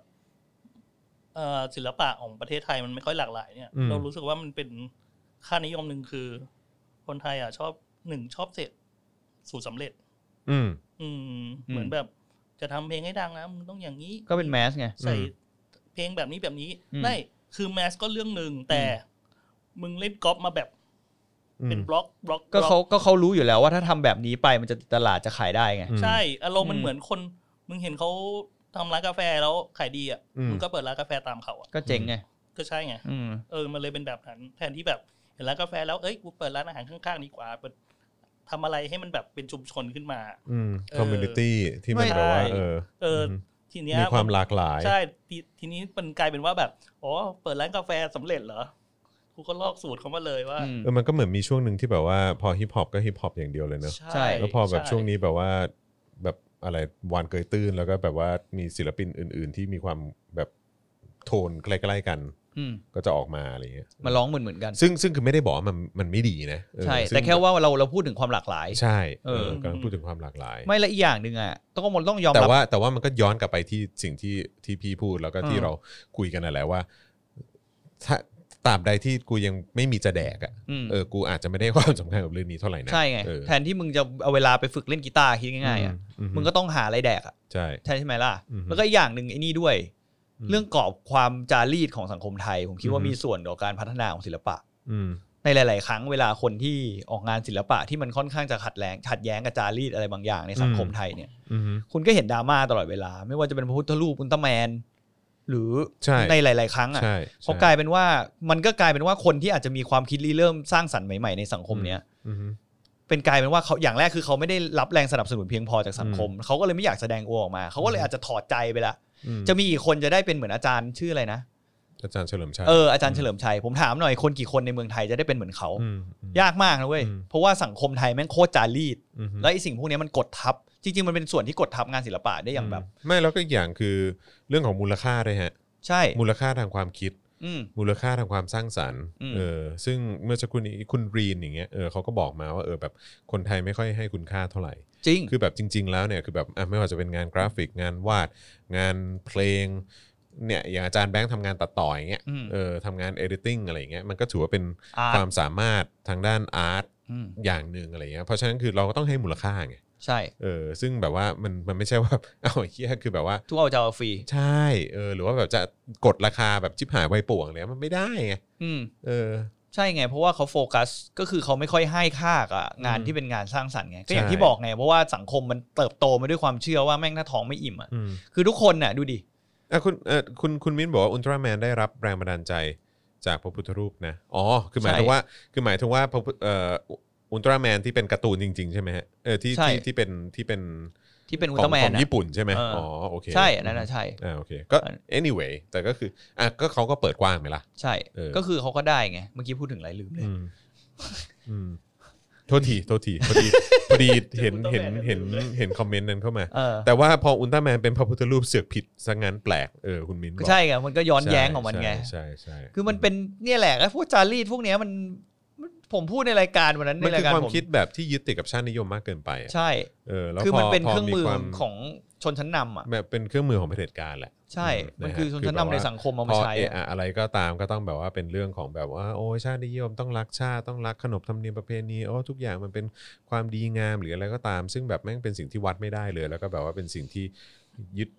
Speaker 3: เอ่อศิลปะของประเทศไทยมันไม่ค่อยหลากหลายเนี่ย
Speaker 1: อืม
Speaker 3: เรารู้สึกว่ามันเป็นค่านิยมหนึ่งคือ คนไทยอ่ะชอบหนึ่งชอบเสร็จสู่สำเร็จ
Speaker 1: อืม
Speaker 3: อืม
Speaker 2: อืม
Speaker 3: เหมือนแบบจะทำเพลงให้ดังนะมึงต้องอย่างนี้
Speaker 2: ก็เป็นแมสไง
Speaker 3: ใส่
Speaker 1: อืม
Speaker 3: เพลงแบบนี้แบบนี้
Speaker 2: อืม
Speaker 3: ได้คือแมสก็เรื่องหนึ่งแต่มึงเล่นก๊อปมาแบบ
Speaker 1: อืม
Speaker 3: เป็นบล็อกบล็อก
Speaker 2: ก็
Speaker 3: บล็อ
Speaker 2: เขาก็เขารู้อยู่แล้วว่าถ้าทำแบบนี้ไปมันจะตลาดจะขายได้ไง
Speaker 1: อืม
Speaker 3: ใช่ อารมณ์มัน
Speaker 2: อืม
Speaker 3: เหมือนคน มึงเห็นเขาทำร้านกาแฟแล้วขายดีอ่ะ
Speaker 1: อืม
Speaker 3: มึงก็เปิดร้านกาแฟตามเขาอ่ะ
Speaker 2: ก็เจ๋งไง
Speaker 3: ก็ใช่ไง
Speaker 2: อืม
Speaker 3: เออ มันเลยเป็นแบบนั้น แทนที่แบบ เห็นร้านกาแฟแล้ว เอ้ย กูเปิดร้านอาหารข้างๆดีกว่าเปิดทำอะไรให้มันแบบเป็นชุมชนขึ้นมา
Speaker 1: อืม
Speaker 3: เออ
Speaker 1: คอมมูนิตี้ที่มัน
Speaker 2: ไม่
Speaker 1: แบบว่า
Speaker 3: ได้
Speaker 1: เออ
Speaker 3: เอออ
Speaker 1: ม
Speaker 3: ทีเนี้ย
Speaker 1: มีความหลากหลาย
Speaker 3: ใช่ทีทีนี้มันกลายเป็นว่าแบบ อ๋อ เปิดร้านกาแฟสำเร็จเหรอ กูก็ลอกสูตรเขามาเลยว่า
Speaker 2: อืม
Speaker 1: เออมันก็เหมือนมีช่วงหนึ่งที่แบบว่าพอฮิปฮอปก็ฮิปฮอปอย่างเดียวเลยเนอะ
Speaker 2: ใช่
Speaker 1: แล้วพอแบบ
Speaker 3: ใ
Speaker 1: ช่วงนี้แบบว่าแบบอะไรวานเกยตื้นแล้วก็แบบว่ามีศิลปินอื่น ๆ ที่มีความแบบโทนใกล้ๆกัน
Speaker 2: อืม
Speaker 1: ก็จะออกมาอะไรอย่างเงี้ย
Speaker 2: มาร้องเหมือนเหมือนกัน
Speaker 1: ซึ่งซึ่งคือไม่ได้บอกว่ามันมันไม่ดีนะเออ
Speaker 2: ใช่
Speaker 1: ซึ่ง
Speaker 2: แต่แค่ว่าเราเราพูดถึงความหลากหลาย
Speaker 1: ใช่
Speaker 2: เอ
Speaker 1: เอ
Speaker 2: อ
Speaker 1: อกำลังพูดถึงความหลากหลาย
Speaker 2: ไม่และอีกอย่างหนึ่งอ่ะต้องก็มนต้องยอม
Speaker 1: แต่
Speaker 2: รับ
Speaker 1: ว่าแต่ว่ามันก็ย้อนกลับไปที่สิ่งที่ที่พี่พูดแล้วก็ที่
Speaker 2: อืม
Speaker 1: เราคุยกันนั่นแหละว่า ถ้าตราบใดที่กูยังไม่มีจะแดกอ่ะ
Speaker 2: อืม
Speaker 1: เออกูอาจจะไม่ได้ความสำคัญกับเรื่องนี้เท่าไหร่นะ
Speaker 2: ใช่ไง
Speaker 1: เออ
Speaker 2: แทนที่มึงจะเอาเวลาไปฝึกเล่นกีตาร์คิดง่ายๆอ่ะ
Speaker 1: ฮึ
Speaker 2: มึงก็ต้องหาอะไรแดกอ่ะ
Speaker 1: ใช่
Speaker 2: ใช่ใช่ไหมล่ะ
Speaker 1: อืม
Speaker 2: แล้วก็อีกอย่างหนึ่งไอ้นี่ด้วย
Speaker 1: อืม
Speaker 2: เรื่องกรอบความจารีตของสังคมไทย ผมคิดว่า
Speaker 1: อือฮึ
Speaker 2: มีส่วนต่อการพัฒนาของศิลปะ
Speaker 1: อืม
Speaker 2: ในหลาย ๆ ครั้งเวลาคนที่ออกงานศิลปะที่มันค่อนข้างจะขัดแย้งขัดแย้งกับจารีตอะไรบางอย่างในสังคม
Speaker 1: อืม
Speaker 2: ไทยเนี่ย
Speaker 1: อืม
Speaker 2: คุณก็เห็นดราม่าตลอดเวลา ไม่ว่าจะเป็นพระพุทธรูปอุลตร้าแมน หรือ
Speaker 1: ใช่
Speaker 2: หลาย ๆ ครั้งอ่ะ
Speaker 1: ใช่
Speaker 2: เขากลายเป็นว่ามันก็กลายเป็นว่าคนที่อาจจะมีความคิดริเริ่มสร้างสรรค์ใหม่ ๆ ในสังคมเนี้ย
Speaker 1: อืม
Speaker 2: เป็นกลายเป็นว่าเขาอย่างแรกคือเขาไม่ได้รับแรงสนับสนุนเพียงพอจากสังคม เขาก็เลยไม่อยากแสดงตัวออกมา เขาก็เลยอาจจะถอดใจไปละ
Speaker 1: อืม
Speaker 2: จะมีอีกคนจะได้เป็นเหมือนอาจารย์ชื่ออะไรนะ
Speaker 1: อาจารย์เฉลิมชัย
Speaker 2: เอออาจารย์เฉลิมชัยผมถามหน่อยคนกี่คนในเมืองไทยจะได้เป็นเหมือนเขา
Speaker 1: มอืม
Speaker 2: ยากมากนะเว้ย
Speaker 1: อืม
Speaker 2: เพราะว่าสังคมไทยแม่งโคตรจารีต
Speaker 1: อืม
Speaker 2: และไอสิ่งพวกเนี้ยมันกดทับ จริง ๆ มันเป็นส่วนที่กดทับงานศิลปะได้อย่างแบบ
Speaker 1: ไม่แล้วก็อีกอย่างคือเรื่องของมูลค่าด้วยฮะ
Speaker 2: ใช่
Speaker 1: มูลค่าทางความคิด
Speaker 2: อืม
Speaker 1: มูลค่าทางความสร้างสรรค์
Speaker 2: อืม
Speaker 1: เออซึ่งเมื่อสักครู่นี้คุณรีนอย่างเงี้ยเออเขาก็บอกมาว่าเออแบบคนไทยไม่ค่อยให้คุณค่าเท่าไหร่
Speaker 2: จริง
Speaker 1: คือแบบจริง ๆ แล้วเนี่ยคือแบบอ่ะไม่ว่าจะเป็นงานกราฟิกงานวาด งานเพลงเนี่ยอย่างอาจารย์แบงค์ทำงานตัดต่ออย่างเงี้ย
Speaker 2: อืม
Speaker 1: เออทำงานเอดิติ้งอะไรอย่างเงี้ยมันก็ถือว่าเป็น
Speaker 2: อาร์
Speaker 1: ค
Speaker 2: ต
Speaker 1: วามสามารถทางด้านอาร์ต
Speaker 2: อืม
Speaker 1: อย่างหนึ่งอะไรเงี้ยเพราะฉะนั้นคือเราก็ต้องให้มูลค่าไง
Speaker 2: ใช่
Speaker 1: เออซึ่งแบบว่ามันมันไม่ใช่ว่า (laughs) เอาไอ้เฮียคือแบบว่า
Speaker 2: ทุกเอาจะเอาฟรี
Speaker 1: ใช่เออหรือว่าแบบจะกดราคาแบบชิบหายไวป่วงเนี่ยมันไม่ได้ไง
Speaker 2: อืม
Speaker 1: เออ
Speaker 2: ใช่ไง เพราะว่าเขาโฟกัสก็คือเขาไม่ค่อยให้ค่ากับงาน
Speaker 1: อืม
Speaker 2: ที่เป็นงานสร้างสรรค์ไงก็
Speaker 1: ใช่
Speaker 2: อย่างที่บอกไงเพราะว่าสังคมมันเติบโตมาด้วยความเชื่อว่าแม่งถ้าท้องไม่อิ่มอ่ะ
Speaker 1: อืม
Speaker 2: คือทุกคนน่ะดูดิ
Speaker 1: อ่ะคุณเออคุณคุณมิ้นบอกว่าอุลตร้าแมนได้รับแรงบันดาลใจจากพระพุทธรูปนะอ๋อคือหมาย
Speaker 2: ใช่
Speaker 1: ถึงว่าคือหมายถึงว่าพระพุทธเอ่ออุลตร้าแมนที่เป็นการ์ตูนจริง ๆ ใช่ไหมฮะเออที่
Speaker 2: ใช่
Speaker 1: ที่ที่เป็นที่เป็น
Speaker 2: ที่เป็นอุล
Speaker 1: ขอ
Speaker 2: ตร้างแม
Speaker 1: ข
Speaker 2: น
Speaker 1: อง
Speaker 2: อะ
Speaker 1: ญี่ปุ่นใช่ไหม
Speaker 2: เอออ๋
Speaker 1: อ๋อโอเค
Speaker 2: ใช่อันนั้นนะใช่
Speaker 1: อ่าโอเคก็ anyway แต่ก็คืออ่ะก็เขาก็เปิดกว้างไปละ
Speaker 2: ใช่
Speaker 1: เออ
Speaker 2: ก็คือเขาก็ได้ไงเมื่อกี้พูดถึงอะไรลืมเลย
Speaker 1: อืมอืมโทษทีโทษทีพอดีพอ
Speaker 2: (laughs)
Speaker 1: ดีเห็นเห็นเห็นเห็นคอมเมนต์นั้นเข้ามา
Speaker 2: เออ
Speaker 1: แต่ว่าพออุลตร้าแมนเป็นพระพุทธรูปเสือกผิดซะงั้นแปลกเออคุณมิ้นบ
Speaker 2: ก็
Speaker 1: อก
Speaker 2: ใช่ไงมันก็ย้อนแย้งของมันไง
Speaker 1: ใช่ใช่ใช่
Speaker 2: คือมันเป็นเนี่ยแหละไอ้พวกจารีตพวกเนี้ยมันมันผมพูดในรายการวันนั้น
Speaker 1: มัน
Speaker 2: ในรา
Speaker 1: คือย
Speaker 2: การ
Speaker 1: ความ
Speaker 2: ผม
Speaker 1: คิดแบบที่ยึดติดกับชาตินิยมมากเกินไปอะ
Speaker 2: ใช่
Speaker 1: เออแล้ว
Speaker 2: คือมันเป็น
Speaker 1: พ
Speaker 2: เครื่องมือ
Speaker 1: วา
Speaker 2: ของชนชั้นนำอ่ะ
Speaker 1: แบบเป็นเครื่องมือของเผด็จการแหละ
Speaker 2: ใช่
Speaker 1: อื
Speaker 2: มันคือชนชั้นนำในสังคมเอา
Speaker 1: พ
Speaker 2: มา
Speaker 1: อ
Speaker 2: ใช้
Speaker 1: เอะ
Speaker 2: อะ
Speaker 1: อะอะไรก็ตามก็ต้องแบบว่าเป็นเรื่องของแบบว่า โอ้ยชาตินิยมต้องรักชาติต้องรักขนบธรรมเนียมประเพณีโอ้ทุกอย่างมันเป็นความดีงามหรืออะไรก็ตาม ซึ่งแบบแม่งเป็นสิ่งที่วัดไม่ได้เลย แล้วก็แบบว่าเป็นสิ่งที่ยึด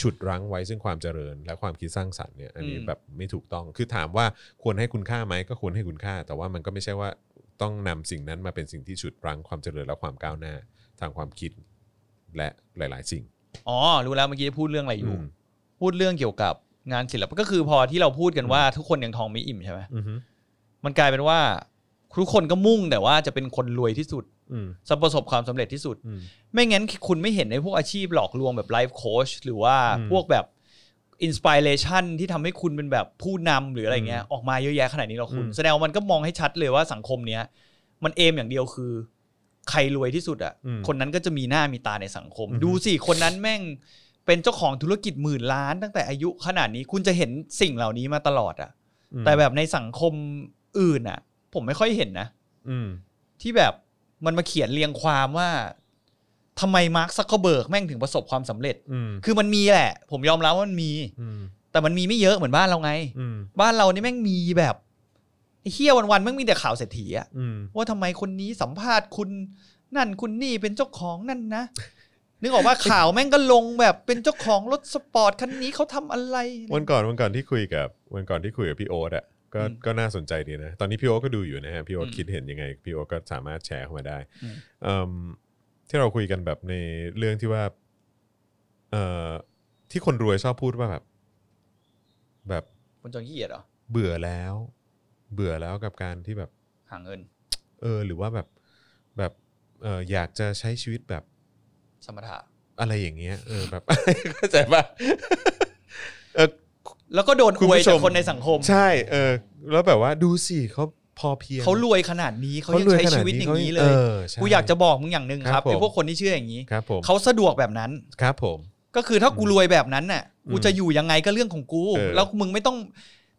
Speaker 1: ฉุดรั้งไว้ซึ่งความเจริญ และความคิดสร้างสรรค์เนี่ยอันนี้แบบไม่ถูกต้องคือถามว่าควรให้คุณค่าไหมก็ควรให้คุณค่า แต่ว่ามันก็ไม่ใช่ว่าต้องนำสิ่งนั้นมาเป็นสิ่งที่ฉุดรั้งความเจริญและความก้าวหน้า ทางความคิดและหลาย ๆ สิ่ง
Speaker 2: อ๋อ รู้แล้วเมื่อกี้พูดเรื่องอะไรอยู่
Speaker 1: ม
Speaker 2: พูดเรื่องเกี่ยวกับงานศิลปะก็คือพอที่เราพูดกันว่าทุกคนยังทองไม่อิ่มใช่ไหม
Speaker 1: อือฮึ
Speaker 2: มันกลายเป็นว่าทุกคนก็มุ่งแต่ว่าจะเป็นคนรวยที่สุด
Speaker 1: อืม
Speaker 2: ประสบความสำเร็จที่สุด
Speaker 1: อืม
Speaker 2: ไม่งั้นคุณไม่เห็นในพวกอาชีพหลอกลวงแบบไลฟ์โค้ชหรือว่า
Speaker 1: อืม
Speaker 2: พวกแบบอินสปิเรชันที่ทำให้คุณเป็นแบบผู้นำหรืออะไรเงี้ยออกมาเยอะแยะขนาดนี้หรอกคุณ
Speaker 1: อืม
Speaker 2: แสดงว่ามันก็มองให้ชัดเลยว่าสังคมเนี้ยมันเอมอย่างเดียวคือ ใครรวยที่สุดอ่ะ
Speaker 1: อืม
Speaker 2: คนนั้นก็จะมีหน้ามีตาในสังคม
Speaker 1: อือฮึ
Speaker 2: ดูสิคนนั้นแม่งเป็นเจ้าของธุรกิจหมื่นล้าน ตั้งแต่อายุขนาดนี้คุณจะเห็นสิ่งเหล่านี้มาตลอดอ่ะ
Speaker 1: อืม
Speaker 2: แต่แบบในสังคมอื่นอ่ะ ผมไม่ค่อยเห็นนะ
Speaker 1: อืม
Speaker 2: ที่แบบมันมาเขียนเรียงความว่าทำไมมาร์คซักเคอร์เบิร์กแม่งถึงประสบความสำเร็จ
Speaker 1: อืม
Speaker 2: คือมันมีแหละ ผมยอมรับว่ามันมี
Speaker 1: อืม
Speaker 2: แต่มันมีไม่เยอะเหมือนบ้านเราไง
Speaker 1: อืม
Speaker 2: บ้านเรานี่แม่งมีแบบไอ้เฮียวันๆแม่งมีแต่ข่าวเศรษฐีอะ
Speaker 1: อืม
Speaker 2: ว่าทำไมคนนี้สัมภาษณ์คุณนั่นคุณนี่เป็นเจ้าของนั่นนะ นึกออกว่าข่าวแม่งก็ลงแบบเป็นเจ้าของรถสปอร์ตคันนี้เขาทำอะไร
Speaker 1: วันก่อนวันก่อนที่คุยกับวันก่อนที่คุยกับพี่โอ๊ตอ่ะก็
Speaker 2: อืม
Speaker 1: ก็น่าสนใจดีนะ ตอนนี้พี่โอ๊ตก็ดูอยู่นะฮะพี่โอ๊ต
Speaker 2: อืม
Speaker 1: คิดเห็นยังไง พี่โอ๊ตก็สามารถแชร์เข้ามาได้
Speaker 2: อืม
Speaker 1: เอิ่มที่เราคุยกันแบบในเรื่องที่ว่าเอ่อที่คนรวยชอบพูดว่าแบบ แบบ
Speaker 2: คนจนขี้เกียจเหรอ
Speaker 1: เบื่อแล้ว เบื่อแล้วกับการที่แบบ
Speaker 2: หาเงิน
Speaker 1: เออ หรือว่าแบบแบบเอออยากจะใช้ชีวิตแบบ
Speaker 2: สมถะ
Speaker 1: อะไรอย่างเงี้ยเออแบบ เข้าใจปะ เออ
Speaker 2: แล้วก็โดน
Speaker 1: คุ
Speaker 2: อ
Speaker 1: ณ
Speaker 2: ว
Speaker 1: ผู้
Speaker 2: ย
Speaker 1: ช
Speaker 2: จาก
Speaker 1: ม
Speaker 2: คนในสังคม
Speaker 1: ใช่เออ แล้วแบบว่าดูสิเขาพอเพียง
Speaker 2: เขารวยขนาดนี้เขายังใช้ชีวิตอย่างนี้เล
Speaker 1: ขร
Speaker 2: ย
Speaker 1: วขดนี้ขง
Speaker 2: กูอยากจะ
Speaker 1: เใช่
Speaker 2: บอกมึงอย่างหนึ่งค
Speaker 1: ครั
Speaker 2: รั
Speaker 1: บบ ผม
Speaker 2: ไอ้พวกคนที่เชื่ออย่างนี้
Speaker 1: ครับผม
Speaker 2: เขาสะดวกแบบนั้น
Speaker 1: ครับผม
Speaker 2: ก็คือถ้ากูรวยแบบนั้นน่ะ
Speaker 1: อืม
Speaker 2: กูจะอยู่ยังไงก็เรื่องของกู
Speaker 1: เออ
Speaker 2: แล้วมึงไม่ต้อง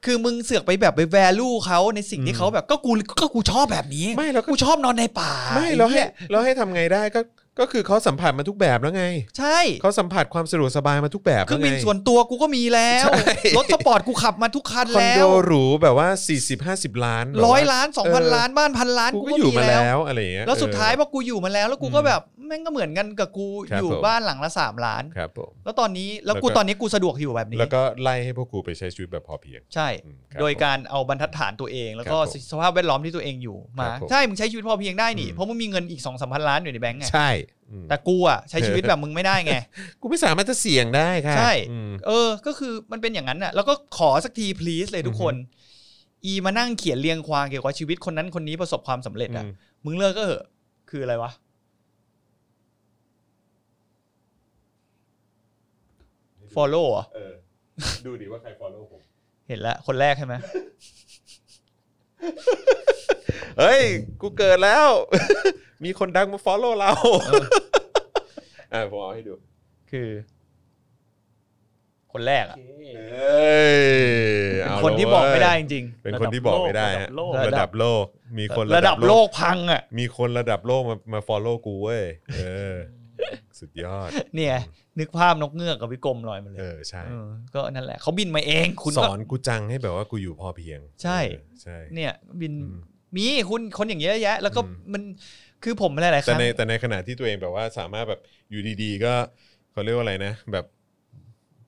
Speaker 2: คือมึงเสือกไปแบบไปแวลูเขาในสิ่ง
Speaker 1: อื
Speaker 2: ที่
Speaker 1: ม
Speaker 2: เขาแบบก็กูก็กูชอบแบบนี้
Speaker 1: ไม่แล้วก็
Speaker 2: กูชอบนอนในป่า
Speaker 1: ไม่แล้วให้
Speaker 2: อ้เย
Speaker 1: แล้วให้ทำไงได้ก็ก็คือเขาสัมผัสมาทุกแบบแล้วไง
Speaker 2: ใช่
Speaker 1: เขาสัมผัสความสะดวกสบายมาทุกแบบ
Speaker 2: เครื่
Speaker 1: แล้ว
Speaker 2: อง
Speaker 1: ไง
Speaker 2: บินส่วนตัวกูก็มีแล้ว
Speaker 1: ใช่
Speaker 2: รถสปอร์ตกูขับมาทุกคัน
Speaker 1: คอน
Speaker 2: แล้
Speaker 1: โด
Speaker 2: ว
Speaker 1: หรูแบบว่า 40 50 ล้านแบบว่
Speaker 2: ร้อยล้านสองพัน
Speaker 1: เ
Speaker 2: ล้านบ้านพันล้าน
Speaker 1: กู
Speaker 2: กู
Speaker 1: ก็
Speaker 2: ก็
Speaker 1: อยู่
Speaker 2: มี
Speaker 1: มา
Speaker 2: แล้ว
Speaker 1: แล้วอะไรอย่างเงี้ย
Speaker 2: แล้วสุดท้าย
Speaker 1: เอ
Speaker 2: พอกูอยู่มาแล้ว แล้วกูก็แบบแม่งก็เหมือนกันกับกู
Speaker 1: ครับ
Speaker 2: อยู่
Speaker 1: ผม
Speaker 2: บ้านหลังละสามล้าน
Speaker 1: อครับผม
Speaker 2: แล้วตอนนี้แล้วกูตอนนี้กูสะดวกอยู่แบบนี้
Speaker 1: แล้วก็ไล่ให้พวกกูไปใช้ชีวิตแบบพอเพียง
Speaker 2: ใช่
Speaker 1: อืมคบ
Speaker 2: โดยการเอาบรรทัดฐานตัวเอง แล้วก็
Speaker 1: ครับผม
Speaker 2: สภาพแวดล้อมที่ตัวเองอยู่มา
Speaker 1: ครับผม
Speaker 2: ใช่ มึงใช้ชีวิตพอเพียงได้นี่
Speaker 1: อืม
Speaker 2: เพราะมึงมีเงินอีกสองสามพันล้านอยู่ในแบงก์ไง
Speaker 1: ใช่อืม
Speaker 2: แต่กูอ่ะใช้ชีวิตแบบมึงไม่ได้
Speaker 1: (laughs)
Speaker 2: ไง
Speaker 1: กูไม่สามารถจะเสี่ยงได้ค่ะ
Speaker 2: ใช่
Speaker 1: อืม
Speaker 2: เออ ก็คือมันเป็นอย่างนั้นน่ะ แล้วก็ขอสักที please เลยทุกคน อีมานั่งเขียนเรียงความเกี่ยวกับชีวิตคนนั้นคนนี้ประสบความสำเร็จอ่ะ
Speaker 1: อืม
Speaker 2: มึงเลิกก็เหอะคืออะไรวะฟอลโล่
Speaker 1: เออดูดิว่าใคร follow ผม
Speaker 2: เห็นแล้วคนแรกใช่ไหม
Speaker 1: เฮ้ย กูเกิดแล้ว (laughs) มีคนดังมา follow
Speaker 2: (laughs)
Speaker 1: เราเอ่าผมเอาให้ดู
Speaker 2: คือ คนแรกอ่ะ
Speaker 1: เอ้ย
Speaker 2: เป็น
Speaker 1: เา
Speaker 2: คนที่
Speaker 1: ละว้ย
Speaker 2: บอกไม่ได้จริง
Speaker 1: เป็นคนที่บอกไม่ได้ฮะ
Speaker 2: ระดับโลก
Speaker 1: ระดับโลก มีคน
Speaker 2: ๆระดับโลกพังอ่ะ
Speaker 1: มีคนระดับโลกมามา follow กูเว้ย เออ (laughs) สุดยอด
Speaker 2: เนี่ย นึกภาพนกเงือกกับวิกรมลอยมาเล
Speaker 1: เอย อ ใช่
Speaker 2: เออก็นั่นแหละเขาบินมาเองคุณ
Speaker 1: ส
Speaker 2: ก็
Speaker 1: อนกูจังให้แบบว่ากูอยู่พอเพียง
Speaker 2: ใช่
Speaker 1: เออใช่
Speaker 2: เนี่ยบิน
Speaker 1: อืม
Speaker 2: มีคุณคนอย่างเงี้ยเยอะแยะ แล้วก็
Speaker 1: อืม
Speaker 2: มันคือผมหลายๆค
Speaker 1: แต่
Speaker 2: รั้ง
Speaker 1: ในแต่ในขณะที่ตัวเองแบบว่าสามารถแบบอยู่ดีๆ ก็เขาเรียกว่าอะไรนะ แบบ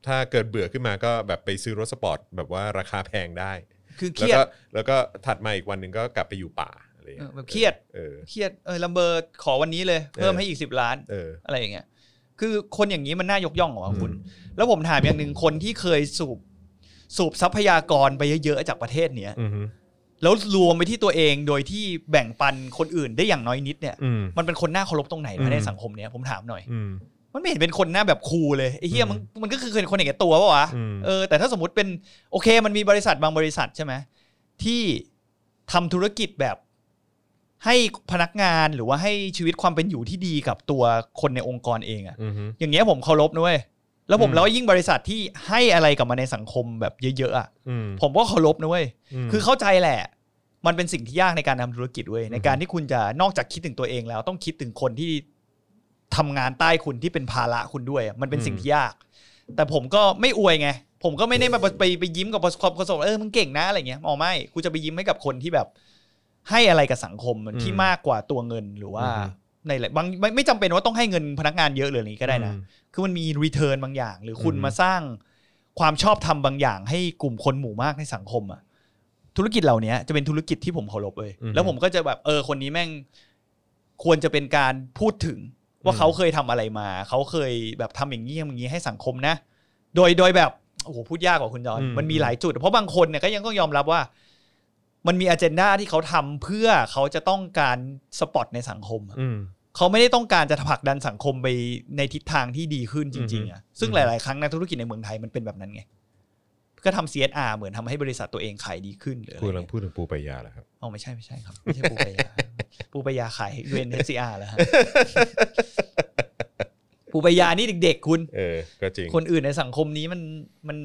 Speaker 1: ถ้าเกิดเบื่อขึ้นมาก็แบบไปซื้อรถสปอร์ต แบบว่าราคาแพงได้
Speaker 2: คือเค
Speaker 1: แล้ว
Speaker 2: รียด
Speaker 1: ก็แล้วก็ถัดมาอีกวันหนึ่งก็กลับไปอยู่ป่าอะไรอย่างเงี้ย
Speaker 2: เออแบบเครียด
Speaker 1: เออ
Speaker 2: เครียดเออลัมเบอร์ขอวันนี้เลย เพิ่มให้อีกสิบล้าน
Speaker 1: เออ
Speaker 2: อะไรอย่างเงี้ย คือคนอย่างนี้มันน่ายกย่องเหรอวะ
Speaker 1: อืม
Speaker 2: คุณ แล้วผมถามอย่างหนึ่งคนที่เคยสูบสูบทรัพยากรไปเยอะๆจากประเทศเนี้ย
Speaker 1: อือฮึ
Speaker 2: แล้วรวมไปที่ตัวเองโดยที่แบ่งปันคนอื่นได้อย่างน้อยนิดเนี่ย
Speaker 1: อืม
Speaker 2: มันเป็นคนน่าเคารพตรงไหน
Speaker 1: อืม
Speaker 2: วะในสังคมเนี้ยผมถามหน่อย
Speaker 1: อืม
Speaker 2: มันไม่เห็นเป็นคนหน้าแบบคูลเลยไอ้เหี้ย
Speaker 1: อืม
Speaker 2: มันมันก็คือเป็นคนอย่างเงี้ยตัวปะวะ
Speaker 1: อืม
Speaker 2: เออแต่ถ้าสมมติเป็นโอเค มันมีบริษัทบางบริษัทใช่ไหมที่ทำธุรกิจแบบให้พนักงานหรือว่าให้ชีวิตความเป็นอยู่ที่ดีกับตัวคนในองค์กรเองอะ
Speaker 1: อือฮึ
Speaker 2: อย่างเงี้ยผมเคารพนะเว้ยแล้วผม
Speaker 1: อืม
Speaker 2: แล้วยิ่งบริษัทที่ให้อะไรกับมาในสังคมแบบเยอะๆอะ
Speaker 1: อืม
Speaker 2: ผมก็เคารพนะเว้ย
Speaker 1: ม
Speaker 2: คือเข้าใจแหละ มันเป็นสิ่งที่ยากในการทำธุรกิจเว้ย
Speaker 1: อืม
Speaker 2: ในการที่คุณจะนอกจากคิดถึงตัวเองแล้ว ต้องคิดถึงคนที่ทำงานใต้คุณที่เป็นภาระคุณด้วยอะมันเป็นสิ่งที่ยาก แต่ผมก็ไม่อวยไง ผมก็ไม่ได้มาไปไปไปยิ้มกับความประสบเออมึงเก่งนะอะไรเงี้ยอ๋อไม่กูจะไปยิ้มให้กับคนที่แบบ ให้อะไรกับสังคมที่มากกว่าตัวเงินหรือว่าในหลายบางไม่ไม่จำเป็นว่าต้องให้เงินพนักงานเยอะหรืออะไรนี้ก็ได้นะ
Speaker 1: อืม
Speaker 2: คือมันมีรีเทิร์นบางอย่าง หรือคุณ
Speaker 1: อืม
Speaker 2: มาสร้างความชอบธรรมบางอย่าง ให้กลุ่มคนหมู่มากในสังคมอะธุรกิจเหล่านี้จะเป็นธุรกิจที่ผมเคารพเลยแล้วผมก็จะแบบเออคนนี้แม่ง ควรจะเป็นการพูดถึงว่าเขาเคยทำอะไรมา เขาเคยแบบทำอย่างนี้ทำอย่างนี้ให้สังคมนะ โดยโดยแบบโอ้โหพูดยากกว่าคุณจอน
Speaker 1: อืม
Speaker 2: มันมีหลายจุด เพราะบางคนเนี่ยก็ยังต้องยอมรับว่า มันมีอเจนดาที่เขาทำเพื่อเขาจะต้องการสปอตในสังคมอะ
Speaker 1: อืม
Speaker 2: เขาไม่ได้ต้องการจะผลักดันสังคมไปในทิศทางที่ดีขึ้นจริงๆอ่ะ ซึ่ง
Speaker 1: อื
Speaker 2: ห
Speaker 1: อฮึ
Speaker 2: ลาย ๆ ครั้งนักธุรกิจในเมืองไทยมันเป็นแบบนั้นไง ก็ทำ CSR เหมือนทำให้บริษัทตัวเองขายดีขึ้นหรืออะไร
Speaker 1: กูกำลัง
Speaker 2: เงี้ย
Speaker 1: พูดถึงปูปายาแหละครับ
Speaker 2: อ๋อไม่ใช่ไม่ใช่ครับ ไม่ใช่ปูไปยา ปูปายาขายเวนเอซีอาร์แล้วฮะ ปูปายานี่เด็กๆคุณ
Speaker 1: เออ ก็จริง
Speaker 2: คนอื่นในสังคมนี้มันมัน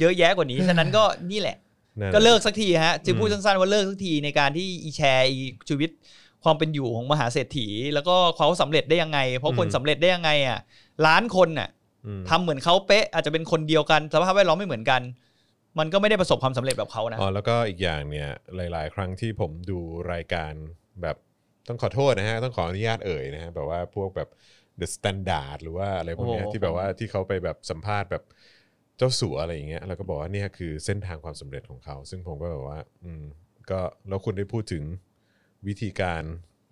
Speaker 2: เยอะแยะกว่านี้ ฉะนั้นก็นี่แหละ
Speaker 1: นั่น
Speaker 2: ก็
Speaker 1: แหะ
Speaker 2: เลิกสักทีฮะจะพูด
Speaker 1: อืม
Speaker 2: สั้นๆว่าเลิกสักทีในการที่อีแชร์อีชีวิตความเป็นอยู่ของมหาเศรษฐี แล้วก็เขาสำเร็จได้ยังไง เพราะคนสำเร็จได้ยังไงอ่ะล้านคนน่ะ
Speaker 1: อืม
Speaker 2: ทำเหมือนเขาเป๊ะอาจจะเป็นคนเดียวกันสภาพแวดล้อมไม่เหมือนกัน มันก็ไม่ได้ประสบความสำเร็จแบบเขานะ
Speaker 1: อ๋อแล้วก็อีกอย่างเนี่ยหลาย ๆ ครั้งที่ผมดูรายการแบบต้องขอโทษนะฮะ ต้องขออนุญาตเอ่ยนะฮะแบบว่าพวกแบบ The Standard หรือว่าอะไรพวกเนี้ย
Speaker 2: โอ้โห
Speaker 1: ที่แบบว่าที่เขาไปแบบสัมภาษณ์แบบเจ้าสัวอะไรอย่างเงี้ยแล้วก็บอกว่าเนี่ยคือเส้นทางความสำเร็จของเขา ซึ่งผมก็แบบว่า อืมก็แล้วคุณได้พูดถึงวิธีการ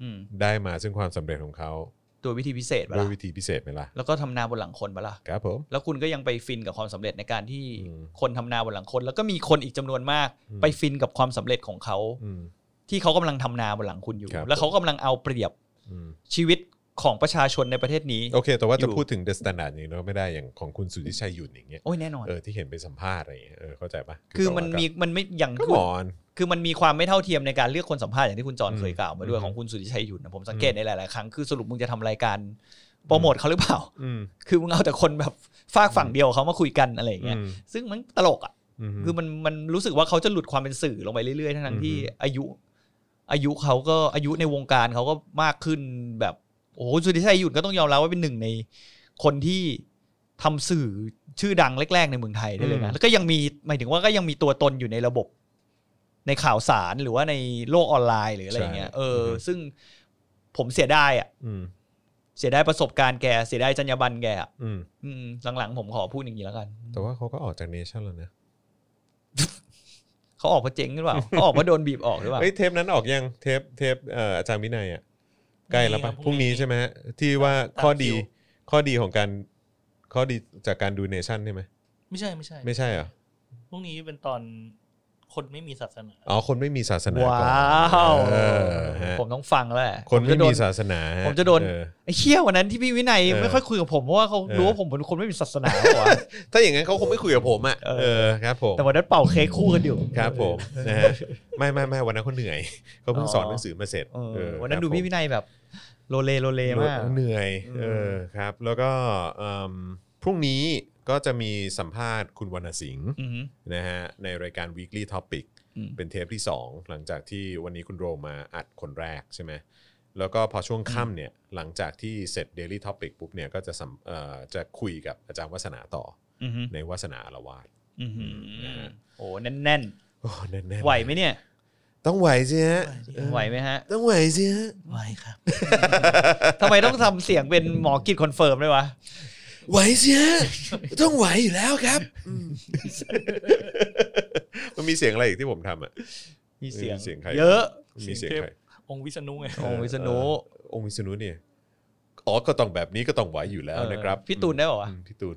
Speaker 2: อืม
Speaker 1: ได้มาซึ่งความสำเร็จของเขา
Speaker 2: ตัววิธีพิเศษปะ
Speaker 1: ด้วย
Speaker 2: ล่ะ
Speaker 1: วิธีพิเศษไหมล่ะ
Speaker 2: แล้วก็ทำนาบนหลังคนปะล่ะ
Speaker 1: ครับผม
Speaker 2: แล้วคุณก็ยังไปฟินกับความสำเร็จในการที่
Speaker 1: อืม
Speaker 2: คนทำนาบนหลังคน แล้วก็มีคนอีกจำนวนมาก
Speaker 1: อืม
Speaker 2: ไปฟินกับความสำเร็จของเขา
Speaker 1: อืม
Speaker 2: ที่เขากำลังทำนาบนหลังคุณอยู่
Speaker 1: ครับ
Speaker 2: แล้วเขากำลังเอาเปรียบ
Speaker 1: อืม
Speaker 2: ชีวิตของประชาชนในประเทศนี้
Speaker 1: โอเค แต่ว่า
Speaker 2: อยู่
Speaker 1: จะพูดถึง The Standard อย่างนี้เนอะไม่ได้อย่างของคุณสุทธิชัยหยุ่นอย่างเงี้ย
Speaker 2: โอ้ยแน่นอน
Speaker 1: เออที่เห็นไปสัมภาษณ์อะไรอย่างเงี้ยเออเข้าใจปะ
Speaker 2: คือมัน
Speaker 1: แต่ว่า
Speaker 2: มีมันไม่อย่าง
Speaker 1: ก็ห
Speaker 2: คุณ
Speaker 1: มอน
Speaker 2: คือมันมีความไม่เท่าเทียมในการเลือกคนสัมภาษณ์อย่างที่คุณจร
Speaker 1: อืม
Speaker 2: เคยกล่าวมาด้วย
Speaker 1: อืม
Speaker 2: ของคุณสุทธิชัยหยุ่นนะผมสังเกต
Speaker 1: อืม
Speaker 2: ในหลาย ๆ ครั้งคือสรุปมึงจะทำรายการโปรโมทเขาหรือเปล่า
Speaker 1: อืม
Speaker 2: คือมึงเอาแต่คนแบบฝากฝั่งเดียวเขามาคุยกันอะไรอย่างเงี้ย
Speaker 1: อืม
Speaker 2: ซึ่งมันตลกอ่ะ
Speaker 1: อืม
Speaker 2: คือมันมันรู้สึกว่าเขาจะหลุดความเป็นสื่อลงไปเรื่อยๆ ทั้งๆที่
Speaker 1: อือฮึ
Speaker 2: อายุ อายุเขาก็อายุในวงการเขาก็มากขึ้นแบบโอ้โหสุดิชัยหยุ่นก็ต้องยอมรับว่าเป็นหนึ่งในคนที่ทำสื่อชื่อดังแรก ๆ ในเมืองไทยได้เลยนะแล้วก็ยังมีหมายถึงว่าก็ยังมีตัวตนอยู่ในระบบ ในข่าวสารหรือว่าในโลกออนไลน์หรืออะไรอย่างเงี้ยเอออซึ่งผมเสียดายอ่ะ
Speaker 1: อืม
Speaker 2: เสียดายประสบการณ์แกเสียดายจรรยาบรรณแกอะ
Speaker 1: อืม
Speaker 2: อืมหลังๆ ผมขอพูดอย่างนี้แล้วกัน
Speaker 1: แต่ว่าเขาก็ออกจากเนชั่นแล้วนะ
Speaker 2: เขาออกเพราะเจ๊งหรือเปล่าเขาออกเพราะโดนบีบออกหรือเปล่า
Speaker 1: เอ้ยเทปนั้นออกยังเทปเทปเอ่ออาจารย์วินัยอ่ะใกล้แล้วปะ
Speaker 3: มีนะ
Speaker 1: พ
Speaker 3: พรุ่
Speaker 1: รุ่ง
Speaker 3: งนี้
Speaker 1: นี้ใช่ไหมฮะที่ว่า
Speaker 3: ตาม
Speaker 1: ข้อดี
Speaker 3: คิว
Speaker 1: ข้อดีของการข้อดีจากการดูเนชั่นใช่ไหม
Speaker 3: ไม่ใช่ไม่ใช่
Speaker 1: ไม่ใช่เหรอ
Speaker 3: พรุ่งนี้เป็นตอนคนไม่มีศาสนา
Speaker 1: อ๋อคนไม่มีศาสนา
Speaker 2: ว้
Speaker 1: ก่อน
Speaker 2: าว
Speaker 1: เออฮะ
Speaker 2: ผมต้องฟังแล้วแหละ
Speaker 1: คน
Speaker 2: ผ
Speaker 1: ไม่
Speaker 2: จะโด
Speaker 1: มีศาสนาฮ
Speaker 2: ผมจะโดน
Speaker 1: เออ
Speaker 2: ไอ้เชี่ยวันนั้นที่พี่วินัย
Speaker 1: เออ
Speaker 2: ไม่ค่อยคุยกับผมเพราะว่าเขา
Speaker 1: เออ
Speaker 2: รู้ว่าผมเป็นคนไม่มีศาสนาเหรอวะ
Speaker 1: ถ้าอย่างนั้นเขาคงไม่คุยกับผมอ่ะ
Speaker 2: เออ
Speaker 1: เออครับผม
Speaker 2: แต่วันนั้นเป่าเค้กคู่กันอยู่
Speaker 1: ครับผมนะฮะไม่ไม่ไม่วันนั้นเขาเหนื่อยเขาเพิ่ง
Speaker 2: อ๋อ
Speaker 1: สอนหนังสือมาเสร็จ
Speaker 2: เออ
Speaker 1: เออ
Speaker 2: วันนั้
Speaker 1: คน รับ
Speaker 2: ดู
Speaker 1: ผ
Speaker 2: พี่
Speaker 1: ม
Speaker 2: วินัยแบบ โลเลโลเลมาก
Speaker 1: เหนื่อยเออ
Speaker 2: ม
Speaker 1: ครับ แล้วก็เอิ่มพรุ่งนี้ก็จะมีสัมภาษณ์คุณวรรณสิงห์
Speaker 2: อืม
Speaker 1: นะฮะในรายการ weekly topic
Speaker 2: อืม
Speaker 1: เป็นเทปที่ 2 หลังจากที่วันนี้คุณโรมมาอัดคนแรกใช่ไหมแล้วก็พอช่วงค่ำเนี่ยหลังจากที่เสร็จ daily topic ปุ๊บเนี่ยก็จะสัมเอ่อจะคุยกับอาจารย์วัสนาต่อ
Speaker 2: อืม
Speaker 1: ในวัสนาอารวาส
Speaker 2: อืม
Speaker 1: นะฮะ
Speaker 2: โอ้แน่น
Speaker 1: โอ้แน่
Speaker 2: ๆ
Speaker 1: ๆ
Speaker 2: ไหวไหมเนี่ย
Speaker 1: ต้องไหวสิฮะ
Speaker 3: ไหวดิ
Speaker 1: เออ
Speaker 2: ไหวไหมฮะ
Speaker 1: ต้องไหวสิฮะ
Speaker 3: ไม่ครับ
Speaker 2: ทำไมต้องทำเสียงเป็นหมอกิจคอนเฟิร์มด้วยวะ
Speaker 1: ไหวสิฮะ ต้องไหวอยู่แล้วครับ (laughs) มันมีเสียงอะไรอีกที่ผมทำอ่ะ
Speaker 2: มีเสียง
Speaker 1: มีเสียงใคร
Speaker 2: เยอะ
Speaker 1: มีเสียงใคร
Speaker 3: องค์วิษณุไง (laughs)
Speaker 2: โอ้วิษณุ
Speaker 1: องค์วิษณุเนี่ยอ๋อก็ต้องแบบนี้ก็ต้องไหวอยู่แล้วนะครับ
Speaker 2: เออพี่ตูนได้ป่าวะ
Speaker 1: อืมพี่ตูน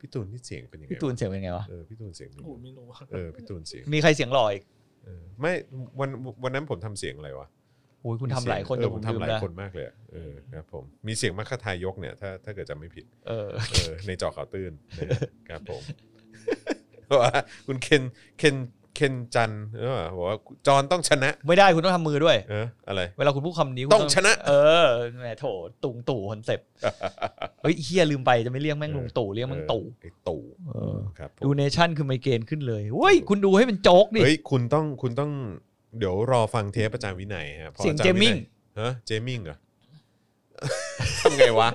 Speaker 1: พี่ตูนนี่เสียงเป็นยังไง
Speaker 2: พี่ตูนเสียงเป็นไงวะ
Speaker 1: เออพี่ตูนเสียงเป็น
Speaker 3: โอ้
Speaker 1: ยังไง
Speaker 3: โหไม่รู้ว่า
Speaker 1: เออพี่ตูนเสียง
Speaker 2: มีใครเสียงหล่ออีก
Speaker 1: เออไม่วันวันนั้นผมทำเสียงอะไรวะ
Speaker 2: โอ้ยคุณทำหลายคน
Speaker 1: เอ
Speaker 2: จ
Speaker 1: อน ผ
Speaker 2: ผม ม
Speaker 1: ทำ
Speaker 2: ลืม
Speaker 1: หลาย
Speaker 2: แล้ว
Speaker 1: คนมากเลยอะเออครับผมมีเสียงมัคคทายกเนี่ยถ้าถ้าเกิดจำไม่ผิด
Speaker 2: เออ
Speaker 1: เออในจอข่าวตื้นนะครับผม (laughs) บอกว่าคุณเคนเคนเคนจันทร์เออบอกว่าจอนต้องชนะ
Speaker 2: ไม่ได้คุณต้องทำมือด้วย
Speaker 1: เอออะไร
Speaker 2: เวลาคุณพูดคำนี้คุณ
Speaker 1: ต้องชนะ
Speaker 2: เออแหมโถตุงตู่คอนเซ็ปต์
Speaker 1: (laughs)
Speaker 2: เฮ้ยเฮียลืมไปจะไม่เรียกแม่งลุงตู่เรียกแม่งตู่
Speaker 1: ไอ้ตู่
Speaker 2: เออ
Speaker 1: ครับผม
Speaker 2: ดูเนชั่นคือไมเกรนขึ้นเลยเว้ยคุณดูให้เป็นโจ๊กดิ
Speaker 1: เฮ้ยคุณต้องคุณต้องเดี๋ยวรอฟังเทปอาจารย์วินัยฮะพอ
Speaker 2: เสียง
Speaker 1: อาจาร
Speaker 2: เจมิ่
Speaker 1: วิ
Speaker 2: ง
Speaker 1: นัยฮะเจมิงเหรอ (laughs) ทำไงวะ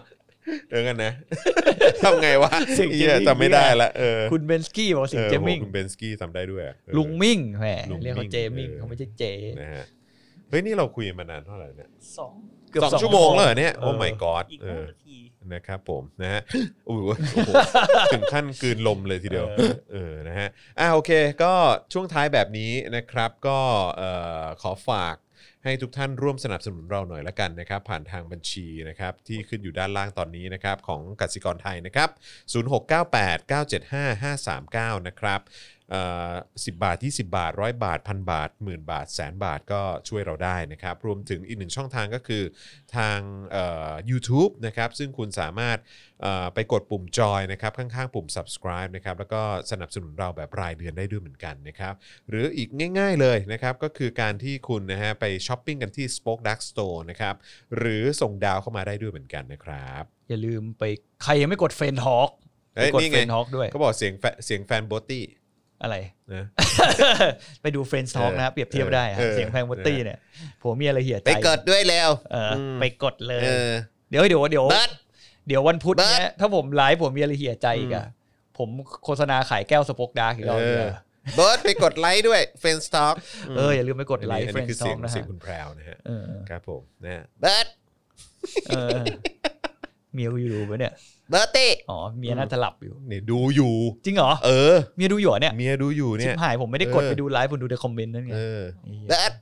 Speaker 1: เดี๋ยวกันนะ (laughs) ทำไไงวะ
Speaker 2: เสียงเจมิ่ง
Speaker 1: หี้จำไม่ได้ละเออ
Speaker 2: คุณเบนสกี้บอกว่าเสียงเจ
Speaker 1: ออโห
Speaker 2: มิ่ง
Speaker 1: คุณเบนสกี้ทำได้ด้วยอะเออ
Speaker 2: ลุงมิ่งแหม
Speaker 1: ลุงมิ่ง
Speaker 2: เรียกเขาเจมิ่ง
Speaker 1: เออ
Speaker 2: เขาไม่ใช่เจ
Speaker 1: นะฮะเฮ้ยนี่เราคุยมานานเท่าไหร่เนี่ย
Speaker 3: สอง
Speaker 2: เกือบ
Speaker 1: สอง
Speaker 2: สอง
Speaker 1: ชั่วโมงแล้วเหรอเนี่ยโอ้
Speaker 2: เออ
Speaker 1: my god
Speaker 3: อีก
Speaker 1: เอ
Speaker 3: ห้า
Speaker 1: อ
Speaker 3: นาที
Speaker 1: นะครับผมนะฮะโอ้โหโอ้โหถึงขั้นกลืนลมเลยทีเดียว
Speaker 2: เออ
Speaker 1: เออนะฮะอ่ะโอเค ก็ช่วงท้ายแบบนี้นะครับก็เอ่อขอฝากให้ทุกท่านร่วมสนับสนุนเราหน่อยละกันนะครับ ผ่านทางบัญชีนะครับ ที่ขึ้นอยู่ด้านล่างตอนนี้นะครับ ของกสิกรไทยนะครับ 0698 975 539 นะครับ สิบบาท 20 บาทร้อยบาทพันบาทหมื่นบาทแสนบาทก็ช่วยเราได้นะครับ รวมถึงอีกหนึ่งช่องทางก็คือทางยูทูบนะครับซึ่งคุณสามารถเอ่อไปกดปุ่มจอยนะครับข้างๆ ปุ่ม subscribe นะครับแล้วก็สนับสนุนเราแบบรายเดือนได้ด้วยเหมือนกันนะครับ หรืออีกง่ายๆเลยนะครับก็คือการที่คุณนะฮะไปช้อปปิ้งกันที่ Spoke Dark Store นะครับหรือส่งดาวเข้ามาได้ด้วยเหมือนกันนะครับ
Speaker 2: อย่าลืมไปใครยังไม่กดเฟนทอก
Speaker 1: เอ้ย
Speaker 2: กด
Speaker 1: นี่
Speaker 2: เฟ
Speaker 1: ไง
Speaker 2: นทอกด้วย
Speaker 1: เขาบอกเสียงแฟนเสียงแฟนโบอตตี้
Speaker 2: อะไร (laughs)
Speaker 1: นะ
Speaker 2: ไปดูเฟนทอกนะครับเปรียบเทียบได้ฮะ
Speaker 1: เออ
Speaker 2: เสียงแพงวัตตี้เนี่ยผมมีอะไรเหี่ยใจ
Speaker 1: ไปกดด้วยแล้ว
Speaker 2: เอออ
Speaker 1: ม
Speaker 2: ไปกดเลย
Speaker 1: เออ
Speaker 2: เดี๋ยวเดี๋ยวเดี๋ยว
Speaker 1: เบิร์ด
Speaker 2: เดี๋ยววันพุธ
Speaker 1: เบิร์ด
Speaker 2: เนี้ยถ้าผมไลฟ์ผมมีอะไรเหี่ยใจอีกอะผมโฆษณาขายแก้วสปอกดาร์กอีกรอบ
Speaker 1: เออ
Speaker 2: เดียว
Speaker 1: เบิร์ดไปกดไลค์ด้วยเฟนสต็อก
Speaker 2: เอออย่าลืมไปกดไลฟ์
Speaker 1: อัน
Speaker 2: เฟร
Speaker 1: นี้
Speaker 2: น
Speaker 1: คือ
Speaker 2: ด์ทอ
Speaker 1: เสีย
Speaker 2: ง
Speaker 1: ง
Speaker 2: นะ
Speaker 1: เสีย
Speaker 2: ฮะ
Speaker 1: งคุณแพรวนะฮะ
Speaker 2: เออ
Speaker 1: ครับผมนะฮะเบิร์ด
Speaker 2: เออเมียกูอยู่ไหมเนี่ย
Speaker 1: เบิร์ดตี้
Speaker 2: อ๋อเมียน่าจะหลับอยู่
Speaker 1: นี่ดูอยู่
Speaker 2: จริงเหรอ
Speaker 1: เออ
Speaker 2: เมียดูอยู่เหรอเนี่ย
Speaker 1: เมียดูอยู่
Speaker 2: ชิ
Speaker 1: เนี่ย
Speaker 2: บหายผมไม่ได้กด
Speaker 1: เออ
Speaker 2: ไปดูไลฟ์ผมดูแต่คอมเมนต์นั่นไง
Speaker 1: เออ
Speaker 2: เหี้ย
Speaker 1: เบิร์ด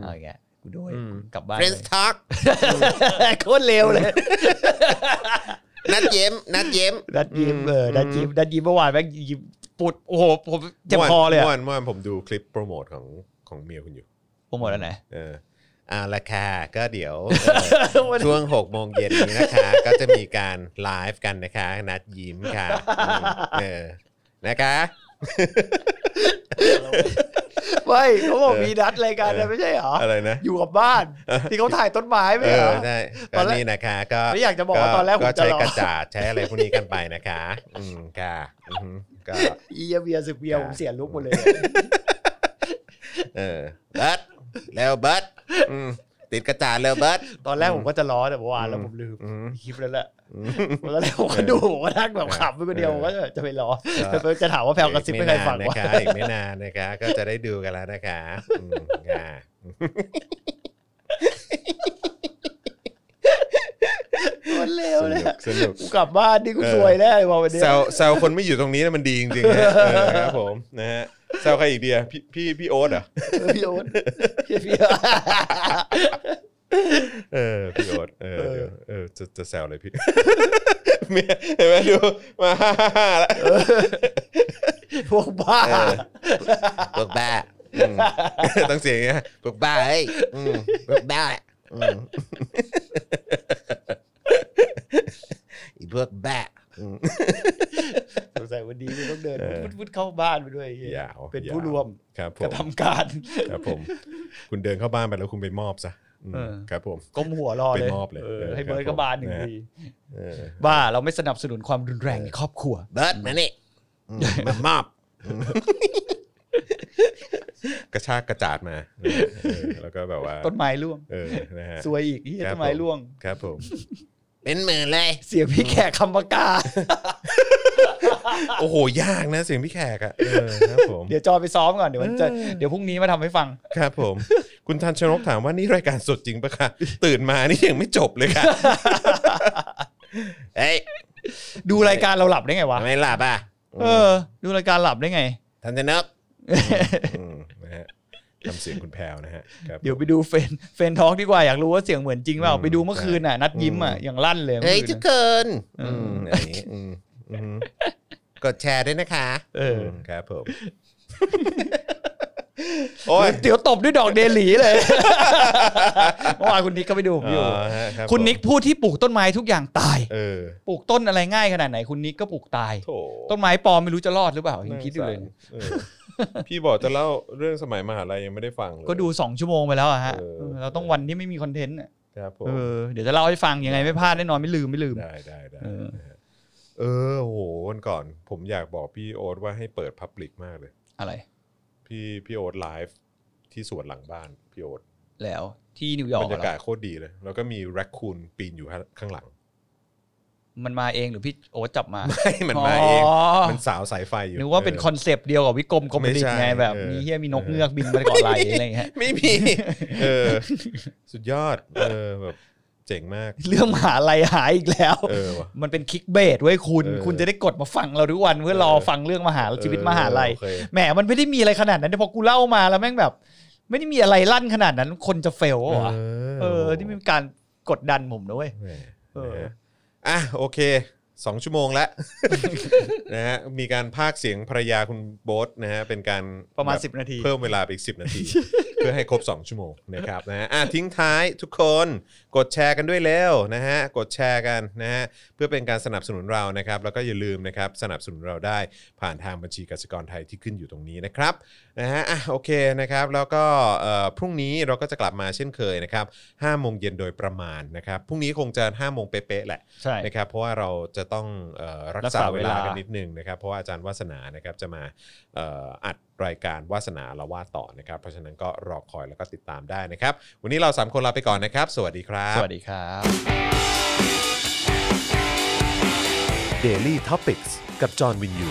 Speaker 2: เอาอีกแกกูด้วย
Speaker 1: อืม
Speaker 2: กลับบ้าน
Speaker 1: เฟร
Speaker 2: เล
Speaker 1: น
Speaker 2: ย
Speaker 1: ส์ทอ l k
Speaker 2: (laughs) โคตรเร็วเลย
Speaker 1: นัดเย้มนัดเย้ม
Speaker 2: ดัดยิ้มเออ
Speaker 1: อืม
Speaker 2: ดัดยิ้มดัดยิ้มเมื่อวานแม่งยิ้มปุดโอ้โหผมเจ็บคอเลย
Speaker 1: เมื่อ
Speaker 2: อะ
Speaker 1: วานเมื่อวานผมดูคลิปโปรโมทของของเมียคุณอยู่
Speaker 2: ผมหมดแล้วไหน
Speaker 1: เออเอาละค่ะก็เดี๋ยว
Speaker 2: (laughs)
Speaker 1: เอ่อ ช่วง6โมงเย็นนี้นะคะ ก็จะมีการไลฟ์กันนะคะ นัดยิ้ม
Speaker 2: (laughs)
Speaker 1: ค่ะอืมเออนะคะ
Speaker 2: ไม่เขาบอก
Speaker 1: เออ
Speaker 2: มีนัดรายการ
Speaker 1: เออ
Speaker 2: นะไม่ใช่เหรอ
Speaker 1: อะไรนะ
Speaker 2: อยู่กับบ้าน
Speaker 1: เออ
Speaker 2: ที่เขาถ่ายต้นไม้ไม่
Speaker 1: เอ
Speaker 2: ใช่เหร
Speaker 1: อ
Speaker 2: อ
Speaker 1: ใช่
Speaker 2: ต
Speaker 1: ก็
Speaker 2: อนแรก
Speaker 1: นี่นะคะก็
Speaker 2: ไม่อยากจะบอกว่าตอนแรกผม
Speaker 1: ก็ใช้
Speaker 2: จะรอ
Speaker 1: กระจาดใช้อะไรพวกนี้กันไปนะคะ อืมค่ะอือหือก็
Speaker 2: อีเยี่ยเบียร์สึกเบียร์ผมเสียลุกหมดเลย
Speaker 1: เออเบิร์ดแล้วเบิร์ดอืมติดกระจาดแล้วเบิร์ด
Speaker 2: ตอนแรกผมก็จะล้อแต่เมื่อวานแล้ว
Speaker 1: อืม
Speaker 2: ผมลืม
Speaker 1: อืม
Speaker 2: คลิปแล้วแหละตอนแรกผมก็ดูผมก็นั่งแบบขำไปคนเดียวผมก็จะไปล้อ
Speaker 1: เอ
Speaker 2: แต่
Speaker 1: อ
Speaker 2: จะถามว่าแพลวกระซิบไม่ใครฟัง
Speaker 1: อีก
Speaker 2: วะ
Speaker 1: ไม่นานนะคะอีกไม่นานนะคะก็จะได้ดูกันแล้วนะคะอืมค่ะ
Speaker 2: โคตรเร็ว
Speaker 1: ส
Speaker 2: เลย
Speaker 1: นุกสนุก
Speaker 2: กูกลับบ้านนี่กู
Speaker 1: เออ
Speaker 2: ซวยแน่เลยวันนี้
Speaker 1: แซวแซวคนไม่อยู่ตรงนี้นะมันดีจริงๆนะเออครับผมนะฮะแซวใครอีกดีอะพี่พี่พี่โอ๊ตเหรอ
Speaker 2: พี่โอ๊ตพี่โอ๊ต
Speaker 1: เออพี่โอ๊ตเออ
Speaker 2: เออ
Speaker 1: เดี๋ยวเออจะจะแซวอะไรพี่ (laughs) เมียเห็นไหมดูมา (laughs) ฮ่าฮ่าฮ่าแล้ว
Speaker 2: พวกบ้า
Speaker 1: พวกบ้าอืมต้องเสียงอย่างเงี้ยพวกบ้าเฮ้ยอืมพวกบ้าอืมอีพวกบ้าอืม
Speaker 2: สงสัยวันนี้นี่ต้องเดิน
Speaker 1: เออ
Speaker 2: วุดวุดเข้าบ้านไปด้วยไอ้เหี้ย
Speaker 1: ยาว
Speaker 2: เป็น
Speaker 1: ยาว
Speaker 2: ผู้รวม
Speaker 1: ครับผ
Speaker 2: กระ
Speaker 1: ม
Speaker 2: ทำการ
Speaker 1: ครับผม คุณเดินเข้าบ้านไปแล้วคุณไปมอบซะอืม
Speaker 2: เออ
Speaker 1: ครับผม
Speaker 2: ก้มหัวรอเลย
Speaker 1: ไปมอบเลย
Speaker 2: เออ
Speaker 1: เออ
Speaker 2: ให้เบิร์
Speaker 1: ค
Speaker 2: ด
Speaker 1: รั
Speaker 2: ก็
Speaker 1: บผม
Speaker 2: บานหนึ่ง
Speaker 1: นะฮะ
Speaker 2: ที
Speaker 1: เออ
Speaker 2: บ้าเราไม่สนับสนุนความรุนแรงในครอบครัว
Speaker 1: เบิร์ดมานี่อืมมามอบกระชากกระจาดมาเออเออแล้วก็แบบว่า
Speaker 2: ต้นไม้ร่วง
Speaker 1: เออนะฮะ
Speaker 2: สวยอีกเหี้ย
Speaker 1: ครับ
Speaker 2: ต้นไม้ร่วง
Speaker 1: ครับผม เป็นหมื่นเลย
Speaker 2: เสียงพี่แขกคำปากา
Speaker 1: โอ้โห ยากนะเสียงพี่แขกอ่ะเออครับผม
Speaker 2: เดี๋ยวจอยไปซ้อมก่อนเดี๋ยวมันจะ
Speaker 1: เออ
Speaker 2: เดี๋ยวพรุ่งนี้มาทำให้ฟัง
Speaker 1: ครับผม คุณทันชนกถามว่านี่รายการสดจริงปะคะตื่นมานี่ยังไม่จบเลยค่ะ (laughs) เฮ้ย
Speaker 2: ดูรายการเราหลับได้ไงวะ
Speaker 1: ทำไมหลับอ่ะ
Speaker 2: เออ ดูรายการหลับได้ไง
Speaker 1: ทันชนกอืมนะฮะทำเสียงคุณแพรวนะฮะครับ
Speaker 2: เดี๋ยวไปดูเฟนเฟนทอกดีกว่าอยากรู้ว่าเสียงเหมือนจริงเปล่า
Speaker 1: อืม
Speaker 2: ไปดูเมื่อคืนน่ะนัดยิ้มอ่ะ
Speaker 1: อืม
Speaker 2: อย่างลั่นเลย
Speaker 1: เฮ้ย
Speaker 2: มื่อ
Speaker 1: ทุ
Speaker 2: คื
Speaker 1: ก
Speaker 2: น
Speaker 1: คน
Speaker 2: อื
Speaker 1: อื
Speaker 2: ม
Speaker 1: มอะไรอย่างงี้อืมอืมกดแชร์ด้วยนะคะ
Speaker 2: เอออื
Speaker 1: มครับผม โอ้ย
Speaker 2: เดี๋ยวตบด้วยดอกเดหลีเลย
Speaker 1: (laughs)
Speaker 2: เมื่อวานคุณนิกก็ไปดูผมอยู่
Speaker 1: อ๋อฮะรับ
Speaker 2: คุณ
Speaker 1: ผม
Speaker 2: นิกพูดที่ปลูกต้นไม้ทุกอย่างตาย
Speaker 1: เออ
Speaker 2: ปลูกต้นอะไรง่ายขนาดไหนคุณนิกก็ปลูกตาย
Speaker 1: โถ
Speaker 2: ต้นไม้ปลอมไม่รู้จะรอดหรือเปล่ายังคิดอยู่เลย
Speaker 1: ออพี่บอกจะเล่าเรื่องสมัยมหาลัยยังไม่ได้ฟังเลย
Speaker 2: ก็ดูสองชั่วโมงไปแล้วอะฮะ
Speaker 1: เออ
Speaker 2: เออเราต้องวันที่ไม่มีคอนเทนต์อะ
Speaker 1: ครับผม
Speaker 2: เออเดี๋ยวจะเล่าให้ฟังยังไงไม่พลาดแน่นอนไม่ลืมไม่ลืม
Speaker 1: ได้ได้ได้
Speaker 2: เออ
Speaker 1: นะฮะเออโหวันก่อน ผมอยากบอกพี่โอ๊ตว่าให้เปิดพับลิกมากเลย
Speaker 2: อะไร
Speaker 1: พี่พี่โอ๊ตไลฟ์ที่สวนหลังบ้านพี่โอ๊ต
Speaker 2: แล้วที่นิวยอร์
Speaker 1: บ
Speaker 2: ก
Speaker 1: รรยา
Speaker 2: เหร
Speaker 1: กา
Speaker 2: อ
Speaker 1: ศโคตรดีเลย แล้วก็มีแรคคูนปีนอยู่ข้างหลัง
Speaker 2: มันมาเองหรือพี่โอ๊ตจับมา
Speaker 1: ไม่ มันมาเอง
Speaker 2: อ๋อ
Speaker 1: มันสาวสายไฟอยู่
Speaker 2: นึกว่าเป็น
Speaker 1: ออ
Speaker 2: คอนเซปต์เดียวกับวิกรมกรมดิษฐ์
Speaker 1: ไม่ใช่
Speaker 2: ไงแบบ
Speaker 1: เออ
Speaker 2: มีเฮียมีนกเงือกบินมาเกาะไหลอะไรอย่างเงี้ย
Speaker 1: ไม่มี เออ สุดยอด เออแบบเจ๋งมาก
Speaker 2: (laughs) เรื่องมหาลัยหายอีกแล้ว
Speaker 1: เออว่ะ
Speaker 2: มันเป็นคลิกเบสไว้ยคุณ
Speaker 1: เออ
Speaker 2: คุณจะได้กดมาฟังเราทุกวันเพื่อรอ
Speaker 1: เออ
Speaker 2: ฟังเรื่องมหาชีวิตมหาลัย
Speaker 1: เออโอเค
Speaker 2: แหมมันไม่ได้มีอะไรขนาดนั้นแต่พอกูเล่ามาแล้วแม่งแบบ ไม่ได้มีอะไรลั่นขนาดนั้น คนจะเฟลวะเออ นี่มันการกดดันผมนะเว้ย
Speaker 1: แหม
Speaker 2: เออ
Speaker 1: นะฮะอ่ะโอเค (laughs) สองชั่วโมงแล้ว นะฮะมีการพากย์เสียงภรรยาคุณโบ๊ทนะฮะเป็นการ
Speaker 2: ประมาณ
Speaker 1: แบบ
Speaker 2: 10 นาที
Speaker 1: เพิ่มเวลาไปอีก 10 นาที เพื่อให้ครบ 2 ชั่วโมงนะครับนะฮะอ่ะทิ้งท้ายทุกคนกดแชร์กันด้วยเร็วนะฮะกดแชร์กันนะฮะเพื่อเป็นการสนับสนุนเรานะครับ แล้วก็อย่าลืมนะครับสนับสนุนเราได้ผ่านทางบัญชีกสิกรไทยที่ขึ้นอยู่ตรงนี้นะครับนะฮะอ่ะโอเคนะครับแล้วก็เอ่อพรุ่งนี้เราก็จะกลับมาเช่นเคยนะครับ5โมงเย็นโดยประมาณนะครับพรุ่งนี้คงจะ5โมงเป๊ะๆแหละ
Speaker 2: ใช่
Speaker 1: นะครับเพราะว่าเราจะต้องเอ่อรัก
Speaker 2: รัก
Speaker 1: ษา
Speaker 2: ษา
Speaker 1: เว
Speaker 2: เว
Speaker 1: ลา
Speaker 2: ลา
Speaker 1: กันนิดนึงนะครับ เพราะว่าอาจารย์วาสนานะครับจะมาเอ่ออัดรายการวาสนาละวาดต่อนะครับ เพราะฉะนั้นก็รอคอยแล้วก็ติดตามได้นะครับ วันนี้เราสามคนลาไปก่อนนะครับ สวัสดีครับ
Speaker 2: สวัสดีครับ
Speaker 1: Daily t o p i c กับจอห์นวินยู